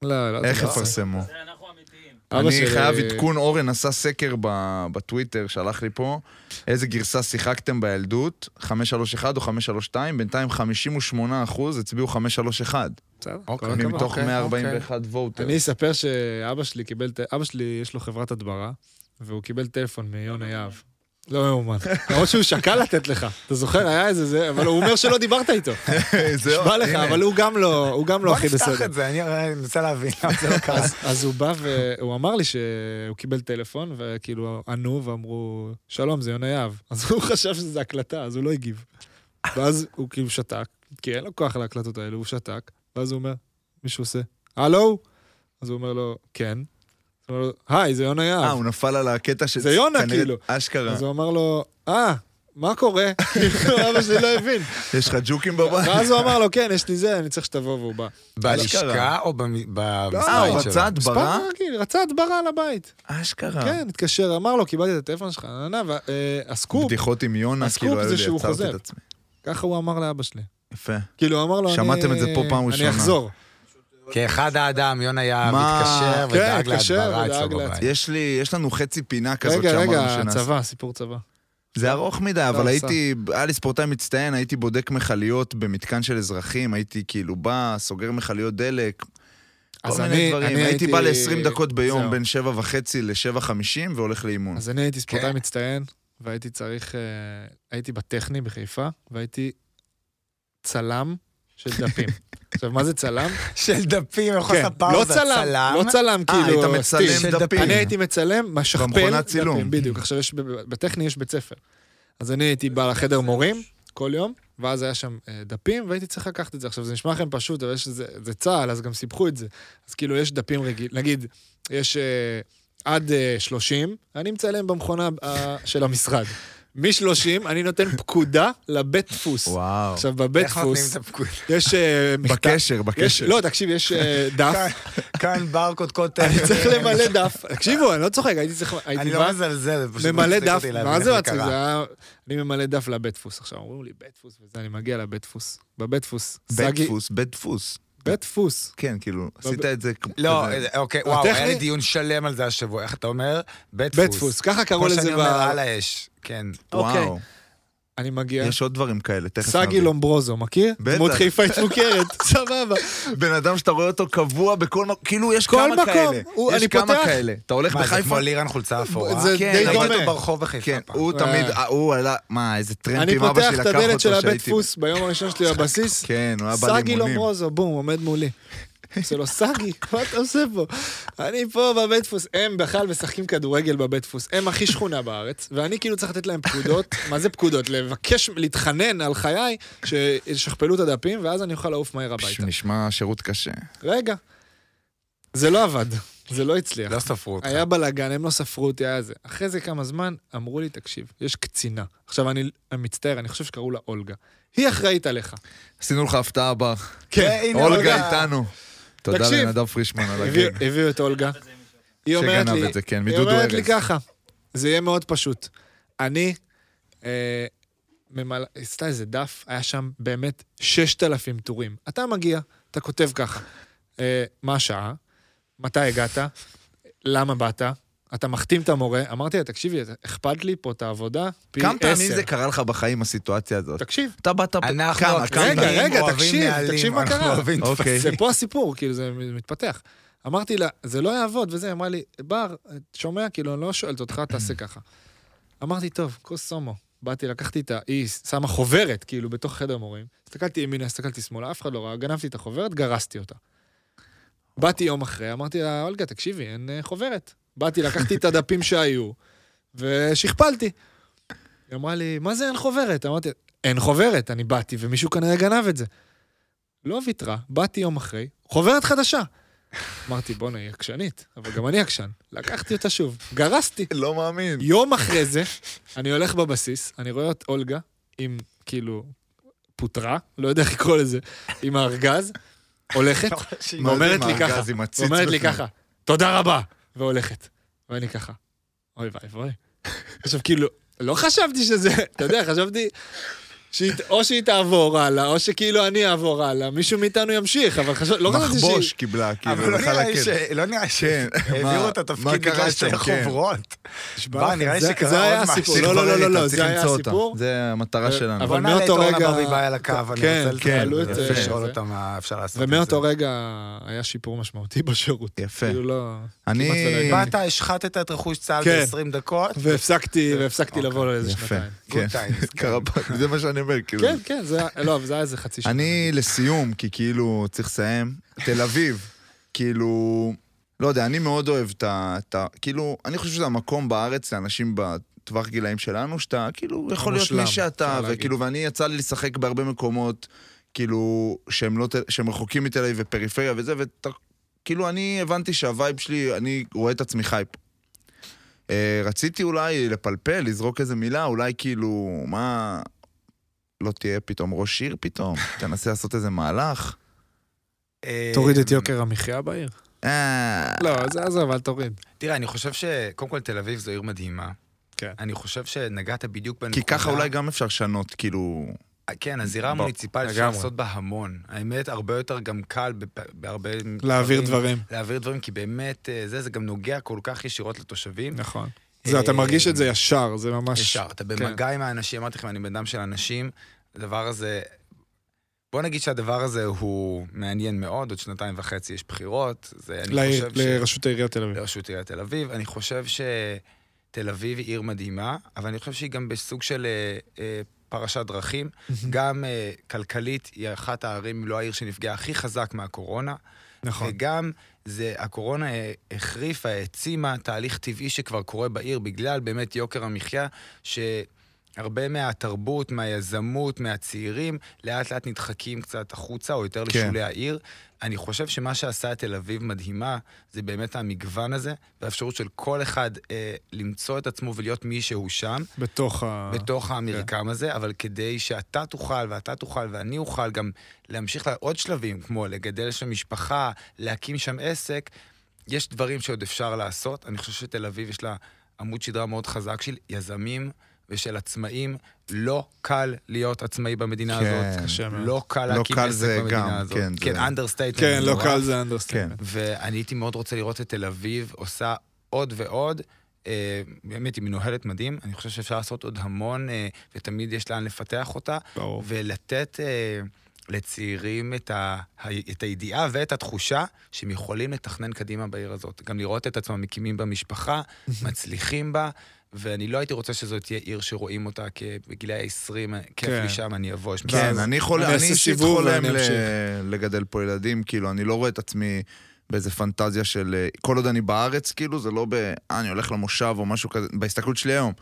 Speaker 3: לא, לא,
Speaker 1: איך
Speaker 3: זה לא עושה.
Speaker 1: יפרסמו?
Speaker 3: אבא אה,
Speaker 1: אני
Speaker 3: שלי-
Speaker 1: חייב עדכון, אורן עשה סקר ב- בטוויטר, שלח לי פה, איזה גרסה שיחקתם בילדות, 531 או 532, בינתיים 58 אחוז הצביעו 531,
Speaker 3: בסדר,
Speaker 4: אוקיי.
Speaker 3: כל הכבוד.
Speaker 1: מתוך
Speaker 4: אוקיי,
Speaker 1: 141 ווטר. (laughs)
Speaker 3: אני אספר שאבא שלי קיבל, ט- אבא שלי יש לו חברת הדברה, והוא קיבל טלפון מיונה יהב.
Speaker 1: (laughs)
Speaker 3: לא מאומן. למרות שהוא שקל לתת לך. אתה זוכר, היה איזה זה, אבל הוא אומר שלא דיברת איתו.
Speaker 1: (laughs) זהו,
Speaker 3: נשבע לך,
Speaker 1: הנה.
Speaker 3: אבל הוא גם לא, הוא גם לא
Speaker 4: בוא
Speaker 3: הכי
Speaker 4: נפתח
Speaker 3: בסדר.
Speaker 4: את זה, אני אני מנסה להבין למה זה לא
Speaker 3: (laughs)
Speaker 4: קרה.
Speaker 3: אז- אז הוא בא והוא אמר לי שהוא קיבל טלפון, וכאילו ענו ואמרו, שלום, זה יונה יהב. אז הוא (laughs) חשב שזה הקלטה, אז הוא לא הגיב. ואז הוא כאילו שתק, כי אין לו כוח להקלטות האלה, הוא שתק, ואז הוא אומר, מישהו עושה, הלו? אז הוא אומר לו, כן. אז הוא אומר לו, היי, זה יונה
Speaker 1: אה,
Speaker 3: יהב.
Speaker 1: הוא נפל על הקטע של...
Speaker 3: זה יונה,
Speaker 1: כנראה-
Speaker 3: כאילו.
Speaker 1: אשכרה.
Speaker 3: אז הוא אמר לו, אה, מה קורה? כאילו, (laughs) אבא שלי לא הבין.
Speaker 1: יש לך ג'וקים בבית?
Speaker 3: ואז הוא אמר לו, כן, יש לי זה, אני צריך שתבוא, והוא בא.
Speaker 4: לא בלשכה או במ-
Speaker 1: אה,
Speaker 4: במשרד
Speaker 1: הוא
Speaker 4: שלו?
Speaker 1: רצה הדברה?
Speaker 3: מספר רגיל, רצה הדברה לבית.
Speaker 1: אשכרה.
Speaker 3: כן, התקשר, אמר לו, קיבלתי את הטלפון שלך, נהנה, והסקופ,
Speaker 1: בדיחות עם יונה,
Speaker 3: הסקופ
Speaker 1: כאילו,
Speaker 3: זה
Speaker 1: היו לי,
Speaker 3: שהוא
Speaker 1: עצרתי
Speaker 3: חוזר.
Speaker 1: את עצמי.
Speaker 3: ככה הוא אמר לאבא שלי.
Speaker 1: יפה.
Speaker 3: כאילו, הוא אמר לו, אני...
Speaker 1: שמעתם את זה פה פעם ראשונה.
Speaker 3: אני אחזור.
Speaker 4: כאחד האדם, יונה יהב
Speaker 1: מה?
Speaker 4: התקשר
Speaker 3: כן,
Speaker 4: ודאג
Speaker 3: התקשר
Speaker 4: להדברה
Speaker 3: ודאג
Speaker 4: אצלו
Speaker 3: לה-
Speaker 4: בבית.
Speaker 1: יש לי, יש לנו חצי פינה כזאת
Speaker 3: רגע,
Speaker 1: שאמרנו
Speaker 3: רגע,
Speaker 1: שנעשה.
Speaker 3: צבא, סיפור צבא.
Speaker 1: זה ארוך מדי, אבל
Speaker 3: לא,
Speaker 1: הייתי, היה לי ספורטאי מצטיין, הייתי בודק מכליות במתקן של אזרחים, הייתי כאילו בא, סוגר מכליות דלק, כל
Speaker 3: אז
Speaker 1: מיני
Speaker 3: אני,
Speaker 1: דברים.
Speaker 3: אני
Speaker 1: הייתי
Speaker 3: הייתי...
Speaker 1: בא ל-20 דקות ביום,
Speaker 3: זהו.
Speaker 1: בין 7 וחצי ל-7 50, והולך לאימון.
Speaker 3: אז אני הייתי ספורטאי
Speaker 4: כן.
Speaker 3: מצטיין, והייתי צריך... אה, הייתי בטכני בחיפה, והייתי צלם של
Speaker 1: (laughs)
Speaker 3: דפים. עכשיו, מה זה צלם?
Speaker 4: (laughs) של דפים, יכול לעשות
Speaker 3: לא
Speaker 4: פאוזה,
Speaker 3: צלם, לא צלם,
Speaker 1: אה,
Speaker 3: כאילו...
Speaker 1: היית מצלם
Speaker 3: סטיל.
Speaker 1: דפים.
Speaker 3: אני הייתי מצלם, משכפל
Speaker 1: במכונת צילום.
Speaker 3: דפים, בדיוק. עכשיו, יש, ב- בטכני יש בית ספר. אז אני הייתי בא לחדר מורים כל יום, ואז היה שם אה, דפים, והייתי צריך לקחת את זה. עכשיו, זה נשמע לכם פשוט, אבל יש, זה, זה צה"ל, אז גם סיפחו את זה. אז כאילו, יש דפים רגיל, נגיד, יש אה, עד אה, 30, אני מצלם במכונה אה, של המשרד. מ-30, אני נותן פקודה לבית דפוס.
Speaker 1: וואו.
Speaker 3: עכשיו, בבית
Speaker 4: איך נותנים את
Speaker 3: דפוס
Speaker 4: הפקוד?
Speaker 3: יש אה, מכתב...
Speaker 1: בקשר,
Speaker 3: יש,
Speaker 1: בקשר.
Speaker 3: לא, תקשיב, יש אה, דף,
Speaker 4: (laughs) כאן ברקוד קוטר.
Speaker 3: אני צריך למלא דף. תקשיבו, אני לא צוחק, הייתי צריך... הייתי
Speaker 4: אני
Speaker 3: בא-
Speaker 4: לא מזלזל, זה פשוט
Speaker 3: ממלא
Speaker 4: מצחיק
Speaker 3: דף,
Speaker 4: אותי להבין
Speaker 3: מה
Speaker 4: איך
Speaker 3: זה מצחיק?
Speaker 4: קרה.
Speaker 3: זה היה... אני ממלא דף לבית דפוס. עכשיו אומרים לי, בית דפוס וזה, אני מגיע לבית דפוס. בבית דפוס.
Speaker 1: בית
Speaker 3: סגי-
Speaker 1: דפוס, בית דפוס.
Speaker 3: בית דפוס.
Speaker 1: כן, כאילו, עשית את זה כמו...
Speaker 4: לא,
Speaker 1: כזה.
Speaker 4: אוקיי, וואו, היה לי
Speaker 3: הטכני?
Speaker 4: דיון שלם על זה השבוע. איך אתה אומר? בית דפוס.
Speaker 3: בית דפוס. ככה קראו
Speaker 4: כמו
Speaker 3: לזה
Speaker 4: שאני
Speaker 3: ב...
Speaker 4: אומר, על האש. כן.
Speaker 3: אוקיי. כן.
Speaker 1: וואו.
Speaker 3: אני מגיע.
Speaker 1: יש עוד דברים כאלה, תכף
Speaker 3: סגי
Speaker 1: נבין.
Speaker 3: לומברוזו, מכיר?
Speaker 1: בטח.
Speaker 3: דמות חיפאית
Speaker 4: (laughs)
Speaker 3: מוכרת, סבבה.
Speaker 1: בן אדם שאתה רואה אותו קבוע בכל מקום, כאילו יש
Speaker 3: כל
Speaker 1: כמה
Speaker 3: מקום.
Speaker 1: כאלה.
Speaker 3: הוא-
Speaker 1: יש
Speaker 3: אני
Speaker 1: כמה
Speaker 3: פותח.
Speaker 1: כאלה. אתה הולך
Speaker 4: מה, זה
Speaker 1: בחיפה,
Speaker 4: כמו לירן חולצה אפורה?
Speaker 3: זה
Speaker 1: כן,
Speaker 3: די
Speaker 1: אבל-
Speaker 4: ראיתי
Speaker 3: דומה.
Speaker 4: אותו ברחוב בחיפה
Speaker 1: כן,
Speaker 4: פעם.
Speaker 1: הוא תמיד,
Speaker 3: אה.
Speaker 1: הוא עלה, מה, איזה
Speaker 3: אני
Speaker 1: טרמפים אבא
Speaker 3: פותח
Speaker 1: שלי לקח
Speaker 3: את
Speaker 1: אותו
Speaker 3: הדלת של הבית
Speaker 1: כשהייתי-
Speaker 3: דפוס ביום הראשון שלי בבסיס.
Speaker 1: כן, הוא היה בא
Speaker 3: סגי
Speaker 1: לאימונים.
Speaker 3: לומרוזו, בום, עומד מולי. עושה לו, סגי, מה אתה עושה פה? אני פה בבית דפוס. הם בכלל משחקים כדורגל בבית דפוס. הם הכי שכונה בארץ, ואני כאילו צריך לתת להם
Speaker 1: (laughs)
Speaker 3: פקודות. מה זה פקודות? לבקש, להתחנן על חיי, שישכפלו את הדפים, ואז אני אוכל לעוף מהר
Speaker 1: פש,
Speaker 3: הביתה.
Speaker 1: נשמע שירות קשה.
Speaker 3: רגע. זה לא עבד, זה לא הצליח.
Speaker 4: לא ספרו אותך.
Speaker 3: היה בלאגן, הם לא ספרו אותי, היה זה. אחרי זה כמה זמן, אמרו לי, תקשיב, יש קצינה. עכשיו, אני אני מצטער, אני חושב שקראו לה אולגה. היא אחראית עליך.
Speaker 1: עשינו לך הפתעה הבאה.
Speaker 4: כן, הנה,
Speaker 1: אולגה איתנו. תודה
Speaker 3: תקשיב.
Speaker 1: לנדב פרישמן על
Speaker 3: הביאו-
Speaker 1: הגג.
Speaker 3: הביאו את אולגה. היא אומרת
Speaker 1: שגנב
Speaker 3: לי,
Speaker 1: את זה, כן,
Speaker 3: היא
Speaker 1: מדודו ארז.
Speaker 3: אומרת לי ככה, זה יהיה מאוד פשוט. אני, אה, ממלא, עשתה איזה דף, היה שם באמת 6,000 טורים. אתה מגיע, אתה כותב ככה, אה, מה השעה, מתי הגעת, למה באת, אתה מחתים את המורה, אמרתי לה, תקשיבי, אכפת לי פה את העבודה, פי
Speaker 1: כמה פעמים
Speaker 3: עשר."
Speaker 1: זה קרה לך בחיים, הסיטואציה הזאת?
Speaker 3: תקשיב,
Speaker 1: אתה באת...
Speaker 4: אנחנו
Speaker 1: כמה, כמה?
Speaker 4: הקטנים
Speaker 3: רגע, לא, רגע,
Speaker 4: אוהבים
Speaker 3: תקשיב,
Speaker 4: נהלים,
Speaker 3: תקשיב מה
Speaker 4: אנחנו
Speaker 3: קרה.
Speaker 4: אוהבים
Speaker 1: אוקיי.
Speaker 4: טפסים.
Speaker 3: זה פה הסיפור, כאילו, זה מתפתח. אמרתי לה, זה לא יעבוד, וזה, היא אמרה לי, בר, את שומע? כאילו, אני לא שואלת אותך, תעשה ככה. אמרתי, טוב, כוס סומו. באתי, לקחתי את ה... היא שמה חוברת, כאילו, בתוך חדר מורים. הסתכלתי ימינה, הסתכלתי שמאלה, אף אחד לא ראה, גנבתי את החוברת, גרסתי אותה. באתי יום אחרי, אמרתי לה, אולגה, תקשיבי, אין אה, חוברת. באתי, לקחתי את הדפים שהיו, ושכפלתי. היא אמרה לי, מה זה אין חוברת? אמרתי, אין חוברת, אני באתי, ומישהו כנראה גנב את זה. לא ויתרה, באתי יום אחרי, חוברת חדשה. אמרתי, בואנה, היא עקשנית, אבל גם אני עקשן. לקחתי אותה שוב, גרסתי.
Speaker 1: לא מאמין.
Speaker 3: יום אחרי זה, אני הולך בבסיס, אני רואה את אולגה עם, כאילו, פוטרה, לא יודע איך לקרוא לזה, עם הארגז,
Speaker 4: לא,
Speaker 3: הולכת, ואומרת לי ככה,
Speaker 1: הארגז עם הציץ
Speaker 3: ואומרת לי
Speaker 1: בפנים.
Speaker 3: ככה, תודה רבה, והולכת. ואני ככה, אוי ואבוי. עכשיו, כאילו, לא חשבתי שזה, אתה יודע, חשבתי... שהיא- או שהיא תעבור הלאה, או שכאילו אני אעבור הלאה, מישהו מאיתנו ימשיך, אבל חשב... לא חשבתי שהיא...
Speaker 1: מחבוש קיבלה, כאילו,
Speaker 4: אבל לא נראה לי
Speaker 1: לחלקת.
Speaker 4: ש... לא נראה לי
Speaker 1: כן,
Speaker 4: שהעבירו
Speaker 1: מה-
Speaker 4: את
Speaker 1: מה
Speaker 4: התפקיד
Speaker 1: קרה
Speaker 4: בגלל
Speaker 1: שם,
Speaker 4: שתי
Speaker 1: כן.
Speaker 4: חוברות.
Speaker 3: נשבע
Speaker 4: מה,
Speaker 3: לכם,
Speaker 4: נראה לי
Speaker 3: זה-
Speaker 4: שקרה
Speaker 3: זה היה
Speaker 4: עוד משהו.
Speaker 3: הסיפור. לא, לא, לא, לא, לא,
Speaker 1: צריך
Speaker 3: זה היה
Speaker 1: למצוא אותה.
Speaker 3: הסיפור.
Speaker 1: זה המטרה
Speaker 3: אה,
Speaker 1: שלנו.
Speaker 3: אבל
Speaker 4: בוא נעלה את
Speaker 3: מאותו
Speaker 4: אורנה
Speaker 3: רגע-
Speaker 4: ברביבאי על הקו, אני
Speaker 3: כן,
Speaker 4: רוצה
Speaker 1: כן,
Speaker 3: תעלו את,
Speaker 1: יפה.
Speaker 3: אה,
Speaker 4: לשאול
Speaker 3: זה.
Speaker 4: אותה מה אפשר לעשות. עם זה.
Speaker 3: ומאותו רגע היה שיפור משמעותי בשירות.
Speaker 1: יפה.
Speaker 3: כאילו לא...
Speaker 1: אני-
Speaker 3: כמעט ולא הגעתי.
Speaker 4: באת, השחטת את רכוש צה"ל
Speaker 3: כן.
Speaker 4: ב-20 דקות.
Speaker 3: והפסקתי, והפסקתי לבוא לאיזה
Speaker 1: יפה.
Speaker 3: לא, שנתיים.
Speaker 1: כן.
Speaker 4: Good
Speaker 1: (laughs)
Speaker 4: times.
Speaker 1: קרה פה- זה מה שאני אומר, כאילו.
Speaker 3: כן, כן, זה היה, לא, אבל זה היה איזה חצי שנה.
Speaker 1: אני לסיום, כי כאילו צריך לסיים, תל אביב, כאילו, לא יודע, אני מאוד אוהב את ה... את ה- כאילו, אני חושב שזה המקום בארץ לאנשים בטווח גילאים שלנו, שאתה כאילו יכול להיות מי
Speaker 3: מושלם,
Speaker 1: שאתה,
Speaker 3: אפשר להגיד.
Speaker 1: וכאילו, ואני יצא לי לשחק בהרבה מקומות, כאילו, שהם, לא, ת- שהם רחוקים מתל אביב ופריפריה וזה, ואתה... כאילו, אני הבנתי שהווייב שלי, אני רואה את עצמי חייפ. אה, רציתי אולי לפלפל, לזרוק איזה מילה, אולי כאילו, מה... לא תהיה פתאום ראש עיר פתאום? (laughs) תנסה לעשות איזה מהלך?
Speaker 4: אה,
Speaker 3: תוריד את יוקר המחיה בעיר?
Speaker 1: אה,
Speaker 3: לא, זה עזוב, אל תוריד.
Speaker 4: תראה, אני חושב ש... קודם כל, תל אביב זו עיר מדהימה.
Speaker 3: כן.
Speaker 4: אני חושב שנגעת בדיוק בנקודה.
Speaker 1: כי ככה אולי גם אפשר לשנות, כאילו...
Speaker 4: כן, הזירה
Speaker 1: בוא,
Speaker 4: המוניציפלית אפשר
Speaker 3: לגמרי.
Speaker 4: לעשות בה המון. האמת, הרבה יותר גם קל בפ- בהרבה...
Speaker 3: להעביר דברים.
Speaker 4: להעביר דברים, כי באמת, אה, זה, זה גם נוגע כל כך ישירות לתושבים.
Speaker 3: נכון. זה, אתה מרגיש את זה ישר, זה ממש...
Speaker 4: ישר, אתה במגע עם האנשים, אמרתי לכם, אני בן אדם של אנשים, הדבר הזה... בוא נגיד שהדבר הזה הוא מעניין מאוד, עוד שנתיים וחצי יש בחירות, זה אני
Speaker 3: לעיר-
Speaker 4: חושב ש...
Speaker 3: לרשות העיריית תל אביב.
Speaker 4: לרשות עיריית תל אביב. אני חושב שתל אביב היא עיר מדהימה, אבל אני חושב שהיא גם בסוג של אה, אה, פרשת דרכים. גם אה, כלכלית היא אחת הערים, אם לא העיר שנפגעה הכי חזק מהקורונה.
Speaker 3: נכון.
Speaker 4: וגם זה, הקורונה אה, החריפה, העצימה תהליך טבעי שכבר קורה בעיר בגלל באמת יוקר המחיה, שהרבה מהתרבות, מהיזמות, מהצעירים, לאט לאט נדחקים קצת החוצה או יותר
Speaker 1: כן.
Speaker 4: לשולי העיר. אני חושב שמה שעשה את תל אביב מדהימה, זה באמת המגוון הזה, והאפשרות של כל אחד אה, למצוא את עצמו ולהיות מי שהוא שם.
Speaker 3: בתוך ה...
Speaker 4: בתוך המרקם הזה, אבל כדי שאתה תוכל ואתה תוכל ואני אוכל גם להמשיך לעוד שלבים, כמו לגדל שם משפחה, להקים שם עסק, יש דברים שעוד אפשר לעשות. אני חושב שתל אביב יש לה עמוד שדרה מאוד חזק של יזמים ושל עצמאים. לא קל להיות עצמאי במדינה
Speaker 1: כן.
Speaker 4: הזאת.
Speaker 3: קשה מאוד.
Speaker 4: לא קל
Speaker 1: לא
Speaker 4: להקים
Speaker 1: קל
Speaker 4: עסק
Speaker 1: זה
Speaker 4: במדינה
Speaker 1: גם,
Speaker 4: הזאת.
Speaker 1: כן, זה-
Speaker 4: כן, אנדרסטייטמנט.
Speaker 3: כן, לא
Speaker 4: נורא.
Speaker 3: קל זה אנדרסטיימנט.
Speaker 4: ואני הייתי מאוד רוצה לראות את תל אביב עושה עוד ועוד. אה, באמת, היא מנוהלת מדהים, אני חושב שאפשר לעשות עוד המון, אה, ותמיד יש לאן לפתח אותה,
Speaker 3: ברור.
Speaker 4: ולתת אה, לצעירים את, ה, ה- את הידיעה ואת התחושה שהם יכולים לתכנן קדימה בעיר הזאת. גם לראות את עצמם מקימים בה משפחה, מצליחים בה, ואני לא הייתי רוצה שזאת תהיה עיר שרואים אותה כבגילי ה-20, כיף
Speaker 3: כן.
Speaker 4: לי שם, אני אבוא, יש
Speaker 1: כן,
Speaker 4: מזל.
Speaker 1: אני חולם,
Speaker 3: אני
Speaker 1: אני
Speaker 3: אעשה
Speaker 1: אישית
Speaker 3: סיבוב
Speaker 1: חולם
Speaker 3: ואני
Speaker 1: ל-
Speaker 3: אמשיך.
Speaker 1: לגדל פה ילדים, כאילו, אני לא רואה את עצמי באיזה פנטזיה של... אה, כל עוד אני בארץ, כאילו, זה לא ב... אה, אני הולך למושב או משהו כזה, בהסתכלות שלי היום.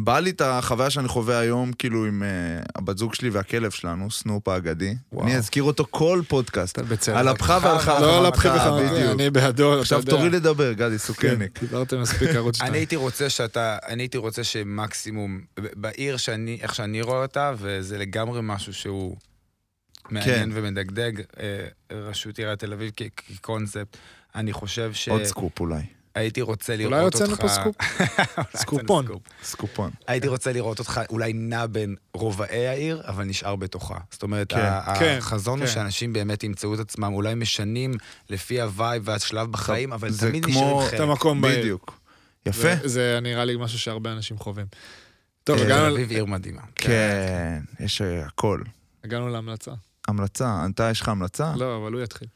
Speaker 1: בא לי את החוויה שאני חווה היום, כאילו, עם אה, הבת זוג שלי והכלב שלנו, סנופ האגדי. אני אזכיר אותו כל פודקאסט.
Speaker 3: בצדק.
Speaker 1: על אפך ועל חמתך.
Speaker 3: לא על אפך
Speaker 1: אתה-
Speaker 3: וחמתך,
Speaker 1: בדיוק.
Speaker 3: אני בעדו, אתה
Speaker 1: עכשיו
Speaker 3: יודע.
Speaker 1: תורי לדבר, גדי סוכניק.
Speaker 3: כן, דיברתם מספיק ערוץ
Speaker 4: (laughs) אני
Speaker 3: שתיים.
Speaker 4: הייתי רוצה שאתה, אני הייתי רוצה שמקסימום, ב- בעיר שאני, איך שאני רואה אותה, וזה לגמרי משהו שהוא מעניין
Speaker 1: כן.
Speaker 4: ומדגדג, אה, רשות עיריית תל אביב כ- כקונספט, אני חושב ש...
Speaker 1: עוד סקופ אולי.
Speaker 4: הייתי רוצה לראות
Speaker 3: אולי
Speaker 4: אותך...
Speaker 3: הוצאנו פה סקופ.
Speaker 4: אולי הוצאנו
Speaker 3: סקופון.
Speaker 4: סקופ.
Speaker 1: סקופון.
Speaker 4: הייתי רוצה לראות אותך אולי נע בין רובעי העיר, אבל נשאר בתוכה. זאת אומרת,
Speaker 1: כן,
Speaker 4: ה-
Speaker 3: כן,
Speaker 4: החזון הוא
Speaker 3: כן.
Speaker 4: שאנשים באמת ימצאו את עצמם, אולי משנים לפי הווייב והשלב בחיים, אבל
Speaker 1: זה
Speaker 4: תמיד
Speaker 1: כמו-
Speaker 4: נשארים
Speaker 3: את
Speaker 4: חלק.
Speaker 3: המקום בעיר.
Speaker 1: בדיוק. יפה.
Speaker 3: זה- זה נראה לי משהו שהרבה אנשים חווים. טוב,
Speaker 4: תל
Speaker 3: הגענו ל-
Speaker 4: אביב עיר מדהימה.
Speaker 1: כן, יש אה, הכל.
Speaker 3: הגענו להמלצה.
Speaker 1: המלצה, אתה, יש לך המלצה?
Speaker 3: לא, אבל הוא יתחיל.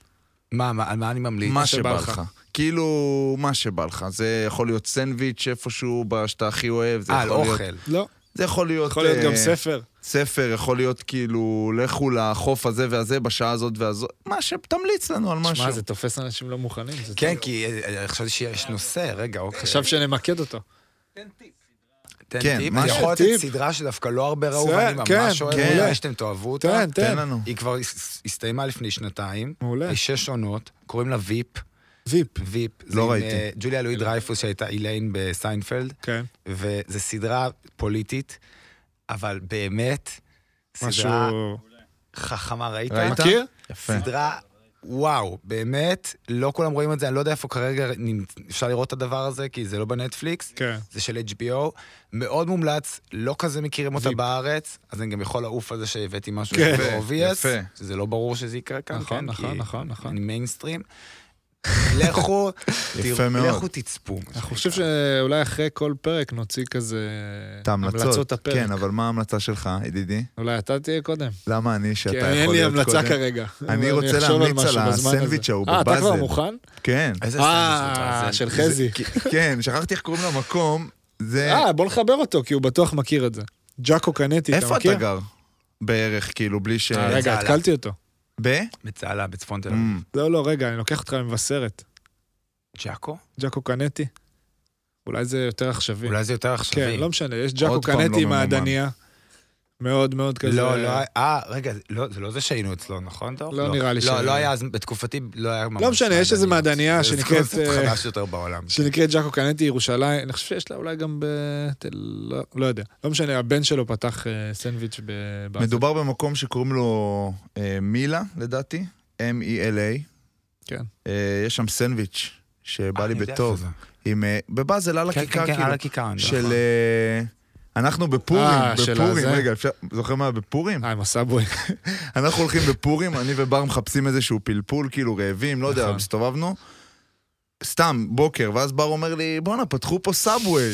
Speaker 4: מה, מה, על מה אני ממליץ?
Speaker 1: מה שבא לך. כאילו, מה שבא לך. זה יכול להיות סנדוויץ' איפשהו ב- שאתה הכי אוהב. זה
Speaker 4: אה, על
Speaker 1: יכול להיות-
Speaker 4: אוכל.
Speaker 3: לא,
Speaker 1: זה יכול להיות...
Speaker 3: יכול להיות
Speaker 1: אה,
Speaker 3: גם ספר.
Speaker 1: ספר, יכול להיות כאילו, לכו לחוף הזה והזה בשעה הזאת והזאת. מה ש... תמליץ לנו על משהו.
Speaker 3: שמע, זה תופס אנשים לא מוכנים. זה-
Speaker 4: כן, כי אה, חשבתי שיש נושא, רגע, אוקיי.
Speaker 3: חשב שנמקד אותו.
Speaker 4: תן
Speaker 1: כן,
Speaker 4: טיפ.
Speaker 1: מה
Speaker 4: אני יכול
Speaker 3: שטיפ?
Speaker 4: לתת סדרה שדווקא לא הרבה ראו,
Speaker 3: זה,
Speaker 4: ואני
Speaker 3: כן,
Speaker 4: ממש אוהב,
Speaker 1: כן.
Speaker 4: אולי שאתם תאהבו אותה.
Speaker 3: תן,
Speaker 1: תן
Speaker 3: תן.
Speaker 1: לנו.
Speaker 4: היא כבר הס- הסתיימה לפני שנתיים,
Speaker 3: מעולה.
Speaker 4: יש שש עונות, קוראים לה ויפ.
Speaker 3: ויפ.
Speaker 4: ויפ. זה
Speaker 1: לא
Speaker 4: עם,
Speaker 1: ראיתי.
Speaker 4: אה, ג'וליה לואי דרייפוס שהייתה איליין בסיינפלד,
Speaker 3: כן.
Speaker 4: וזו סדרה פוליטית, אבל באמת,
Speaker 3: משהו...
Speaker 4: סדרה חכמה, ראית?
Speaker 1: ראית?
Speaker 3: מכיר?
Speaker 1: יפה.
Speaker 4: סדרה, וואו, באמת, לא כולם רואים את זה, אני לא יודע איפה כרגע נמצ- אפשר לראות את הדבר הזה, כי זה לא בנטפליקס.
Speaker 3: כן.
Speaker 4: זה של HBO, מאוד מומלץ, לא כזה מכירים אותה
Speaker 3: ויפ.
Speaker 4: בארץ, אז אני גם יכול לעוף על זה שהבאתי משהו
Speaker 3: כן.
Speaker 4: שהוא אובייס,
Speaker 1: יפה.
Speaker 4: שזה לא ברור שזה יקרה כאן,
Speaker 3: נכון,
Speaker 4: כן,
Speaker 3: נכון,
Speaker 4: כי
Speaker 3: נכון, נכון.
Speaker 4: אני מיינסטרים. לכו,
Speaker 1: יפה
Speaker 4: תראו-
Speaker 1: מאוד.
Speaker 4: לכו תצפו. מה
Speaker 3: אני
Speaker 4: שנקרא.
Speaker 3: חושב שאולי אחרי כל פרק נוציא כזה...
Speaker 1: את ההמלצות.
Speaker 3: המלצות הפרק.
Speaker 1: כן, אבל מה ההמלצה שלך, ידידי?
Speaker 3: אולי אתה תהיה קודם.
Speaker 1: למה אני, שאתה
Speaker 3: כי
Speaker 1: יכול
Speaker 3: כן, אין לי
Speaker 1: להיות קודם?
Speaker 3: המלצה כרגע.
Speaker 1: אני רוצה
Speaker 3: אחשוב על
Speaker 1: להמליץ
Speaker 3: משהו
Speaker 1: על
Speaker 3: בזמן הזה.
Speaker 1: הסנדוויץ' ההוא
Speaker 3: אה, אתה כבר
Speaker 1: בבאזל.
Speaker 3: מוכן?
Speaker 1: כן.
Speaker 4: איזה סטנדרט זה
Speaker 3: אה,
Speaker 4: זה?
Speaker 3: של
Speaker 4: זה-
Speaker 3: חזי.
Speaker 1: כן, שכחתי איך קוראים למקום. זה...
Speaker 3: אה, בוא נחבר אותו, כי הוא בטוח מכיר את זה. ג'אקו קנטי, אתה
Speaker 1: איפה
Speaker 3: מכיר?
Speaker 1: אתה גר? בערך, כאילו, בלי ש...
Speaker 3: אה, רגע,
Speaker 4: יאללה.
Speaker 3: התקלתי אותו.
Speaker 1: ב?
Speaker 4: בצהלה, בצפון תל
Speaker 1: Mm,
Speaker 4: אביב.
Speaker 3: לא, לא, רגע, אני לוקח אותך למבשרת.
Speaker 4: ג'אקו?
Speaker 3: ג'אקו קנטי. אולי זה יותר עכשווי.
Speaker 4: אולי זה יותר
Speaker 3: כן,
Speaker 4: עכשווי.
Speaker 3: לא משנה, יש ג'אקו
Speaker 1: פעם לא
Speaker 3: קנטי
Speaker 1: ממומן.
Speaker 3: מהדניה. מאוד מאוד כזה.
Speaker 4: לא, לא, אה, רגע, לא, זה לא זה שהיינו אצלו, נכון, דור?
Speaker 3: לא נראה לי
Speaker 4: לא,
Speaker 3: שהיינו.
Speaker 4: לא היה, אז בתקופתי לא היה ממש...
Speaker 3: משנה, יש איזה
Speaker 4: מעדניות.
Speaker 3: מעדניה
Speaker 4: זה
Speaker 3: שנקראת,
Speaker 4: סקונספט
Speaker 3: אה,
Speaker 4: חדש יותר בעולם.
Speaker 3: שנקראת ג'אקו קנטי ירושלים, אני חושב שיש לה אולי גם בתל... לא- לא יודע. לא משנה, הבן שלו פתח אה, סנדוויץ' בבאזל.
Speaker 1: מדובר במקום שקוראים לו אה, מילה, לדעתי, M-E-L-A.
Speaker 3: כן.
Speaker 1: אה, יש שם סנדוויץ' שבא
Speaker 4: אה,
Speaker 1: לי
Speaker 4: אני יודע
Speaker 1: בטוב.
Speaker 4: איפה
Speaker 1: עם... אה, בבאזל, על
Speaker 4: זה. כן,
Speaker 1: הכיכר,
Speaker 4: כן, כן,
Speaker 1: כאילו.
Speaker 4: על הכיכר. אני
Speaker 1: של...
Speaker 4: זוכר.
Speaker 1: אה, אנחנו בפורים,
Speaker 3: אה, של
Speaker 1: בפורים,
Speaker 3: הזה.
Speaker 1: רגע, אפשר- זוכר מה היה בפורים?
Speaker 3: אה, עם הסאבווי.
Speaker 1: אנחנו הולכים בפורים, אני ובר מחפשים איזשהו פלפול, כאילו רעבים, לא יודע,
Speaker 3: נכון.
Speaker 1: הסתובבנו. סתם, בוקר, ואז בר אומר לי, בואנה, פתחו פה סאבווי.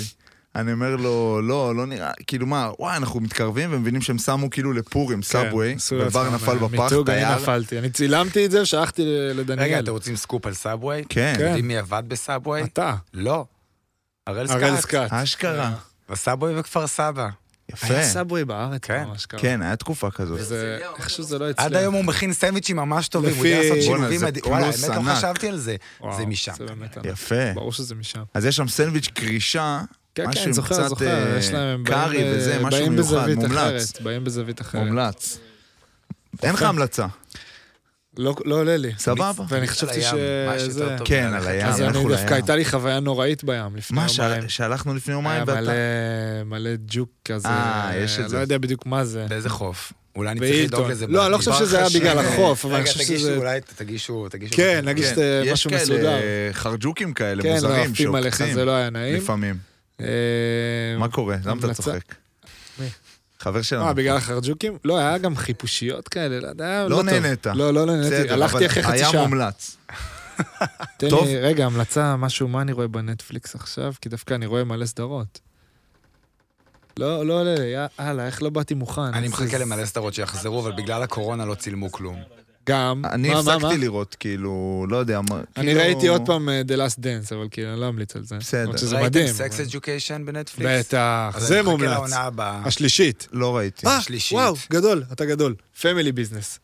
Speaker 1: אני אומר לו, לא, לא נראה, כאילו מה, וואי, אנחנו מתקרבים ומבינים שהם שמו כאילו לפורים סאבווי,
Speaker 3: כן, עשו
Speaker 1: ובר
Speaker 3: לעצמם,
Speaker 1: נפל
Speaker 3: אה,
Speaker 1: בפח,
Speaker 3: מיתוג, אני
Speaker 1: תייר.
Speaker 3: נפלתי. אני צילמתי את זה ושלחתי לדניאל.
Speaker 4: רגע, אתם רוצים סקופ על סאבווי? אתם
Speaker 1: כן,
Speaker 4: יודעים מי עבד בסאבווי?
Speaker 3: אתה,
Speaker 4: לא. הראל
Speaker 3: הראל
Speaker 4: סקאט.
Speaker 3: סקאט.
Speaker 1: אשכרה.
Speaker 4: בסאבווי בכפר סבא.
Speaker 3: אה, היה
Speaker 1: אה, יפה.
Speaker 3: סאבווי בארץ
Speaker 4: כן.
Speaker 3: ממש ככה.
Speaker 1: כן, היה תקופה כזאת.
Speaker 3: זה, איכשהו זה לא הצליח.
Speaker 4: עד היום הוא מכין סנדוויצ'ים ממש טובים, הוא
Speaker 3: לפי-
Speaker 4: יודע לעשות
Speaker 1: בואנה,
Speaker 4: שילובים
Speaker 1: זה
Speaker 4: מדהים. וואלה,
Speaker 1: פלוס
Speaker 4: האמת לא
Speaker 1: ענק.
Speaker 4: חשבתי על זה.
Speaker 3: וואו,
Speaker 4: זה משם.
Speaker 3: זה באמת ענק.
Speaker 1: יפה.
Speaker 3: ברור שזה משם.
Speaker 1: אז יש שם סנדוויץ' קרישה,
Speaker 3: כן,
Speaker 1: משהו
Speaker 3: כן,
Speaker 1: עם
Speaker 3: זוכר,
Speaker 1: קצת,
Speaker 3: זוכר,
Speaker 1: אה,
Speaker 3: יש להם...
Speaker 1: קארי
Speaker 3: באים,
Speaker 1: וזה,
Speaker 3: אה,
Speaker 1: משהו
Speaker 3: באים
Speaker 1: מיוחד,
Speaker 3: בזווית
Speaker 1: מומלץ.
Speaker 3: אחרת, אה. אוקיי. באים בזווית אחרת.
Speaker 1: מומלץ. אין לך המלצה,
Speaker 3: לא לא עולה לי.
Speaker 1: סבבה?
Speaker 3: ואני חשבתי
Speaker 4: על
Speaker 3: ש...
Speaker 4: הים, מה שיותר
Speaker 3: זה-
Speaker 4: טוב.
Speaker 1: כן, על הים,
Speaker 3: אז
Speaker 1: לכו
Speaker 3: אני
Speaker 1: לים.
Speaker 3: דווקא הייתה לי חוויה נוראית בים לפני
Speaker 1: מה,
Speaker 3: יומיים. אה,
Speaker 1: שה- שהלכנו לפני
Speaker 3: היה
Speaker 1: יומיים
Speaker 3: מלא,
Speaker 1: ואתה...
Speaker 3: מלא ג'וק כזה.
Speaker 1: אה, יש את זה. כן,
Speaker 3: לא יודע בדיוק מה זה.
Speaker 4: באיזה חוף? אולי אני צריך לדאוג
Speaker 3: בהילטון.
Speaker 4: לזה.
Speaker 3: לא, אני לא
Speaker 4: בעתיד.
Speaker 3: חושב שזה
Speaker 4: (laughs)
Speaker 3: היה
Speaker 1: השם.
Speaker 3: בגלל החוף, אבל אני
Speaker 4: רגע,
Speaker 3: חושב
Speaker 4: תגישו,
Speaker 3: שזה...
Speaker 4: אולי תגישו, תגישו.
Speaker 3: כן, נגיד
Speaker 1: כן,
Speaker 3: שזה
Speaker 1: יש
Speaker 3: משהו
Speaker 1: כאלה אה,
Speaker 3: מסודר.
Speaker 1: חרג'וקים כאלה,
Speaker 3: כן, לא
Speaker 1: מוזרים,
Speaker 3: עפים עליך,
Speaker 1: שעוקצים
Speaker 3: זה לא היה נעים.
Speaker 1: לפעמים.
Speaker 3: אה,
Speaker 1: מה קורה? למה אתה
Speaker 3: המלצה-
Speaker 1: צוחק?
Speaker 3: מי?
Speaker 1: חבר שלנו.
Speaker 3: אה, בגלל החרג'וקים? לא, היה גם חיפושיות כאלה, לא יודע,
Speaker 1: לא
Speaker 3: לא טוב.
Speaker 1: נהנית.
Speaker 3: לא, לא נהניתי,
Speaker 1: בסדר, אבל
Speaker 3: הלכתי אחרי חצי
Speaker 1: היה
Speaker 3: שעה.
Speaker 1: מומלץ.
Speaker 3: תן
Speaker 1: טוב.
Speaker 3: לי, רגע, המלצה, משהו, מה אני רואה בנטפליקס עכשיו? כי דווקא אני רואה מלא סדרות. לא, לא עולה לי, יא- הלאה, איך לא באתי מוכן?
Speaker 4: אני
Speaker 3: אז-
Speaker 4: מחכה למלא סדרות שיחזרו, אבל בגלל הקורונה לא צילמו כלום.
Speaker 3: גם,
Speaker 1: אני
Speaker 3: מה, מה, מה?
Speaker 1: הפסקתי לראות, כאילו, לא יודע מה.
Speaker 3: אני
Speaker 1: כאילו-
Speaker 3: ראיתי עוד פעם אה, The Last Dance, אבל כאילו, אני לא אמליץ על זה.
Speaker 1: בסדר.
Speaker 3: למרות שזה
Speaker 4: ראיתם
Speaker 3: מדהים.
Speaker 4: סקס
Speaker 3: אבל-
Speaker 4: אדיוקיישן בנטפליקס?
Speaker 3: בטח,
Speaker 4: אז
Speaker 3: זה
Speaker 4: אני מחכה
Speaker 3: מומלץ.
Speaker 4: לעונה הבאה.
Speaker 3: השלישית.
Speaker 1: לא ראיתי.
Speaker 3: אה,
Speaker 4: השלישית.
Speaker 3: וואו, גדול, אתה גדול. פמילי ביזנס.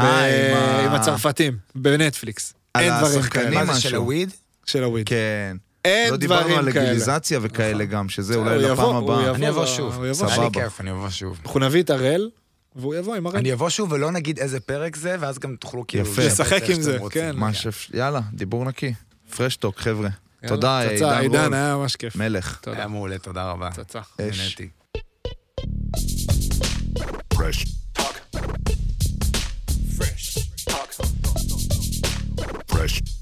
Speaker 1: אה, עם ה-
Speaker 3: עם הצרפתים, בנטפליקס.
Speaker 1: על
Speaker 3: אין דברים
Speaker 1: השחקנים?
Speaker 3: כאלה.
Speaker 4: מה זה, של
Speaker 1: משהו.
Speaker 4: הוויד?
Speaker 3: של הוויד.
Speaker 1: כן.
Speaker 3: אין
Speaker 1: לא דיברנו על
Speaker 3: דברים כאלה. נכון.
Speaker 1: לגליזציה וכאלה גם, שזה אולי
Speaker 3: הוא
Speaker 1: לפעם
Speaker 3: יבוא, הוא
Speaker 1: הבאה.
Speaker 3: יבוא.
Speaker 4: אני אבוא
Speaker 3: ב-
Speaker 4: שוב.
Speaker 3: הוא יבוא.
Speaker 4: היה לי
Speaker 1: סבבה.
Speaker 4: כיף, אני אבוא שוב.
Speaker 3: אנחנו נביא את הראל, והוא יבוא עם הראל.
Speaker 4: אני אבוא שוב ולא נגיד איזה פרק זה, ואז גם תוכלו כאילו...
Speaker 1: יפה.
Speaker 4: לשפץ
Speaker 3: לשחק
Speaker 4: איך
Speaker 3: עם
Speaker 4: שאתם
Speaker 3: זה,
Speaker 4: רוצים.
Speaker 3: כן.
Speaker 1: מה שאפשר, יאללה, דיבור נקי. פרשטוק, חבר'ה.
Speaker 3: יאללה,
Speaker 1: תודה,
Speaker 3: פצצה,
Speaker 1: עידן
Speaker 3: עידן, אה.
Speaker 1: רול.
Speaker 3: היה ממש כיף.
Speaker 1: מלך.
Speaker 3: תודה.
Speaker 4: היה מעולה, תודה רבה.
Speaker 3: פצצה.
Speaker 1: אש.
Speaker 4: נהניתי.
Speaker 6: Fresh.